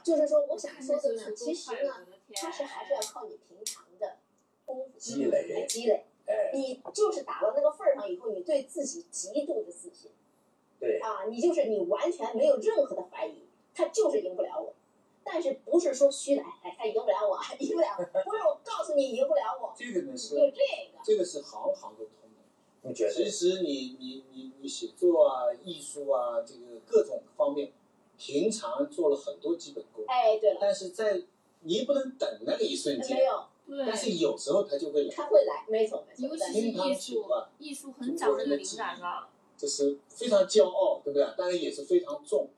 [SPEAKER 5] 就是说我想
[SPEAKER 1] 看
[SPEAKER 5] 说
[SPEAKER 1] 那些
[SPEAKER 5] 的呢，
[SPEAKER 1] 球
[SPEAKER 5] 其
[SPEAKER 1] 多
[SPEAKER 5] 实
[SPEAKER 1] 快，
[SPEAKER 5] 呢，
[SPEAKER 1] 我的天！啊
[SPEAKER 5] 它是还是要靠你平常的功夫
[SPEAKER 1] 嗯
[SPEAKER 7] 积累
[SPEAKER 5] 来积累。
[SPEAKER 7] 哎，
[SPEAKER 5] 你就是打到那个份儿上以后，你对自己极度的自信，
[SPEAKER 7] 对，
[SPEAKER 1] 嗯
[SPEAKER 5] 啊，你就是你完全没有任何的怀疑，他就是赢不了我。但是不是说虚来，哎，他赢不了我，赢不了我，不是我告诉你赢不了我，
[SPEAKER 6] 这个呢
[SPEAKER 5] 就是这个。
[SPEAKER 6] 这个是行行都通的。
[SPEAKER 7] 你觉
[SPEAKER 6] 其
[SPEAKER 7] 得？
[SPEAKER 6] 实你你你你写作啊、艺术啊，这个各种方面，平常做了很多基本功，
[SPEAKER 5] 哎，对了，
[SPEAKER 6] 但是在你不能等那个一瞬
[SPEAKER 5] 没
[SPEAKER 6] 间，
[SPEAKER 5] 有，
[SPEAKER 1] 对，
[SPEAKER 6] 但是有时候它就会来，
[SPEAKER 5] 他会来，没错没
[SPEAKER 1] 尤
[SPEAKER 5] 错。
[SPEAKER 1] 其是
[SPEAKER 6] 乒
[SPEAKER 1] 艺
[SPEAKER 6] 乓球
[SPEAKER 1] 术
[SPEAKER 6] 啊，
[SPEAKER 1] 艺术很讲这个灵感吧。
[SPEAKER 6] 这是非常骄傲，对不对？当然也是非常重。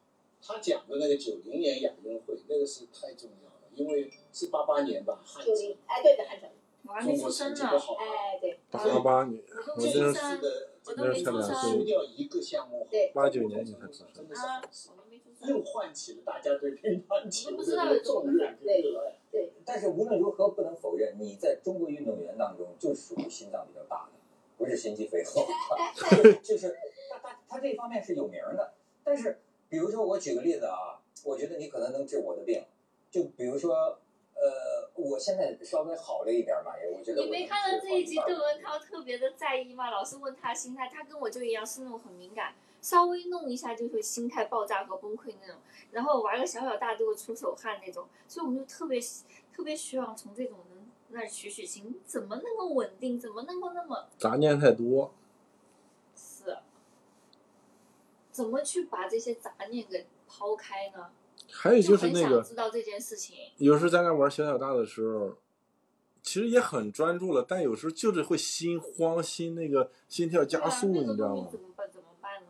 [SPEAKER 6] 他讲的那个九零年亚运会，那个是太重要了，因为是八八年吧，汉
[SPEAKER 5] 九
[SPEAKER 6] 城
[SPEAKER 5] 零，哎，对的，汉城，
[SPEAKER 1] 我还没
[SPEAKER 6] 中
[SPEAKER 1] 出
[SPEAKER 6] 国
[SPEAKER 1] 生
[SPEAKER 6] 成绩
[SPEAKER 1] 呢
[SPEAKER 6] 不，好，啊
[SPEAKER 5] 哎，对，
[SPEAKER 2] 八八年，
[SPEAKER 1] 我都
[SPEAKER 2] 我
[SPEAKER 1] 没
[SPEAKER 2] 真
[SPEAKER 1] 出
[SPEAKER 2] 是
[SPEAKER 1] 生，
[SPEAKER 6] 的
[SPEAKER 1] 我都没出
[SPEAKER 2] 那
[SPEAKER 1] 生
[SPEAKER 2] 是两
[SPEAKER 6] 输掉一个项目，
[SPEAKER 5] 对
[SPEAKER 2] 八九年你才出生
[SPEAKER 6] 真。的是
[SPEAKER 1] 啊
[SPEAKER 6] 好事，
[SPEAKER 1] 我都没出生。
[SPEAKER 6] 又唤起了大家对乒乓球
[SPEAKER 1] 我
[SPEAKER 6] 的
[SPEAKER 1] 不知道
[SPEAKER 6] 这个重热跟热爱。
[SPEAKER 7] 但是无论如何不能否认，你在中国运动员当中就属于心脏比较大的，不是心肌 肥厚，就是他他他这方面是有名儿的。但是比如说我举个例子啊，我觉得你可能能治我的病，就比如说呃，我现在稍微好了一点嘛，也我觉得
[SPEAKER 1] 你
[SPEAKER 7] 我
[SPEAKER 1] 没
[SPEAKER 7] 能
[SPEAKER 1] 看到
[SPEAKER 7] 治
[SPEAKER 1] 这一集
[SPEAKER 7] 好
[SPEAKER 1] 窦
[SPEAKER 7] 半
[SPEAKER 1] 文涛特别的在意吗？老师问他心态，他跟我就一样是那种很敏感，稍微弄一下就会心态爆炸和崩溃那种，然后玩个小小大就会出手汗那种，所以我们就特别特别希望从这种人那儿取取经，怎么能够稳定，怎么能够那么
[SPEAKER 2] 杂念太多，
[SPEAKER 1] 是，怎么去把这些杂念给抛开呢？
[SPEAKER 2] 还有就是
[SPEAKER 1] 很
[SPEAKER 2] 那
[SPEAKER 1] 想
[SPEAKER 2] 个，
[SPEAKER 1] 知道这件事情，
[SPEAKER 2] 有时候咱俩玩小小大的时候，其实也很专注了，但有时候就是会心慌、心那个心跳
[SPEAKER 1] 对
[SPEAKER 2] 加
[SPEAKER 1] 啊
[SPEAKER 2] 速，
[SPEAKER 1] 那
[SPEAKER 2] 你
[SPEAKER 1] 个
[SPEAKER 2] 知道
[SPEAKER 1] 东西
[SPEAKER 2] 吗
[SPEAKER 1] 怎？么办？怎么办呢？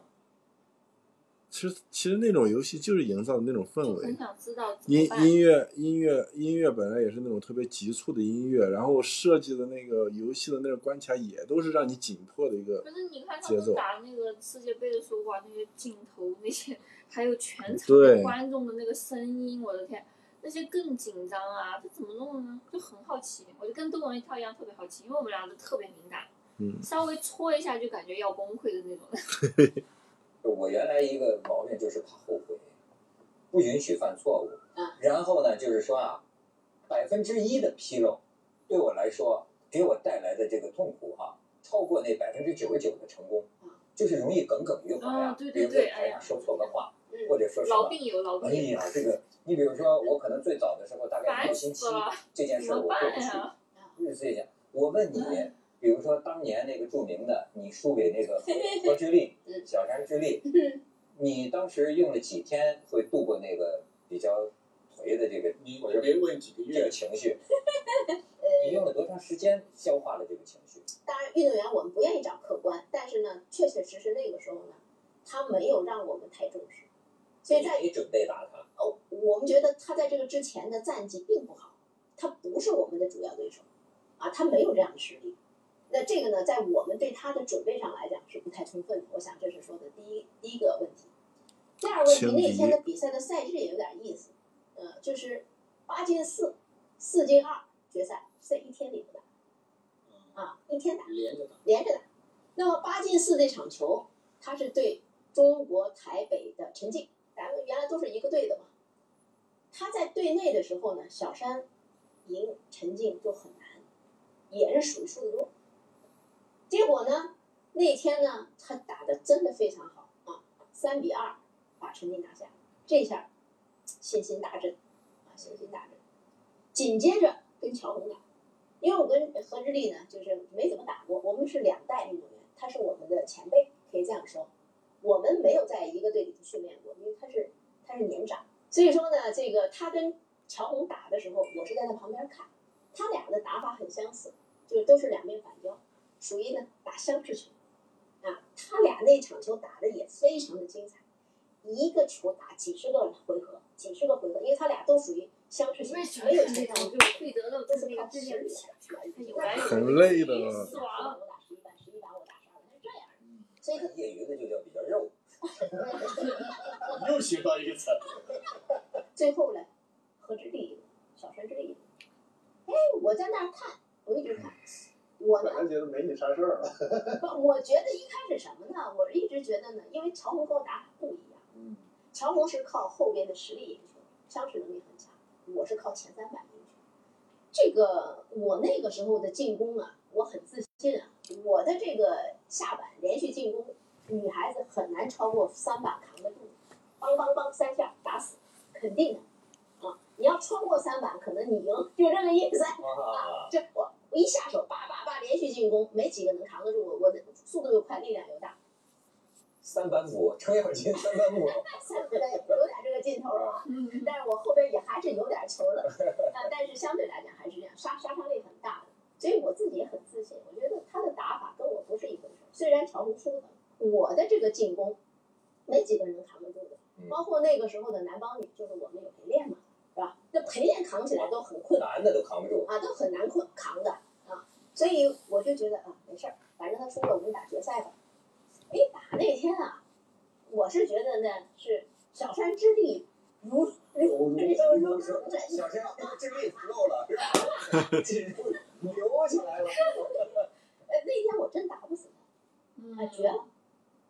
[SPEAKER 2] 其实其实那种游戏就是营造的那种氛
[SPEAKER 1] 就
[SPEAKER 2] 围
[SPEAKER 1] 很。想知道怎么
[SPEAKER 2] 音
[SPEAKER 1] 办。
[SPEAKER 2] 音乐音乐音乐本来也是那种特别急促的音乐，然后设计的那个游戏的那种关卡也都是让你紧迫的一个
[SPEAKER 1] 可是你看他
[SPEAKER 2] 节奏
[SPEAKER 1] 们打那个世界杯的时候，哇，那些镜头，那些还有全场
[SPEAKER 2] 嗯对
[SPEAKER 1] 的观众的那个声音，我的天，那些更紧张啊！这怎么弄呢？就很好奇，我就跟窦文涛一样特别好奇，因为我们俩都特别敏感，
[SPEAKER 2] 嗯
[SPEAKER 1] 稍微戳一下就感觉要崩溃的那种。
[SPEAKER 7] 我原来一个毛病就是怕后悔，不允许犯错误
[SPEAKER 5] 嗯。
[SPEAKER 7] 然后呢，就是说啊，百分之一的纰漏，对我来说给我带来的这个痛苦哈、超过那百分之九十九的成功
[SPEAKER 5] 嗯，
[SPEAKER 7] 就是容易耿耿于怀呀、
[SPEAKER 1] 啊对对
[SPEAKER 7] 比如
[SPEAKER 1] 对
[SPEAKER 7] 说台
[SPEAKER 1] 哎呀
[SPEAKER 7] 上说错个话，
[SPEAKER 5] 嗯，、
[SPEAKER 7] 或者说什
[SPEAKER 1] 老
[SPEAKER 7] 么，
[SPEAKER 1] 病友，老
[SPEAKER 7] 哎
[SPEAKER 1] 病友，
[SPEAKER 7] 呀，这个，你比如说我可能最早的时候大概一
[SPEAKER 1] 烦
[SPEAKER 7] 个星期
[SPEAKER 1] 死了，
[SPEAKER 7] 这件
[SPEAKER 1] 怎
[SPEAKER 7] 事儿
[SPEAKER 1] 么
[SPEAKER 7] 我过不
[SPEAKER 1] 办
[SPEAKER 7] 去，
[SPEAKER 1] 呀？
[SPEAKER 7] 日子一下。嗯我问你，比如说当年那个著名的，你输给那个何何之力
[SPEAKER 5] 嗯
[SPEAKER 7] 小山之力，你当时用了几天会度过那个比较颓的这个
[SPEAKER 6] 你
[SPEAKER 7] 或
[SPEAKER 6] 你
[SPEAKER 7] 者
[SPEAKER 6] 别问几个
[SPEAKER 7] 这个
[SPEAKER 6] 月，
[SPEAKER 7] 情绪？你
[SPEAKER 5] 呃，
[SPEAKER 7] 用了多长时间消化了这个情绪？
[SPEAKER 5] 当然运动员我们不愿意找客观，但是呢，确确实实那个时候呢，他没有让我们太重视，所以在
[SPEAKER 7] 你准备打他，
[SPEAKER 5] 哦，我们觉得他在这个之前的战绩并不好，他不是我们的主要对手，啊，他没有这样的实力。那这个呢，在我们对他的准备上来讲是不太充分的。我想这是说的第一第一个问题。第二个问题，
[SPEAKER 2] 轻敌
[SPEAKER 5] 那天的比赛的赛制也有点意思，呃，就是八进四，四进二决赛在一天里头打啊，一天打。
[SPEAKER 6] 连着打。
[SPEAKER 5] 连着打。那么八进四这场球，他是对中国台北的陈静，咱们原来都是一个队的嘛。他在队内的时候呢，小山赢陈静就很难，也是属于数字多。结果呢，那天呢，他打的真的非常好啊，三比二把陈静拿下，这下信心大振啊，信心大振。紧接着跟乔红打，因为我跟何志丽呢，就是没怎么打过，我们是两代运动员，他是我们的前辈，可以这样说。我们没有在一个队里去训练过，因为他是他是年长，所以说呢，这个他跟乔红打的时候，我是在他旁边看，他俩的打法很相似，就是都是两面反腰，属于呢打相似球啊。他俩那场球打的也非常的精彩，一个球打几十个回合，几十个回合，因为他俩都属于相似球，没有这
[SPEAKER 1] 那
[SPEAKER 5] 种
[SPEAKER 1] 哎种就费德勒
[SPEAKER 5] 就
[SPEAKER 1] 就是是那
[SPEAKER 5] 靠
[SPEAKER 1] 个
[SPEAKER 5] 实
[SPEAKER 1] 之
[SPEAKER 5] 力
[SPEAKER 1] 前
[SPEAKER 5] 打，
[SPEAKER 1] 有来有
[SPEAKER 2] 很累的
[SPEAKER 1] 爽。
[SPEAKER 5] 我打十一板，十一板我打十二板，是这样。所以他
[SPEAKER 7] 业余的就叫比较肉。
[SPEAKER 6] 又学到一个词儿，
[SPEAKER 5] 最后呢，何之力，小山之力。哎，我在那儿看，我一直看，我呢
[SPEAKER 8] 本来觉得没你啥事儿了，
[SPEAKER 5] 不，我觉得一开始什么呢？我一直觉得呢，因为乔红跟我打法不一样，
[SPEAKER 8] 嗯，
[SPEAKER 5] 乔红是靠后边的实力赢球，相持能力很强，我是靠前三板赢球。这个我那个时候的进攻啊，我很自信啊，我的这个下板连续进攻，女孩子很难超过我三把扛得住，梆梆梆三下打死，肯定的啊！你要超过三把，可能你赢，就这么意思。啊，这我我一下手，叭叭叭连续进攻，没几个能扛得住我，我的速度又快，力量又大，
[SPEAKER 7] 三板斧，程咬金三板斧，
[SPEAKER 5] 三个有点这个劲头啊。
[SPEAKER 1] 嗯嗯
[SPEAKER 5] 但是我后边也还是有点球了， 呃，但是相对来讲还是这样，杀杀伤力很大的，所以我自己也很自信，我觉得他的打法跟我不是一回事儿。虽然乔红输了，我的这个进攻没几个人能扛得住的
[SPEAKER 7] 嗯，
[SPEAKER 5] 包括那个时候的男帮女，就是我们有陪练嘛，是吧？这陪练扛起来都很困难
[SPEAKER 7] 男的都扛不住。
[SPEAKER 5] 啊，都很难困扛的啊，所以我就觉得啊，没事儿，反正他输了，我们打决赛吧。哎，打那天啊，我是觉得呢是小山之力如如 如如水。
[SPEAKER 7] 小山这个也不漏了， 进入流起来了。
[SPEAKER 5] 呃，那天我真打不死
[SPEAKER 1] 嗯
[SPEAKER 5] 他，啊，绝了！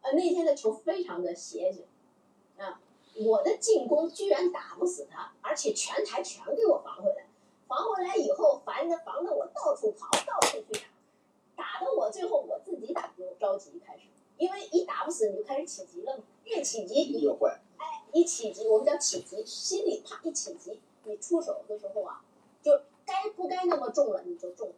[SPEAKER 5] 呃，那天的球非常的邪性，啊，我的进攻居然打不死他，而且全台全给我防回来，防回来以后烦的防的我到处跑，到处去打，打的我最后我自己打不动，着急开始，因为一打不死你就开始起急了嘛，越起急你
[SPEAKER 8] 越坏，
[SPEAKER 5] 一起急，我们叫起急，心里啪一起急，你出手的时候啊，就该不该那么重了你就重了，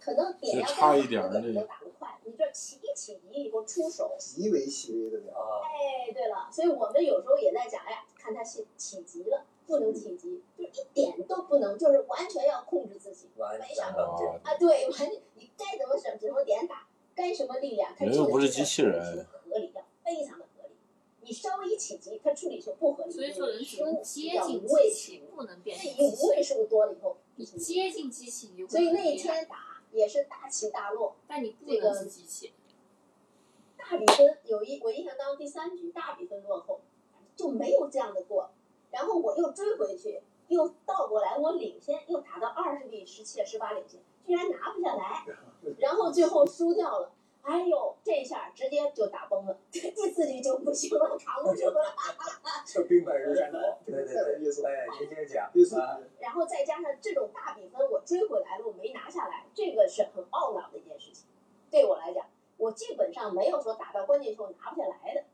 [SPEAKER 5] 可能点要
[SPEAKER 2] 就差一
[SPEAKER 5] 再
[SPEAKER 2] 点儿
[SPEAKER 5] 狠
[SPEAKER 2] 那
[SPEAKER 5] 你都打得快，你这起一起急以后出手，
[SPEAKER 8] 极为细微的了。
[SPEAKER 7] 啊，
[SPEAKER 5] 哎，对了，所以我们有时候也在讲，哎呀，看他起起急了，不能起急，就是一点都不能，就是完全要控制自己
[SPEAKER 7] 完全冷静。
[SPEAKER 2] 啊，
[SPEAKER 5] 啊，对，完你该怎么什什么点打，该什么力量，他
[SPEAKER 2] 人
[SPEAKER 5] 处
[SPEAKER 2] 又
[SPEAKER 5] 理
[SPEAKER 2] 不是
[SPEAKER 5] 这
[SPEAKER 2] 机
[SPEAKER 5] 个
[SPEAKER 2] 器
[SPEAKER 5] 问
[SPEAKER 2] 人
[SPEAKER 5] 题合理的，非常的合理。你稍微一起急，他处理就不合理，
[SPEAKER 1] 所以说人只
[SPEAKER 5] 失
[SPEAKER 1] 能
[SPEAKER 5] 误
[SPEAKER 1] 接
[SPEAKER 5] 叫
[SPEAKER 1] 近
[SPEAKER 5] 无
[SPEAKER 1] 机
[SPEAKER 5] 谓失
[SPEAKER 1] 器，
[SPEAKER 5] 误。
[SPEAKER 1] 不能变
[SPEAKER 5] 那
[SPEAKER 1] 成机
[SPEAKER 5] 有无
[SPEAKER 1] 器。
[SPEAKER 5] 谓失误多了以后，嗯
[SPEAKER 1] 你接近机器，你就会
[SPEAKER 5] 所以
[SPEAKER 1] 很
[SPEAKER 5] 那一
[SPEAKER 1] 厉害，
[SPEAKER 5] 天打也是大起大落，
[SPEAKER 1] 但你不
[SPEAKER 5] 这
[SPEAKER 1] 能
[SPEAKER 5] 个
[SPEAKER 1] 是机器。
[SPEAKER 5] 大比分有一我印象当中第三局大比分落后，就没有这样的过，然后我又追回去，又倒过来我领先，又打到二十比十七十八领先，居然拿不下来，然后最后输掉了。哎呦，这下直接就打崩了，第四局就不行了，扛不住了。
[SPEAKER 7] 就兵败如山倒。
[SPEAKER 8] 这
[SPEAKER 7] 对
[SPEAKER 8] 个
[SPEAKER 7] 对
[SPEAKER 8] 太有
[SPEAKER 7] 对，
[SPEAKER 8] 意思了。
[SPEAKER 7] 哎，您接着讲。
[SPEAKER 8] 第四
[SPEAKER 7] 啊
[SPEAKER 5] 然后再加上这种大比分我追回来了，我没拿下来，这个是很懊恼的一件事情。对我来讲，我基本上没有说打到关键球拿不下来的。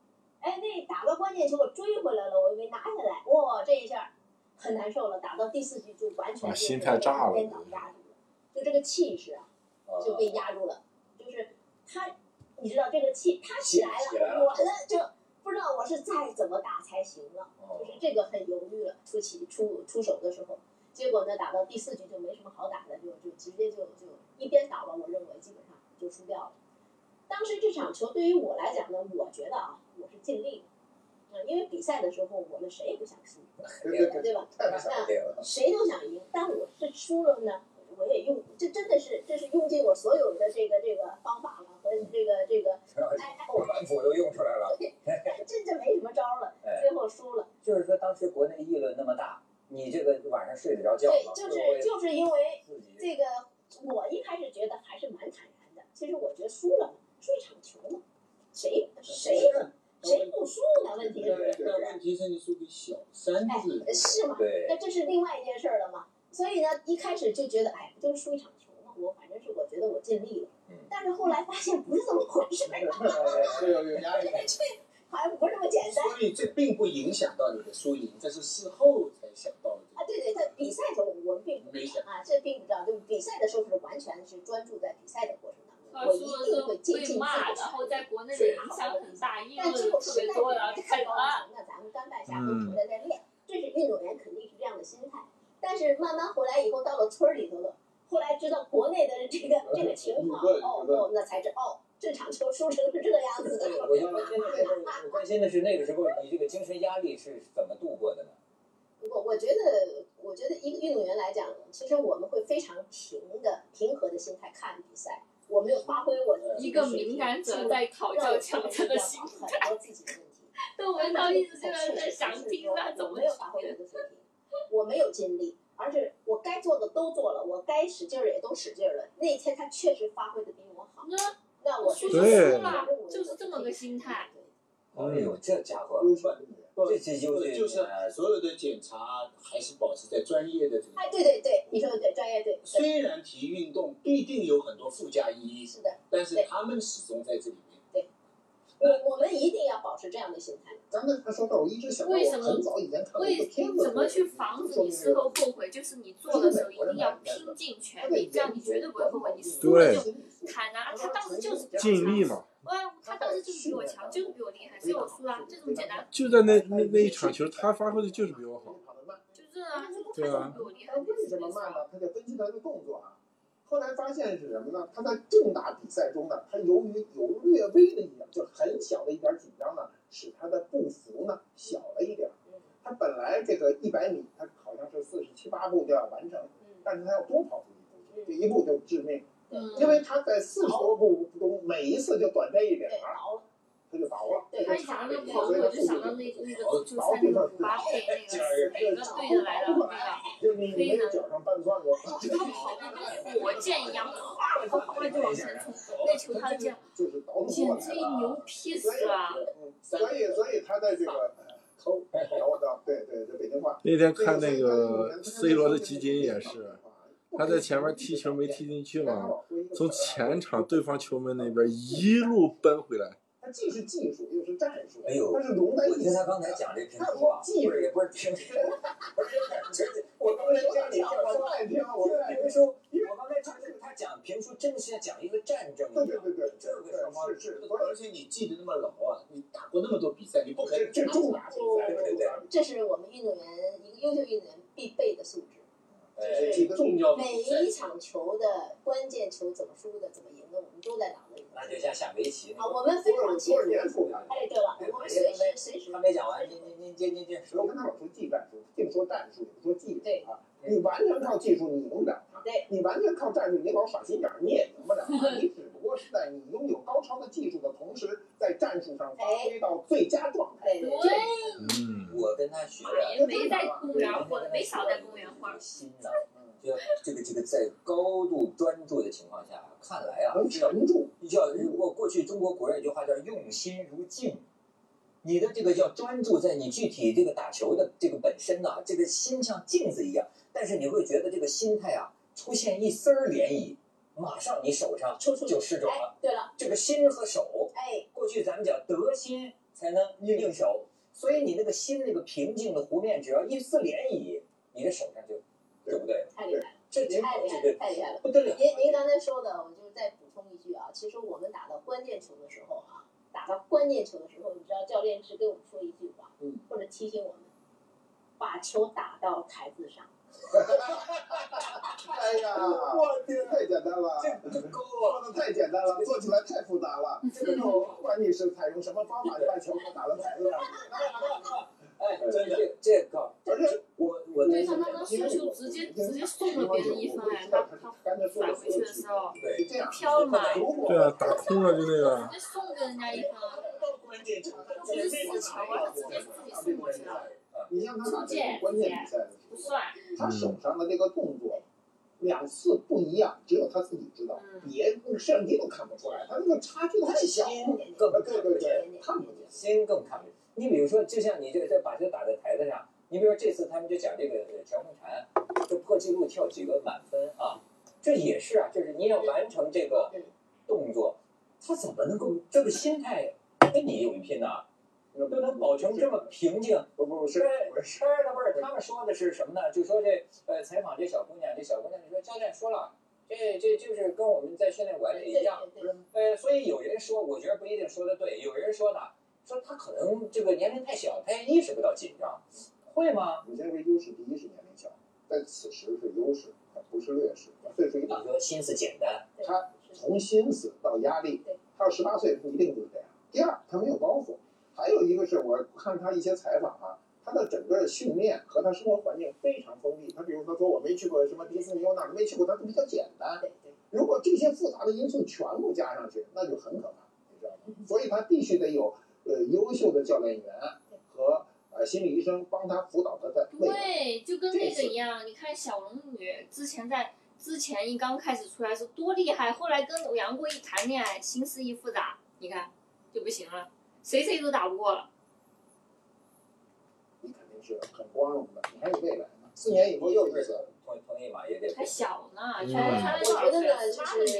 [SPEAKER 5] 哎，那打到关键球我追回来了，我又没拿下来，哇，这一下很难受了。打到第四局就完全
[SPEAKER 2] 把
[SPEAKER 5] 就是
[SPEAKER 2] 心态炸了
[SPEAKER 5] 被倒压住了，就这个气势啊
[SPEAKER 7] 啊
[SPEAKER 5] 就被压住了。就是他，你知道这个气，他起来
[SPEAKER 7] 起来
[SPEAKER 5] 了，
[SPEAKER 7] 了
[SPEAKER 5] 我呢就不知道我是再怎么打才行了。
[SPEAKER 7] 哦
[SPEAKER 5] 就是这个很犹豫了，出棋出出手的时候，结果呢打到第四局就没什么好打的，就就直接就就一边倒吧，我认为基本上就输掉了。当时这场球对于我来讲呢，我觉得啊，我是尽力了，嗯，因为比赛的时候我们谁也不想输，
[SPEAKER 7] 肯定
[SPEAKER 5] 对吧？
[SPEAKER 7] 太不想定了。
[SPEAKER 5] 谁都想赢，但我是输了呢，我也用，这真的是这是用尽我所有的这个这个方法了和这个这个，哎哎，
[SPEAKER 7] 后板斧都用出来了，
[SPEAKER 5] 哎真的没什么招了，最后输了。
[SPEAKER 7] 就是说当时国内议论那么大，你这个晚上睡得着觉
[SPEAKER 5] 对
[SPEAKER 7] 吗？，
[SPEAKER 5] 就是就是因为
[SPEAKER 7] 自己
[SPEAKER 5] 这个，我一开始觉得还是蛮坦然的。其实我觉得输了嘛，输一场球嘛，谁谁谁不输呢？问题是
[SPEAKER 6] 但
[SPEAKER 5] 是不
[SPEAKER 6] 问题是你输给小三子，
[SPEAKER 5] 是？是嘛？那
[SPEAKER 7] 对
[SPEAKER 5] 这是另外一件事儿了嘛。所以呢，一开始就觉得，哎，不就是输一场球嘛，我反正是我觉得我尽力了。
[SPEAKER 7] 嗯
[SPEAKER 5] 但是后来发现不是这么回事儿，啊
[SPEAKER 6] 对有压力。
[SPEAKER 5] 这好像不是那么简单
[SPEAKER 6] 所以这并不影响到你的输赢，这是事后才想到的。
[SPEAKER 5] 啊。对对，在比赛中我们并不
[SPEAKER 6] 没想
[SPEAKER 5] 啊，这并不知道，就是比赛的时候是完全是专注在比赛的过程当
[SPEAKER 1] 他
[SPEAKER 5] 中，
[SPEAKER 1] 说
[SPEAKER 5] 我一定会
[SPEAKER 1] 的
[SPEAKER 5] 竭
[SPEAKER 1] 是
[SPEAKER 5] 尽自
[SPEAKER 1] 被
[SPEAKER 5] 己
[SPEAKER 1] 骂，
[SPEAKER 5] 的
[SPEAKER 1] 然。后在国内的影响很大，议
[SPEAKER 5] 但
[SPEAKER 1] 论
[SPEAKER 5] 这种
[SPEAKER 1] 特
[SPEAKER 5] 实
[SPEAKER 1] 别
[SPEAKER 5] 在
[SPEAKER 1] 多，然后就开始啊，
[SPEAKER 5] 那咱们甘拜下风，回来再练，这是运动员肯定是这样的心态。但是慢慢回来以后，到了村儿里头了，后来知道国内的这个这个情况，哦哦，那才知哦，这场球输成是这个样子的。
[SPEAKER 7] 对，我就关心的是，我关心的是那个时候你这个精神压力是怎么度过的呢？
[SPEAKER 5] 我我觉得，我觉得一个运动员来讲，其实我们会非常平的、平和的心态看比赛，我没有发挥我的
[SPEAKER 1] 一个敏感者在讨教强者的心
[SPEAKER 5] 态，很多自己的问题。
[SPEAKER 1] 窦文涛一直就是在想听他怎
[SPEAKER 5] 我
[SPEAKER 1] 么
[SPEAKER 5] 没有发挥我
[SPEAKER 1] 解
[SPEAKER 5] 的水平，我没有尽力，而是我该做的都做了，我该使劲儿也都使劲儿了。那一天他确实发挥的比我好，
[SPEAKER 1] 那
[SPEAKER 5] 那我
[SPEAKER 1] 输
[SPEAKER 5] 是
[SPEAKER 1] 就
[SPEAKER 2] 对
[SPEAKER 1] 输了，就是这么个心态。。
[SPEAKER 7] 哎呦，这家伙，
[SPEAKER 8] 优秀的女人，
[SPEAKER 7] 这这就
[SPEAKER 6] 就是呃所有的检查还是保持在专业的这
[SPEAKER 5] 哎，
[SPEAKER 6] 个。
[SPEAKER 5] 对对对，你说的对，专业对，对
[SPEAKER 6] 虽然体育运动必定有很多附加意义，
[SPEAKER 5] 是的，
[SPEAKER 6] 但是他们始终在这里面。
[SPEAKER 5] 对。我我们一定要保持这样的心态。
[SPEAKER 8] 刚才他说到，我一直想到我很早以前看过一个
[SPEAKER 1] 为
[SPEAKER 8] 片子，
[SPEAKER 1] 怎么去防止你事后后悔？就是你做的时候一定要拼尽全力，这样你绝对不会后悔。你输了就坦然，啊他当时就是比我
[SPEAKER 2] 尽力
[SPEAKER 1] 强，
[SPEAKER 2] 嘛，
[SPEAKER 1] 哇，他当时就是比我强，就是比我厉害，所以我输了，就这么简单，
[SPEAKER 2] 就在那那那一场球，他发挥的就是比我好。
[SPEAKER 1] 就这啊，他就
[SPEAKER 2] 对
[SPEAKER 1] 是
[SPEAKER 2] 啊
[SPEAKER 1] 比我厉害
[SPEAKER 8] 他，为什么骂呢？他得分析他的动作啊。后来发现是什么呢？他在重大比赛中呢，他由于有略微的一点，就很小的一点紧张呢，使他的步幅呢小了一点儿。他本来这个一百米，他好像是四十七八步就要完成，但是他要多跑出一步，这一步就致命，
[SPEAKER 1] 嗯，
[SPEAKER 8] 因为他在四十多步中每一次就短这一点儿，他就倒了。
[SPEAKER 5] 对
[SPEAKER 1] 他一想到那个跑步，我就想到那那个就在那个古巴配那个每个队的来了哦那
[SPEAKER 8] 就你没有脚上拌蒜过，
[SPEAKER 1] 个，他跑步跟火箭一样，咵咵咵就往前冲，那球他就这样，
[SPEAKER 8] 就是倒腾过
[SPEAKER 1] 简
[SPEAKER 8] 来
[SPEAKER 1] 直
[SPEAKER 8] 了。
[SPEAKER 1] 牛批死了。
[SPEAKER 8] 嗯所以，所以他在这个抠聊到对对对北京话。
[SPEAKER 2] 那天哎看那个 C 罗的集锦也是，他在前面踢球没踢进去嘛，从前场对方球门那边一路奔回来，
[SPEAKER 8] 他既是技术又是战术，
[SPEAKER 7] 哎呦
[SPEAKER 8] 他是融在一
[SPEAKER 7] 我
[SPEAKER 8] 起
[SPEAKER 7] 听
[SPEAKER 8] 的。
[SPEAKER 7] 他刚才讲这评
[SPEAKER 8] 他
[SPEAKER 7] 书
[SPEAKER 8] 说
[SPEAKER 7] 啊，
[SPEAKER 8] 技
[SPEAKER 7] 不
[SPEAKER 8] 术，
[SPEAKER 7] 是不是评书，不是真的，我刚
[SPEAKER 8] 我
[SPEAKER 7] 才
[SPEAKER 8] 家
[SPEAKER 7] 家
[SPEAKER 8] 里
[SPEAKER 7] 里
[SPEAKER 8] 听，我爱听，我爱
[SPEAKER 7] 评
[SPEAKER 8] 听。
[SPEAKER 7] 书，我刚才听他讲评书，真的是在讲一个战争，
[SPEAKER 8] 对对对对，
[SPEAKER 7] 这个什么
[SPEAKER 8] 是是，
[SPEAKER 6] 而且你记得那么牢啊，你打过那么多比赛，你不可
[SPEAKER 8] 这
[SPEAKER 6] 能
[SPEAKER 8] 这重大比赛，
[SPEAKER 7] 对对对
[SPEAKER 5] 这是我们运动员一个优秀运动员必备的素质。
[SPEAKER 7] 哎，
[SPEAKER 6] 这个重要的
[SPEAKER 5] 每
[SPEAKER 6] 比赛
[SPEAKER 5] 一场球的关键球怎么输的，怎么赢的，我们都在脑子里。
[SPEAKER 7] 那就像下围棋那
[SPEAKER 5] 啊，
[SPEAKER 7] 个，
[SPEAKER 5] 我们非
[SPEAKER 8] 多少
[SPEAKER 5] 常清
[SPEAKER 8] 多少
[SPEAKER 5] 楚。
[SPEAKER 8] 年出来，
[SPEAKER 5] 哎，对了，我们随时随时
[SPEAKER 7] 他。没讲完，您您您接您接
[SPEAKER 8] 我
[SPEAKER 7] 说，
[SPEAKER 8] 跟他老说技战术，净说战术，不说技术啊。
[SPEAKER 7] 对
[SPEAKER 8] 你完全靠技术，你赢不了他；
[SPEAKER 5] 对
[SPEAKER 8] 你完全靠战术，你搞耍心眼儿，你也赢不 了他。你只不过是在你拥有高超的技术的同时，在战术上发
[SPEAKER 1] 哎
[SPEAKER 8] 挥到最佳状态。
[SPEAKER 5] 哎对对对，
[SPEAKER 2] 嗯，
[SPEAKER 7] 我跟他学啊
[SPEAKER 1] 马
[SPEAKER 7] 的。
[SPEAKER 1] 爷没在公园混，没少在公园混。
[SPEAKER 7] 心呐，就这个这个在高度专注的情况下，看来啊，
[SPEAKER 8] 能
[SPEAKER 7] 是要
[SPEAKER 8] 沉住，
[SPEAKER 7] 要如果过去中国古人有句话叫用心如镜，你的这个要专注在你具体这个打球的这个本身呐、这个心像镜子一样，但是你会觉得这个心态啊出现一丝儿涟漪，马上你手上
[SPEAKER 5] 抽出
[SPEAKER 7] 就失准了。
[SPEAKER 5] 哎，对了，
[SPEAKER 7] 这个心和手，
[SPEAKER 5] 哎，
[SPEAKER 7] 过去咱们讲得心才能应手，所以你那个心那个平静的湖面，只要一丝涟漪，你的手上就对不对？
[SPEAKER 5] 太厉害了，
[SPEAKER 7] 这这
[SPEAKER 5] 太厉
[SPEAKER 7] 这
[SPEAKER 5] 害
[SPEAKER 7] 个
[SPEAKER 5] 了，太厉害了。
[SPEAKER 7] 不得了！
[SPEAKER 5] 您您刚才说的，我就再补充一句啊，其实我们打到关键球的时候啊，打到关键球的时候，你知道教练只跟我们说一句话，
[SPEAKER 8] 嗯，
[SPEAKER 5] 或者提醒我们，把球打到台子上。
[SPEAKER 8] 哎呀，
[SPEAKER 5] 啊
[SPEAKER 7] 我天，
[SPEAKER 8] 太简单了。
[SPEAKER 7] 这这高啊！
[SPEAKER 8] 说的太简单了，做起来太复杂了。
[SPEAKER 1] 嗯
[SPEAKER 8] 这个就不管你是采用什么方法，你把球打到台子上，
[SPEAKER 7] 哎，真的，这个，
[SPEAKER 8] 而且
[SPEAKER 7] 我我
[SPEAKER 1] 对
[SPEAKER 7] 对
[SPEAKER 1] 他刚刚输球，直接直接送了别人一分，哎，他他甩回去的时候，
[SPEAKER 8] 是这样。
[SPEAKER 1] 飘了嘛，
[SPEAKER 8] 如果
[SPEAKER 2] 对啊，打空了就那
[SPEAKER 1] 直
[SPEAKER 2] 个，
[SPEAKER 1] 接送给人家一分啊，
[SPEAKER 7] 关键球，
[SPEAKER 1] 这不是死球啊，他直接自己送过去了，
[SPEAKER 8] 你像他打这种关键比赛的时
[SPEAKER 1] 不
[SPEAKER 8] 候，
[SPEAKER 1] 算，
[SPEAKER 8] 他手上的这个动作两次不一样，只有他自己知道，别摄像机都看不出来，他那个差距太小
[SPEAKER 7] 心
[SPEAKER 8] 了。
[SPEAKER 7] 更
[SPEAKER 8] 对
[SPEAKER 7] 看不
[SPEAKER 8] 对
[SPEAKER 7] 见，
[SPEAKER 8] 对，看不见。
[SPEAKER 7] 心更看不见。你比如说，就像你这个这把球打在台子上，你比如说这次他们就讲这个呃乔红婵，就破纪录跳几个满分啊，这也是啊，就是你要完成这个动作，他怎么能够这个心态跟你有一拼呢、都能保持这么平静，
[SPEAKER 8] 不不
[SPEAKER 7] 这
[SPEAKER 8] 是，
[SPEAKER 7] 吃的味儿，他们说的是什么呢？就说这呃，采访这小姑娘，这小姑娘就说教练说了，这这就是跟我们在训
[SPEAKER 5] 哎
[SPEAKER 7] 练馆里一样，
[SPEAKER 5] 对对
[SPEAKER 7] 呃，所以有人说，我觉得不一定说的对，有人说呢，说他可能这个年龄太小，他也意识不到紧张，会吗？
[SPEAKER 8] 你先说优势，第一是年龄小，但此时是优势，不是劣势。岁数一
[SPEAKER 7] 你
[SPEAKER 8] 大，
[SPEAKER 7] 说心思简单，
[SPEAKER 5] 对，
[SPEAKER 8] 他从心思到压力
[SPEAKER 5] 对，
[SPEAKER 8] 他要十八岁不一定就是这样。第二，他没有包袱。还有一个是我看他一些采访啊，他的整个训练和他生活环境非常封闭。他比如说说我没去过什么迪士尼，我哪儿都没去过，他都比较简单。
[SPEAKER 5] 对对，
[SPEAKER 8] 如果这些复杂的因素全部加上去，那就很可怕，你知道吗？所以他必须得有呃优秀的教练员和呃心理医生帮他辅导他的未来。
[SPEAKER 1] 对，就跟那个一样，你看小龙女之前在之前一刚开始出来是多厉害，后来跟杨过一谈恋爱，心思一复杂，你看就不行了，谁谁都打不过了，
[SPEAKER 8] 你肯定是很光荣的，你还有未来呢。四年以后又一次，
[SPEAKER 7] 同同意马爷这个
[SPEAKER 1] 还小呢，
[SPEAKER 2] 嗯
[SPEAKER 1] 才才多少岁，十八都没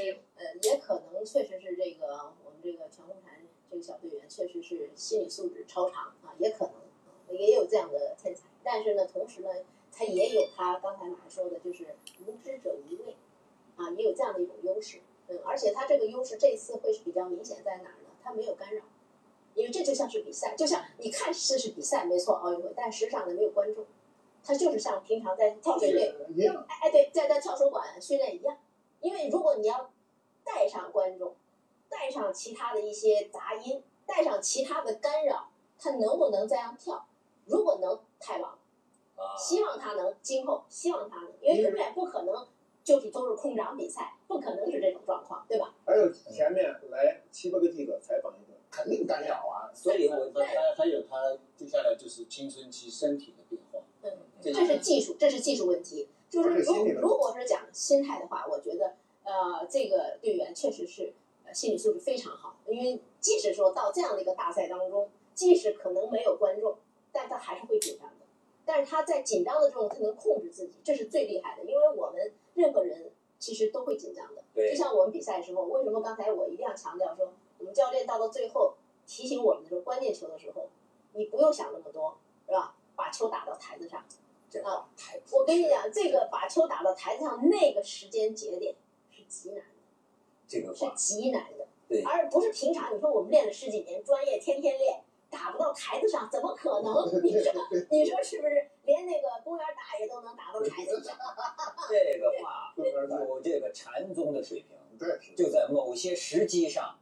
[SPEAKER 1] 有，
[SPEAKER 5] 呃，也可能确实是这个我们这个全红婵这个小队员确实是心理素质超常啊，也可能、啊也有这样的天才，但是呢，同时呢，他也有他刚才马上说的，就是无知者无畏啊，也有这样的一种优势。嗯，而且他这个优势这次会是比较明显在哪儿呢？他没有干扰，因为这就像是比赛，就像你看这是比赛没错，奥运会，但实际上呢没有观众，他就是像平常在跳水队，
[SPEAKER 8] 一样，
[SPEAKER 5] 哎哎对，在在跳水馆训练一样。因为如果你要带上观众，带上其他的一些杂音，带上其他的干扰，他能不能这样跳？如果能，太棒了。
[SPEAKER 7] 啊，
[SPEAKER 5] 希望他能今后，希望他能，因为
[SPEAKER 8] 嗯
[SPEAKER 5] 永远不可能就是都是空掌比赛，不可能是这种状况，对吧？
[SPEAKER 8] 还有前面来七八个记者采访一个，肯定干扰啊。
[SPEAKER 6] 所以我还还有他接下来就是青春期身体的变化，
[SPEAKER 5] 嗯，
[SPEAKER 6] 这
[SPEAKER 5] 这是技术，这是技术问题。就是
[SPEAKER 8] 而且
[SPEAKER 5] 如
[SPEAKER 8] 心理问题
[SPEAKER 5] 如果是讲心态的话，我觉得呃，这个队员确实是呃心理素质非常好，因为即使说到这样的一个大赛当中，即使可能没有观众，但他还是会紧张的。但是他在紧张的时候，他能控制自己，这是最厉害的。因为我们任何人其实都会紧张的，
[SPEAKER 7] 对
[SPEAKER 5] 就像我们比赛的时候，为什么刚才我一定要强调说，我们教练到了最后提醒我们的时候，关键球的时候，你不用想那么多，是吧？把球打到台子上。
[SPEAKER 7] 这话太
[SPEAKER 5] 我跟你讲，这个把球打到台子上那个时间节点是极难的，
[SPEAKER 7] 这个
[SPEAKER 5] 是
[SPEAKER 7] 话，
[SPEAKER 5] 极难的。
[SPEAKER 7] 对
[SPEAKER 5] 而不是平常你说我们练了十几年，专业天天练，打不到台子上，怎么可能？你说，你说是不是？连那个公园大爷都能打到台子上？
[SPEAKER 7] 这个话
[SPEAKER 8] 对对
[SPEAKER 7] 有这个禅宗的水平，
[SPEAKER 8] 对，
[SPEAKER 7] 就在某些时机上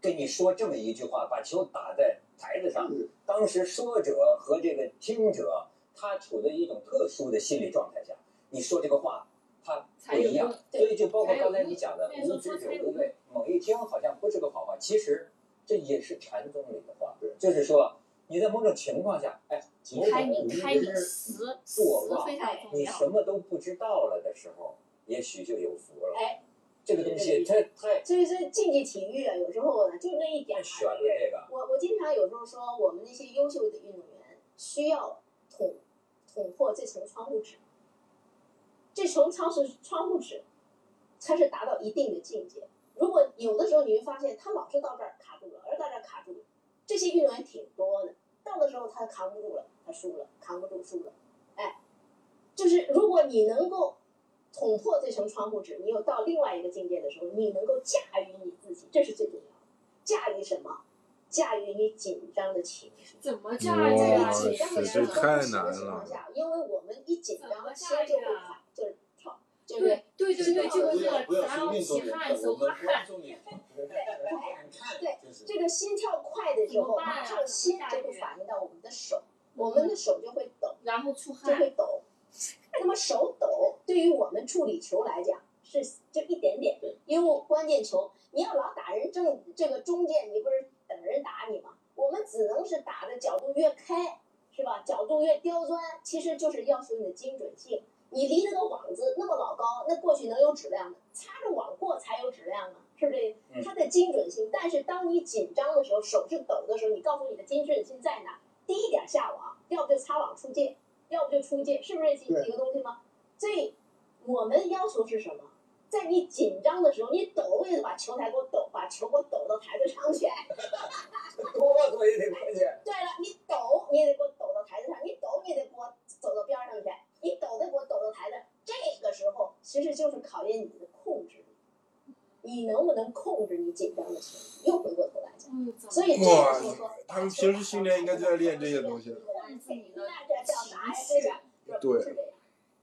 [SPEAKER 7] 跟你说这么一句话，把球打在台子上。
[SPEAKER 8] 嗯
[SPEAKER 7] 当时说者和这个听者，他处在一种特殊的心理状态下，你说这个话，他不一样。
[SPEAKER 5] 才
[SPEAKER 7] 所
[SPEAKER 5] 有用
[SPEAKER 7] 以就包括刚才你讲的
[SPEAKER 1] 才有用
[SPEAKER 7] 无知者无畏，猛一听好像不是个好话，其实这也是禅宗里的话
[SPEAKER 8] 对，
[SPEAKER 7] 就是说你在某种情况下，哎，某
[SPEAKER 1] 开
[SPEAKER 7] 种无
[SPEAKER 1] 你开你
[SPEAKER 7] 知，
[SPEAKER 1] 词词
[SPEAKER 7] 自我忘
[SPEAKER 1] 非常重
[SPEAKER 7] 你
[SPEAKER 1] 要。
[SPEAKER 7] 什么都不知道了的时候，也许就有福了。
[SPEAKER 5] 哎，
[SPEAKER 7] 这个东西它太
[SPEAKER 5] 所以说竞技体育啊，有时候呢就那一点
[SPEAKER 7] 太
[SPEAKER 5] 儿
[SPEAKER 7] 悬了，这个。
[SPEAKER 5] 我我经常有时候说，我们那些优秀的运动员需要捅捅破这层窗户纸，这层窗是窗户纸，它是达到一定的境界。如果有的时候你会发现，他老是到这儿卡住了，而到这儿卡住了，这些运动员挺多的，到的时候他扛不住了，他输了，扛不住输了，哎，就是如果你能够捅破这层窗户纸，你又到另外一个境界的时候，你能够驾驭你自己，这是最重要的。驾驭什么？驾驭你紧张的情绪。
[SPEAKER 1] 怎么
[SPEAKER 2] 哦
[SPEAKER 1] 驾驭
[SPEAKER 5] 在
[SPEAKER 1] 啊
[SPEAKER 5] 你
[SPEAKER 2] 哇？
[SPEAKER 5] 紧张的
[SPEAKER 2] 是
[SPEAKER 5] 情
[SPEAKER 2] 这
[SPEAKER 5] 绪
[SPEAKER 2] 太
[SPEAKER 5] 高的
[SPEAKER 2] 难
[SPEAKER 5] 情
[SPEAKER 2] 了
[SPEAKER 5] 况下，因为我们一紧
[SPEAKER 1] 怎么
[SPEAKER 5] 张，
[SPEAKER 1] 驾
[SPEAKER 5] 心
[SPEAKER 1] 驭
[SPEAKER 5] 就会
[SPEAKER 1] 啊
[SPEAKER 5] 快，就是跳，就是
[SPEAKER 1] 对对对对，就
[SPEAKER 6] 不
[SPEAKER 1] 是这
[SPEAKER 6] 要不
[SPEAKER 1] 个，
[SPEAKER 6] 要
[SPEAKER 1] 然后
[SPEAKER 6] 说运
[SPEAKER 1] 起
[SPEAKER 6] 动员
[SPEAKER 1] 汗，，手
[SPEAKER 6] 我们
[SPEAKER 1] 发
[SPEAKER 6] 观
[SPEAKER 1] 汗，
[SPEAKER 6] 众也
[SPEAKER 5] 哎
[SPEAKER 6] 看看，就是
[SPEAKER 5] 这个心跳快的时
[SPEAKER 1] 怎么
[SPEAKER 5] 候，
[SPEAKER 1] 办啊
[SPEAKER 5] 马上心就会反应到我们的手，我们的手就会抖，
[SPEAKER 1] 然后出
[SPEAKER 5] 就
[SPEAKER 1] 汗，
[SPEAKER 5] 会抖。那么手抖对于我们处理球来讲是就一点点
[SPEAKER 6] 对，
[SPEAKER 5] 因为关键球你要老打人正这个中间，你不是等人打你吗？我们只能是打的角度越开，是吧？角度越刁钻，其实就是要求你的精准性。你离那个网子那么老高，那过去能有质量吗？擦着网过才有质量啊，是不是？
[SPEAKER 7] 嗯
[SPEAKER 5] 它的精准性，但是当你紧张的时候，手是抖的时候，你告诉你的精准性在哪？第一点下网，要不就擦网出界，要不就出界，是不是这几
[SPEAKER 8] 对
[SPEAKER 5] 几个东西吗？所以我们要求是什么？在你紧张的时候，你抖，为了把球台给我抖，把球给我抖到台子上去。
[SPEAKER 7] 我怎么也得过去。
[SPEAKER 5] 对了，你抖，你也得给我抖到台子上；你抖，你也得给我走到边儿上去；你抖，得给我抖到台子。这个时候，其实就是考验你的控制力，你能不能控制你紧张的情绪？又回过头来讲，
[SPEAKER 1] 嗯，怎么
[SPEAKER 5] 所以这个时
[SPEAKER 2] 哇
[SPEAKER 5] 候说，
[SPEAKER 2] 他们平时训练应该就在练这些东西
[SPEAKER 5] 那
[SPEAKER 1] 控制你的
[SPEAKER 5] 这叫啥呀？这是
[SPEAKER 2] 对
[SPEAKER 5] 是这样。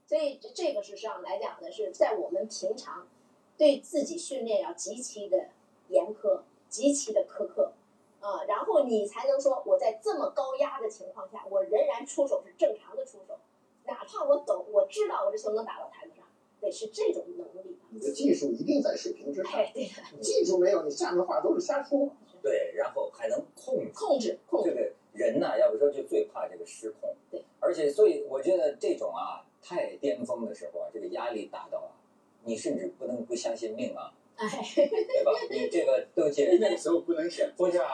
[SPEAKER 5] 所以这这个是上来讲的是在我们平常对自己训练要极其的严苛，极其的苛刻，啊、然后你才能说我在这么高压的情况下，我仍然出手是正常的出手，哪怕我抖，我知道我这球能打到台子上，得是这种能力。
[SPEAKER 8] 你的技术一定在水平之上，
[SPEAKER 5] 哎，对，
[SPEAKER 8] 技术没有，你下面话都是瞎说。
[SPEAKER 7] 对，然后还能控制
[SPEAKER 5] 控制控
[SPEAKER 7] 这
[SPEAKER 5] 制，
[SPEAKER 7] 个人呐、要不说就最怕这个失控。
[SPEAKER 5] 对，
[SPEAKER 7] 而且所以我觉得这种啊，太巅峰的时候啊，这个压力大到啊，你甚至不能不相信命啊，
[SPEAKER 5] 哎，
[SPEAKER 7] 对吧？你这个东西
[SPEAKER 6] 那个时候不能想，
[SPEAKER 7] 不是 啊，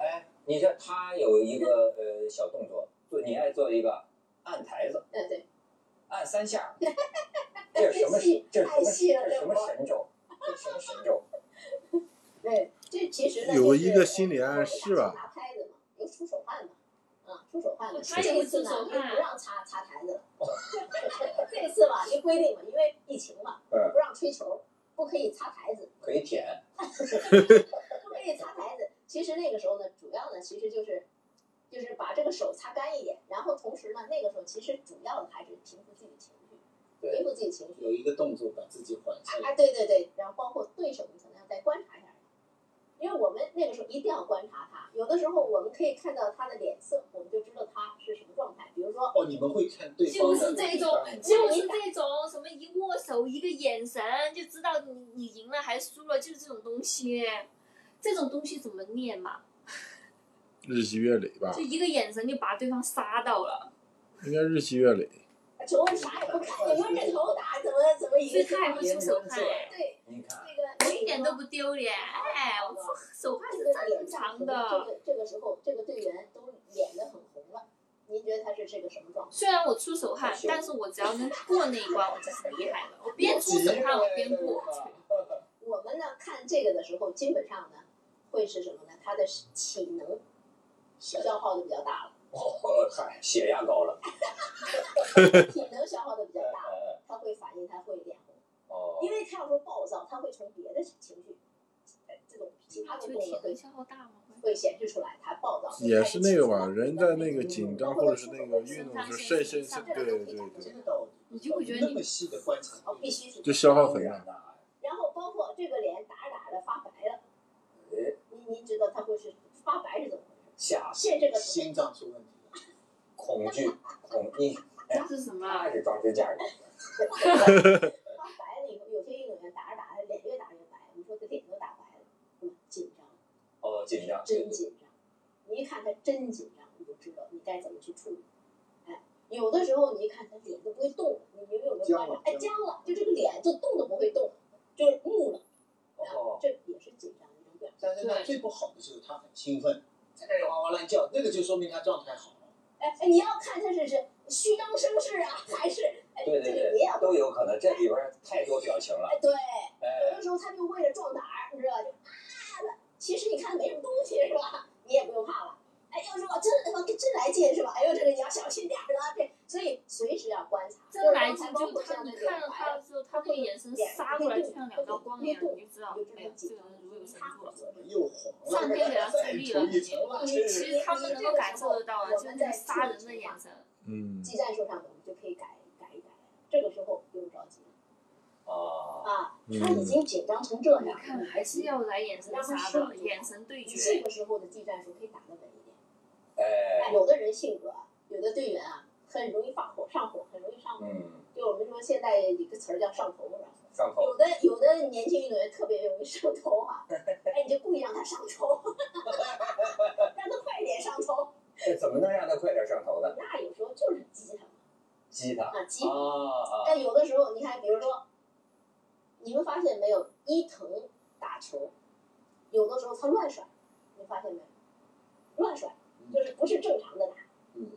[SPEAKER 7] 哎，你说他有一个呃小动作，做你爱做一个按台子，
[SPEAKER 5] 呃对哎对，
[SPEAKER 7] 按 三下，这是什么？这是什么？这是什么神咒？这是什么神咒？
[SPEAKER 5] 对，这其实呢
[SPEAKER 2] 有一个心理暗示吧
[SPEAKER 5] 吧，拿拍子嘛，有出手汗嘛，啊，出手汗嘛。
[SPEAKER 1] 他也
[SPEAKER 5] 这
[SPEAKER 1] 会
[SPEAKER 5] 次呢
[SPEAKER 1] 出手
[SPEAKER 5] 又
[SPEAKER 1] 汗
[SPEAKER 5] 不让擦擦台子了，这次吧就规定嘛，因为疫情嘛，
[SPEAKER 7] 嗯
[SPEAKER 5] 不让吹球，不可以擦台子，
[SPEAKER 7] 可以舔，
[SPEAKER 5] 不可以擦台子。其实那个时候呢，主要呢，其实就是就是把这个手擦干一点，然后同时呢，那个时候其实主要的还是平复自己情绪，
[SPEAKER 6] 对
[SPEAKER 5] 平复自己情绪。
[SPEAKER 6] 有一个动作把自己缓下来。
[SPEAKER 5] 啊，对对对，然后包括对手，你可能要再观察一下，因为我们那个时候一定要观察他。有的时候我们可以看到他的脸色，我们就知道他是什么状态。比如说，
[SPEAKER 6] 哦，你们会看对方
[SPEAKER 1] 就
[SPEAKER 6] 的
[SPEAKER 1] 是这种
[SPEAKER 6] 那个，
[SPEAKER 1] 就是这种什么一握手一个眼神就知道你你赢了还输了，就是这种东西。这种东西怎么练嘛？
[SPEAKER 2] 日积月累吧
[SPEAKER 1] 就，一个眼神就把对方杀到了，
[SPEAKER 2] 应该日积月累。
[SPEAKER 5] 球啥也不看，你闷着头打，怎么怎么
[SPEAKER 1] 所以
[SPEAKER 5] 赢？
[SPEAKER 1] 他也不出手汗，
[SPEAKER 5] 对，
[SPEAKER 7] 你看，
[SPEAKER 5] 那个
[SPEAKER 1] 我一点都不丢脸。哎，我出手汗
[SPEAKER 5] 这
[SPEAKER 1] 是
[SPEAKER 5] 个脸
[SPEAKER 1] 正常
[SPEAKER 5] 这
[SPEAKER 1] 的。
[SPEAKER 5] 个这个时候，这个队员都脸得很红了，您觉得他是这个什么状态？
[SPEAKER 1] 虽然我出手汗，但啊是我只要能过那一关，我就是厉害了。我边出手汗我边过，
[SPEAKER 5] 我们呢看这个的时候，基本上呢会是什么呢？他的体能消耗的比较大了，
[SPEAKER 7] 哦，嗨，血压高了，
[SPEAKER 5] 体能消耗的比较大
[SPEAKER 2] 嗯
[SPEAKER 5] 了，他会反应，他会脸红。
[SPEAKER 7] 哦，
[SPEAKER 5] 因为他要说暴躁，他会从别的情绪，呃这种其他
[SPEAKER 1] 啊这
[SPEAKER 5] 的
[SPEAKER 1] 个
[SPEAKER 5] 动
[SPEAKER 1] 体
[SPEAKER 5] 作
[SPEAKER 1] 能
[SPEAKER 5] 会
[SPEAKER 1] 消耗大吗？
[SPEAKER 5] 会显示出来他暴躁。
[SPEAKER 2] 也是那个吧，人在那个紧张或者是那个运动的时候，肾肾肾，对对
[SPEAKER 6] 这
[SPEAKER 2] 对，
[SPEAKER 6] 个道理。
[SPEAKER 1] 你就会觉得
[SPEAKER 6] 那
[SPEAKER 1] 你
[SPEAKER 6] 么细的观察
[SPEAKER 5] 哦，，必须是。
[SPEAKER 2] 就消耗很大
[SPEAKER 7] 当然。啦，
[SPEAKER 5] 然后包括这个脸打着打着发白了，
[SPEAKER 7] 哎，
[SPEAKER 5] 您您知道他会是发白是怎么回事？
[SPEAKER 7] 吓死，
[SPEAKER 5] 是这个
[SPEAKER 6] 心脏出问题了。
[SPEAKER 7] 恐惧，恐，你
[SPEAKER 1] 这是什么啊
[SPEAKER 7] 那？是装支架的，
[SPEAKER 5] 发白了以后，有些运动员打着打着脸越打越白，你说这脸都打白了，那么紧张，
[SPEAKER 7] 哦，紧张，
[SPEAKER 5] 真紧张。你一看他真紧张，你就知道你该怎么去处理。哎，有的时候你一看他脸都不会动，你你们有没有观察？哎，僵了，就这个脸就动都不会动，就是木了。
[SPEAKER 7] 哦，
[SPEAKER 5] 这也是紧张的一种表现。
[SPEAKER 6] 但是他最不好的就是他很兴奋，在那里哇哇乱叫，那个就说明他状态好了。
[SPEAKER 5] 哎哎，你要看他是是虚张声势啊，还是哎
[SPEAKER 7] 对
[SPEAKER 5] 这
[SPEAKER 7] 对
[SPEAKER 5] 个也要
[SPEAKER 7] 对，都有可能，这里边太多表情了，
[SPEAKER 5] 哎对，有
[SPEAKER 7] 哎，
[SPEAKER 5] 的时候他就为了壮胆儿，你知道吧就啊的，其实你看没什么东西是吧？你也不用怕了。哎，要是我真他妈真来劲是吧？哎呦，这个你要小心点儿了。这所以随时要观察。
[SPEAKER 1] 真来劲
[SPEAKER 5] 就
[SPEAKER 1] 就是
[SPEAKER 5] 刚才包括
[SPEAKER 1] 他，
[SPEAKER 5] 像
[SPEAKER 1] 你
[SPEAKER 5] 那个
[SPEAKER 1] 看了他
[SPEAKER 5] 白
[SPEAKER 1] 的时候，他那个眼神杀过来，就像两道光一样，你就知道，哎呀，这个人如有神助了。
[SPEAKER 6] 怎么又黄了？
[SPEAKER 1] 上天给他
[SPEAKER 6] 再
[SPEAKER 1] 助力了
[SPEAKER 6] 涂一层了。
[SPEAKER 1] 其实他们能够感受得到的，就是那个杀人的眼神。
[SPEAKER 2] 嗯，
[SPEAKER 5] 技战术上，我们就可以改改一改。这个时候不用着急
[SPEAKER 7] 哦，
[SPEAKER 5] 啊，
[SPEAKER 2] 嗯
[SPEAKER 5] 他已经紧张成这样，
[SPEAKER 1] 你看，还是要来眼神杀的，眼神对
[SPEAKER 5] 你这
[SPEAKER 1] 决。
[SPEAKER 5] 个时候的技战术可以打得稳一点。
[SPEAKER 7] 哎，
[SPEAKER 5] 有的人性格啊，有的队员啊，很容易发火，上火，很容易上火。
[SPEAKER 7] 嗯，
[SPEAKER 5] 就我们说现在有一个词儿叫上头，是吧？
[SPEAKER 7] 上头，
[SPEAKER 5] 有的有的年轻运动员特别容易上头啊，哎，你就故意让他上头， 让他快点上头。
[SPEAKER 7] 这怎么能让他快点上头呢？
[SPEAKER 5] 那有时候就是激他嘛
[SPEAKER 7] 激他，
[SPEAKER 5] 啊，
[SPEAKER 6] 哦
[SPEAKER 5] 激。
[SPEAKER 7] 啊啊，
[SPEAKER 5] 但有的时候你看，比如说，你们发现没有，伊藤打球，有的时候他乱甩，你发现没有？乱甩就是不是正常的打。
[SPEAKER 6] 嗯，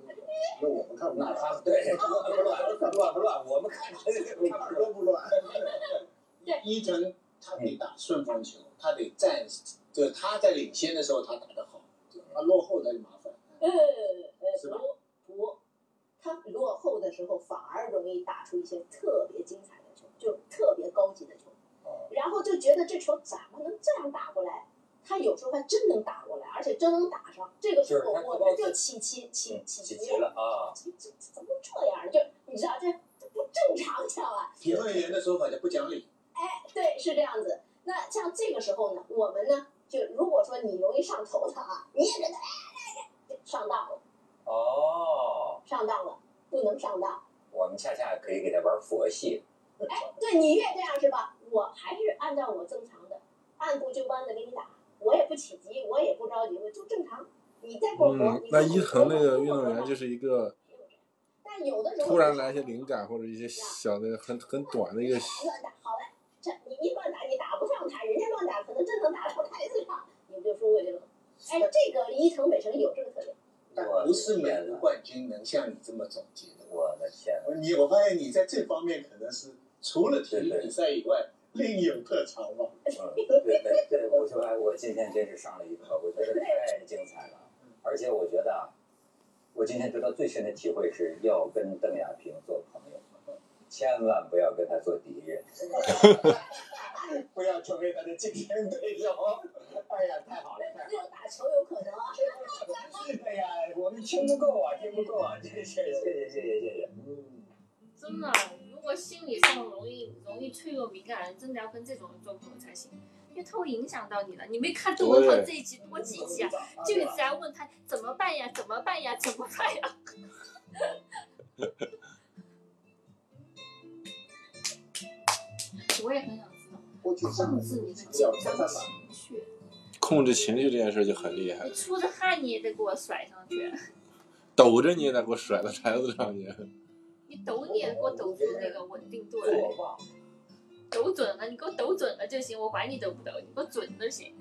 [SPEAKER 6] 那我们看不
[SPEAKER 7] 那
[SPEAKER 6] 到，
[SPEAKER 7] 他对乱不乱？乱不乱？我们看
[SPEAKER 8] 他
[SPEAKER 7] 他
[SPEAKER 8] 哪
[SPEAKER 7] 不
[SPEAKER 8] 儿都
[SPEAKER 7] 乱，
[SPEAKER 8] 不乱。
[SPEAKER 6] 伊藤他得打顺风球，他得占，就是他在领先的时候他打得好，他落后他就麻烦。
[SPEAKER 5] 呃呃，
[SPEAKER 6] 是吧
[SPEAKER 5] 不不，他落后的时候反而容易打出一些特别精彩的球，就是特别高级的球，
[SPEAKER 7] 哦
[SPEAKER 5] 然后就觉得这球怎么能这样打过来？他有时候还真能打过来，而且真能打上。这个时候
[SPEAKER 7] 就是他
[SPEAKER 5] 我
[SPEAKER 7] 高
[SPEAKER 5] 们
[SPEAKER 7] 级
[SPEAKER 5] 就起起起
[SPEAKER 7] 嗯
[SPEAKER 5] 起
[SPEAKER 7] 起
[SPEAKER 5] 急
[SPEAKER 7] 急了啊，
[SPEAKER 5] 这这怎么这样？就你知道这这不正常，知道吧？
[SPEAKER 6] 评论员的说法叫不讲理，
[SPEAKER 5] 对，是这样子。那像这个时候呢，我们呢，就如果说你容易上头的啊，你也觉得哎哎哎，上当了，
[SPEAKER 7] 哦，
[SPEAKER 5] 上当了，不能上当。
[SPEAKER 7] 我们恰恰可以给他玩佛系，
[SPEAKER 5] 对你越这样是吧？我还是按照我正常的，按部就班的给你打，我也不起急，我也不着急，我就正常。你再给我活，
[SPEAKER 2] 嗯
[SPEAKER 5] 你，
[SPEAKER 2] 那
[SPEAKER 5] 再给
[SPEAKER 2] 伊
[SPEAKER 5] 我
[SPEAKER 2] 藤那
[SPEAKER 5] 活
[SPEAKER 2] 个运动员就是一个
[SPEAKER 5] 但有的时候
[SPEAKER 2] 突然来一些灵感或者一些小的很很短的一个，
[SPEAKER 5] 乱打，好了，这你一乱打你打不上台，人家乱打可能真能打到台子上，你就说我这个，哎，这个伊藤美诚有这个特点，
[SPEAKER 6] 但
[SPEAKER 7] 我
[SPEAKER 6] 不是每
[SPEAKER 7] 天
[SPEAKER 6] 个
[SPEAKER 7] 呐，
[SPEAKER 6] 冠军能像你这么总结的。
[SPEAKER 7] 我的天呐，
[SPEAKER 6] 你我发现你在这方面可能是除了体育比赛以外另有特长吧？
[SPEAKER 7] 对对对，我说哎，我今天真是上了一课，我觉得太精彩了，而且我觉得啊，我今天得到最深的体会是要跟邓亚萍做朋友，千万不要跟她做敌人，不要成为她的竞争对手。哎呀，太好了，太好
[SPEAKER 5] 只有打球有可能啊。
[SPEAKER 7] 了！哎呀，我们听不够啊，听不够啊，真是谢谢谢谢谢谢。嗯，
[SPEAKER 1] 真的，如果心理上容易容易脆弱敏感的人，真的要跟这种人做朋友才行，因为他会影响到你的。你没看窦文涛这一集多积极啊，就一直在问他怎么办呀，怎么办呀，怎么办呀？我也很想知道
[SPEAKER 8] 我去上
[SPEAKER 1] 控制你的紧张情绪，
[SPEAKER 2] 控制情绪这件事就很厉害
[SPEAKER 1] 你，出着汗你也得给我甩上去，
[SPEAKER 2] 抖着你也得给我甩到台子上去。
[SPEAKER 1] 你抖你也给我抖出那个稳定度来。
[SPEAKER 7] 做吧，
[SPEAKER 1] 抖准了，你给我抖准了就行，我管你抖不抖，你给我准就行。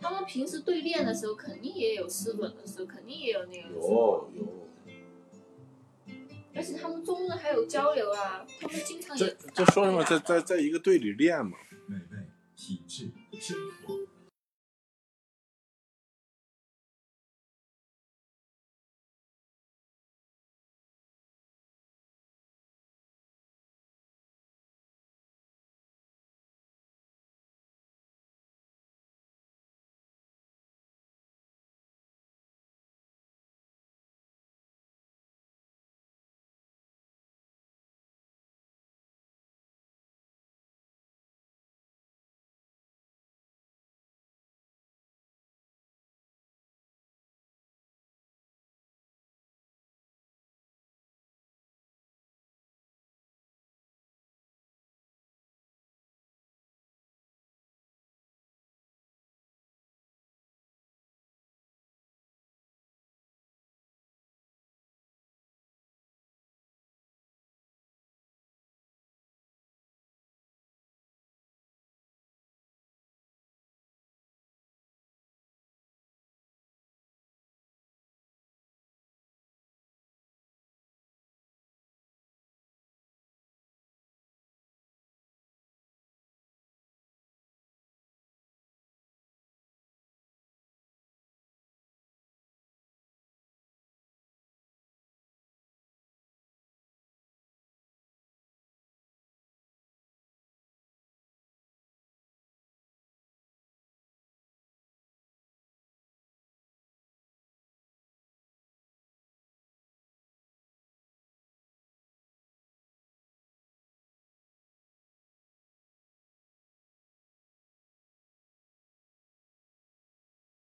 [SPEAKER 1] 他们平时对练的时候，肯定也有失准的时候，肯定也有那个时候，
[SPEAKER 2] 有有，
[SPEAKER 1] 而且他们中日还有交流啊，他们经常也啊
[SPEAKER 2] 这这说什么？在在在一个队里练嘛。
[SPEAKER 4] 美味、体质、生活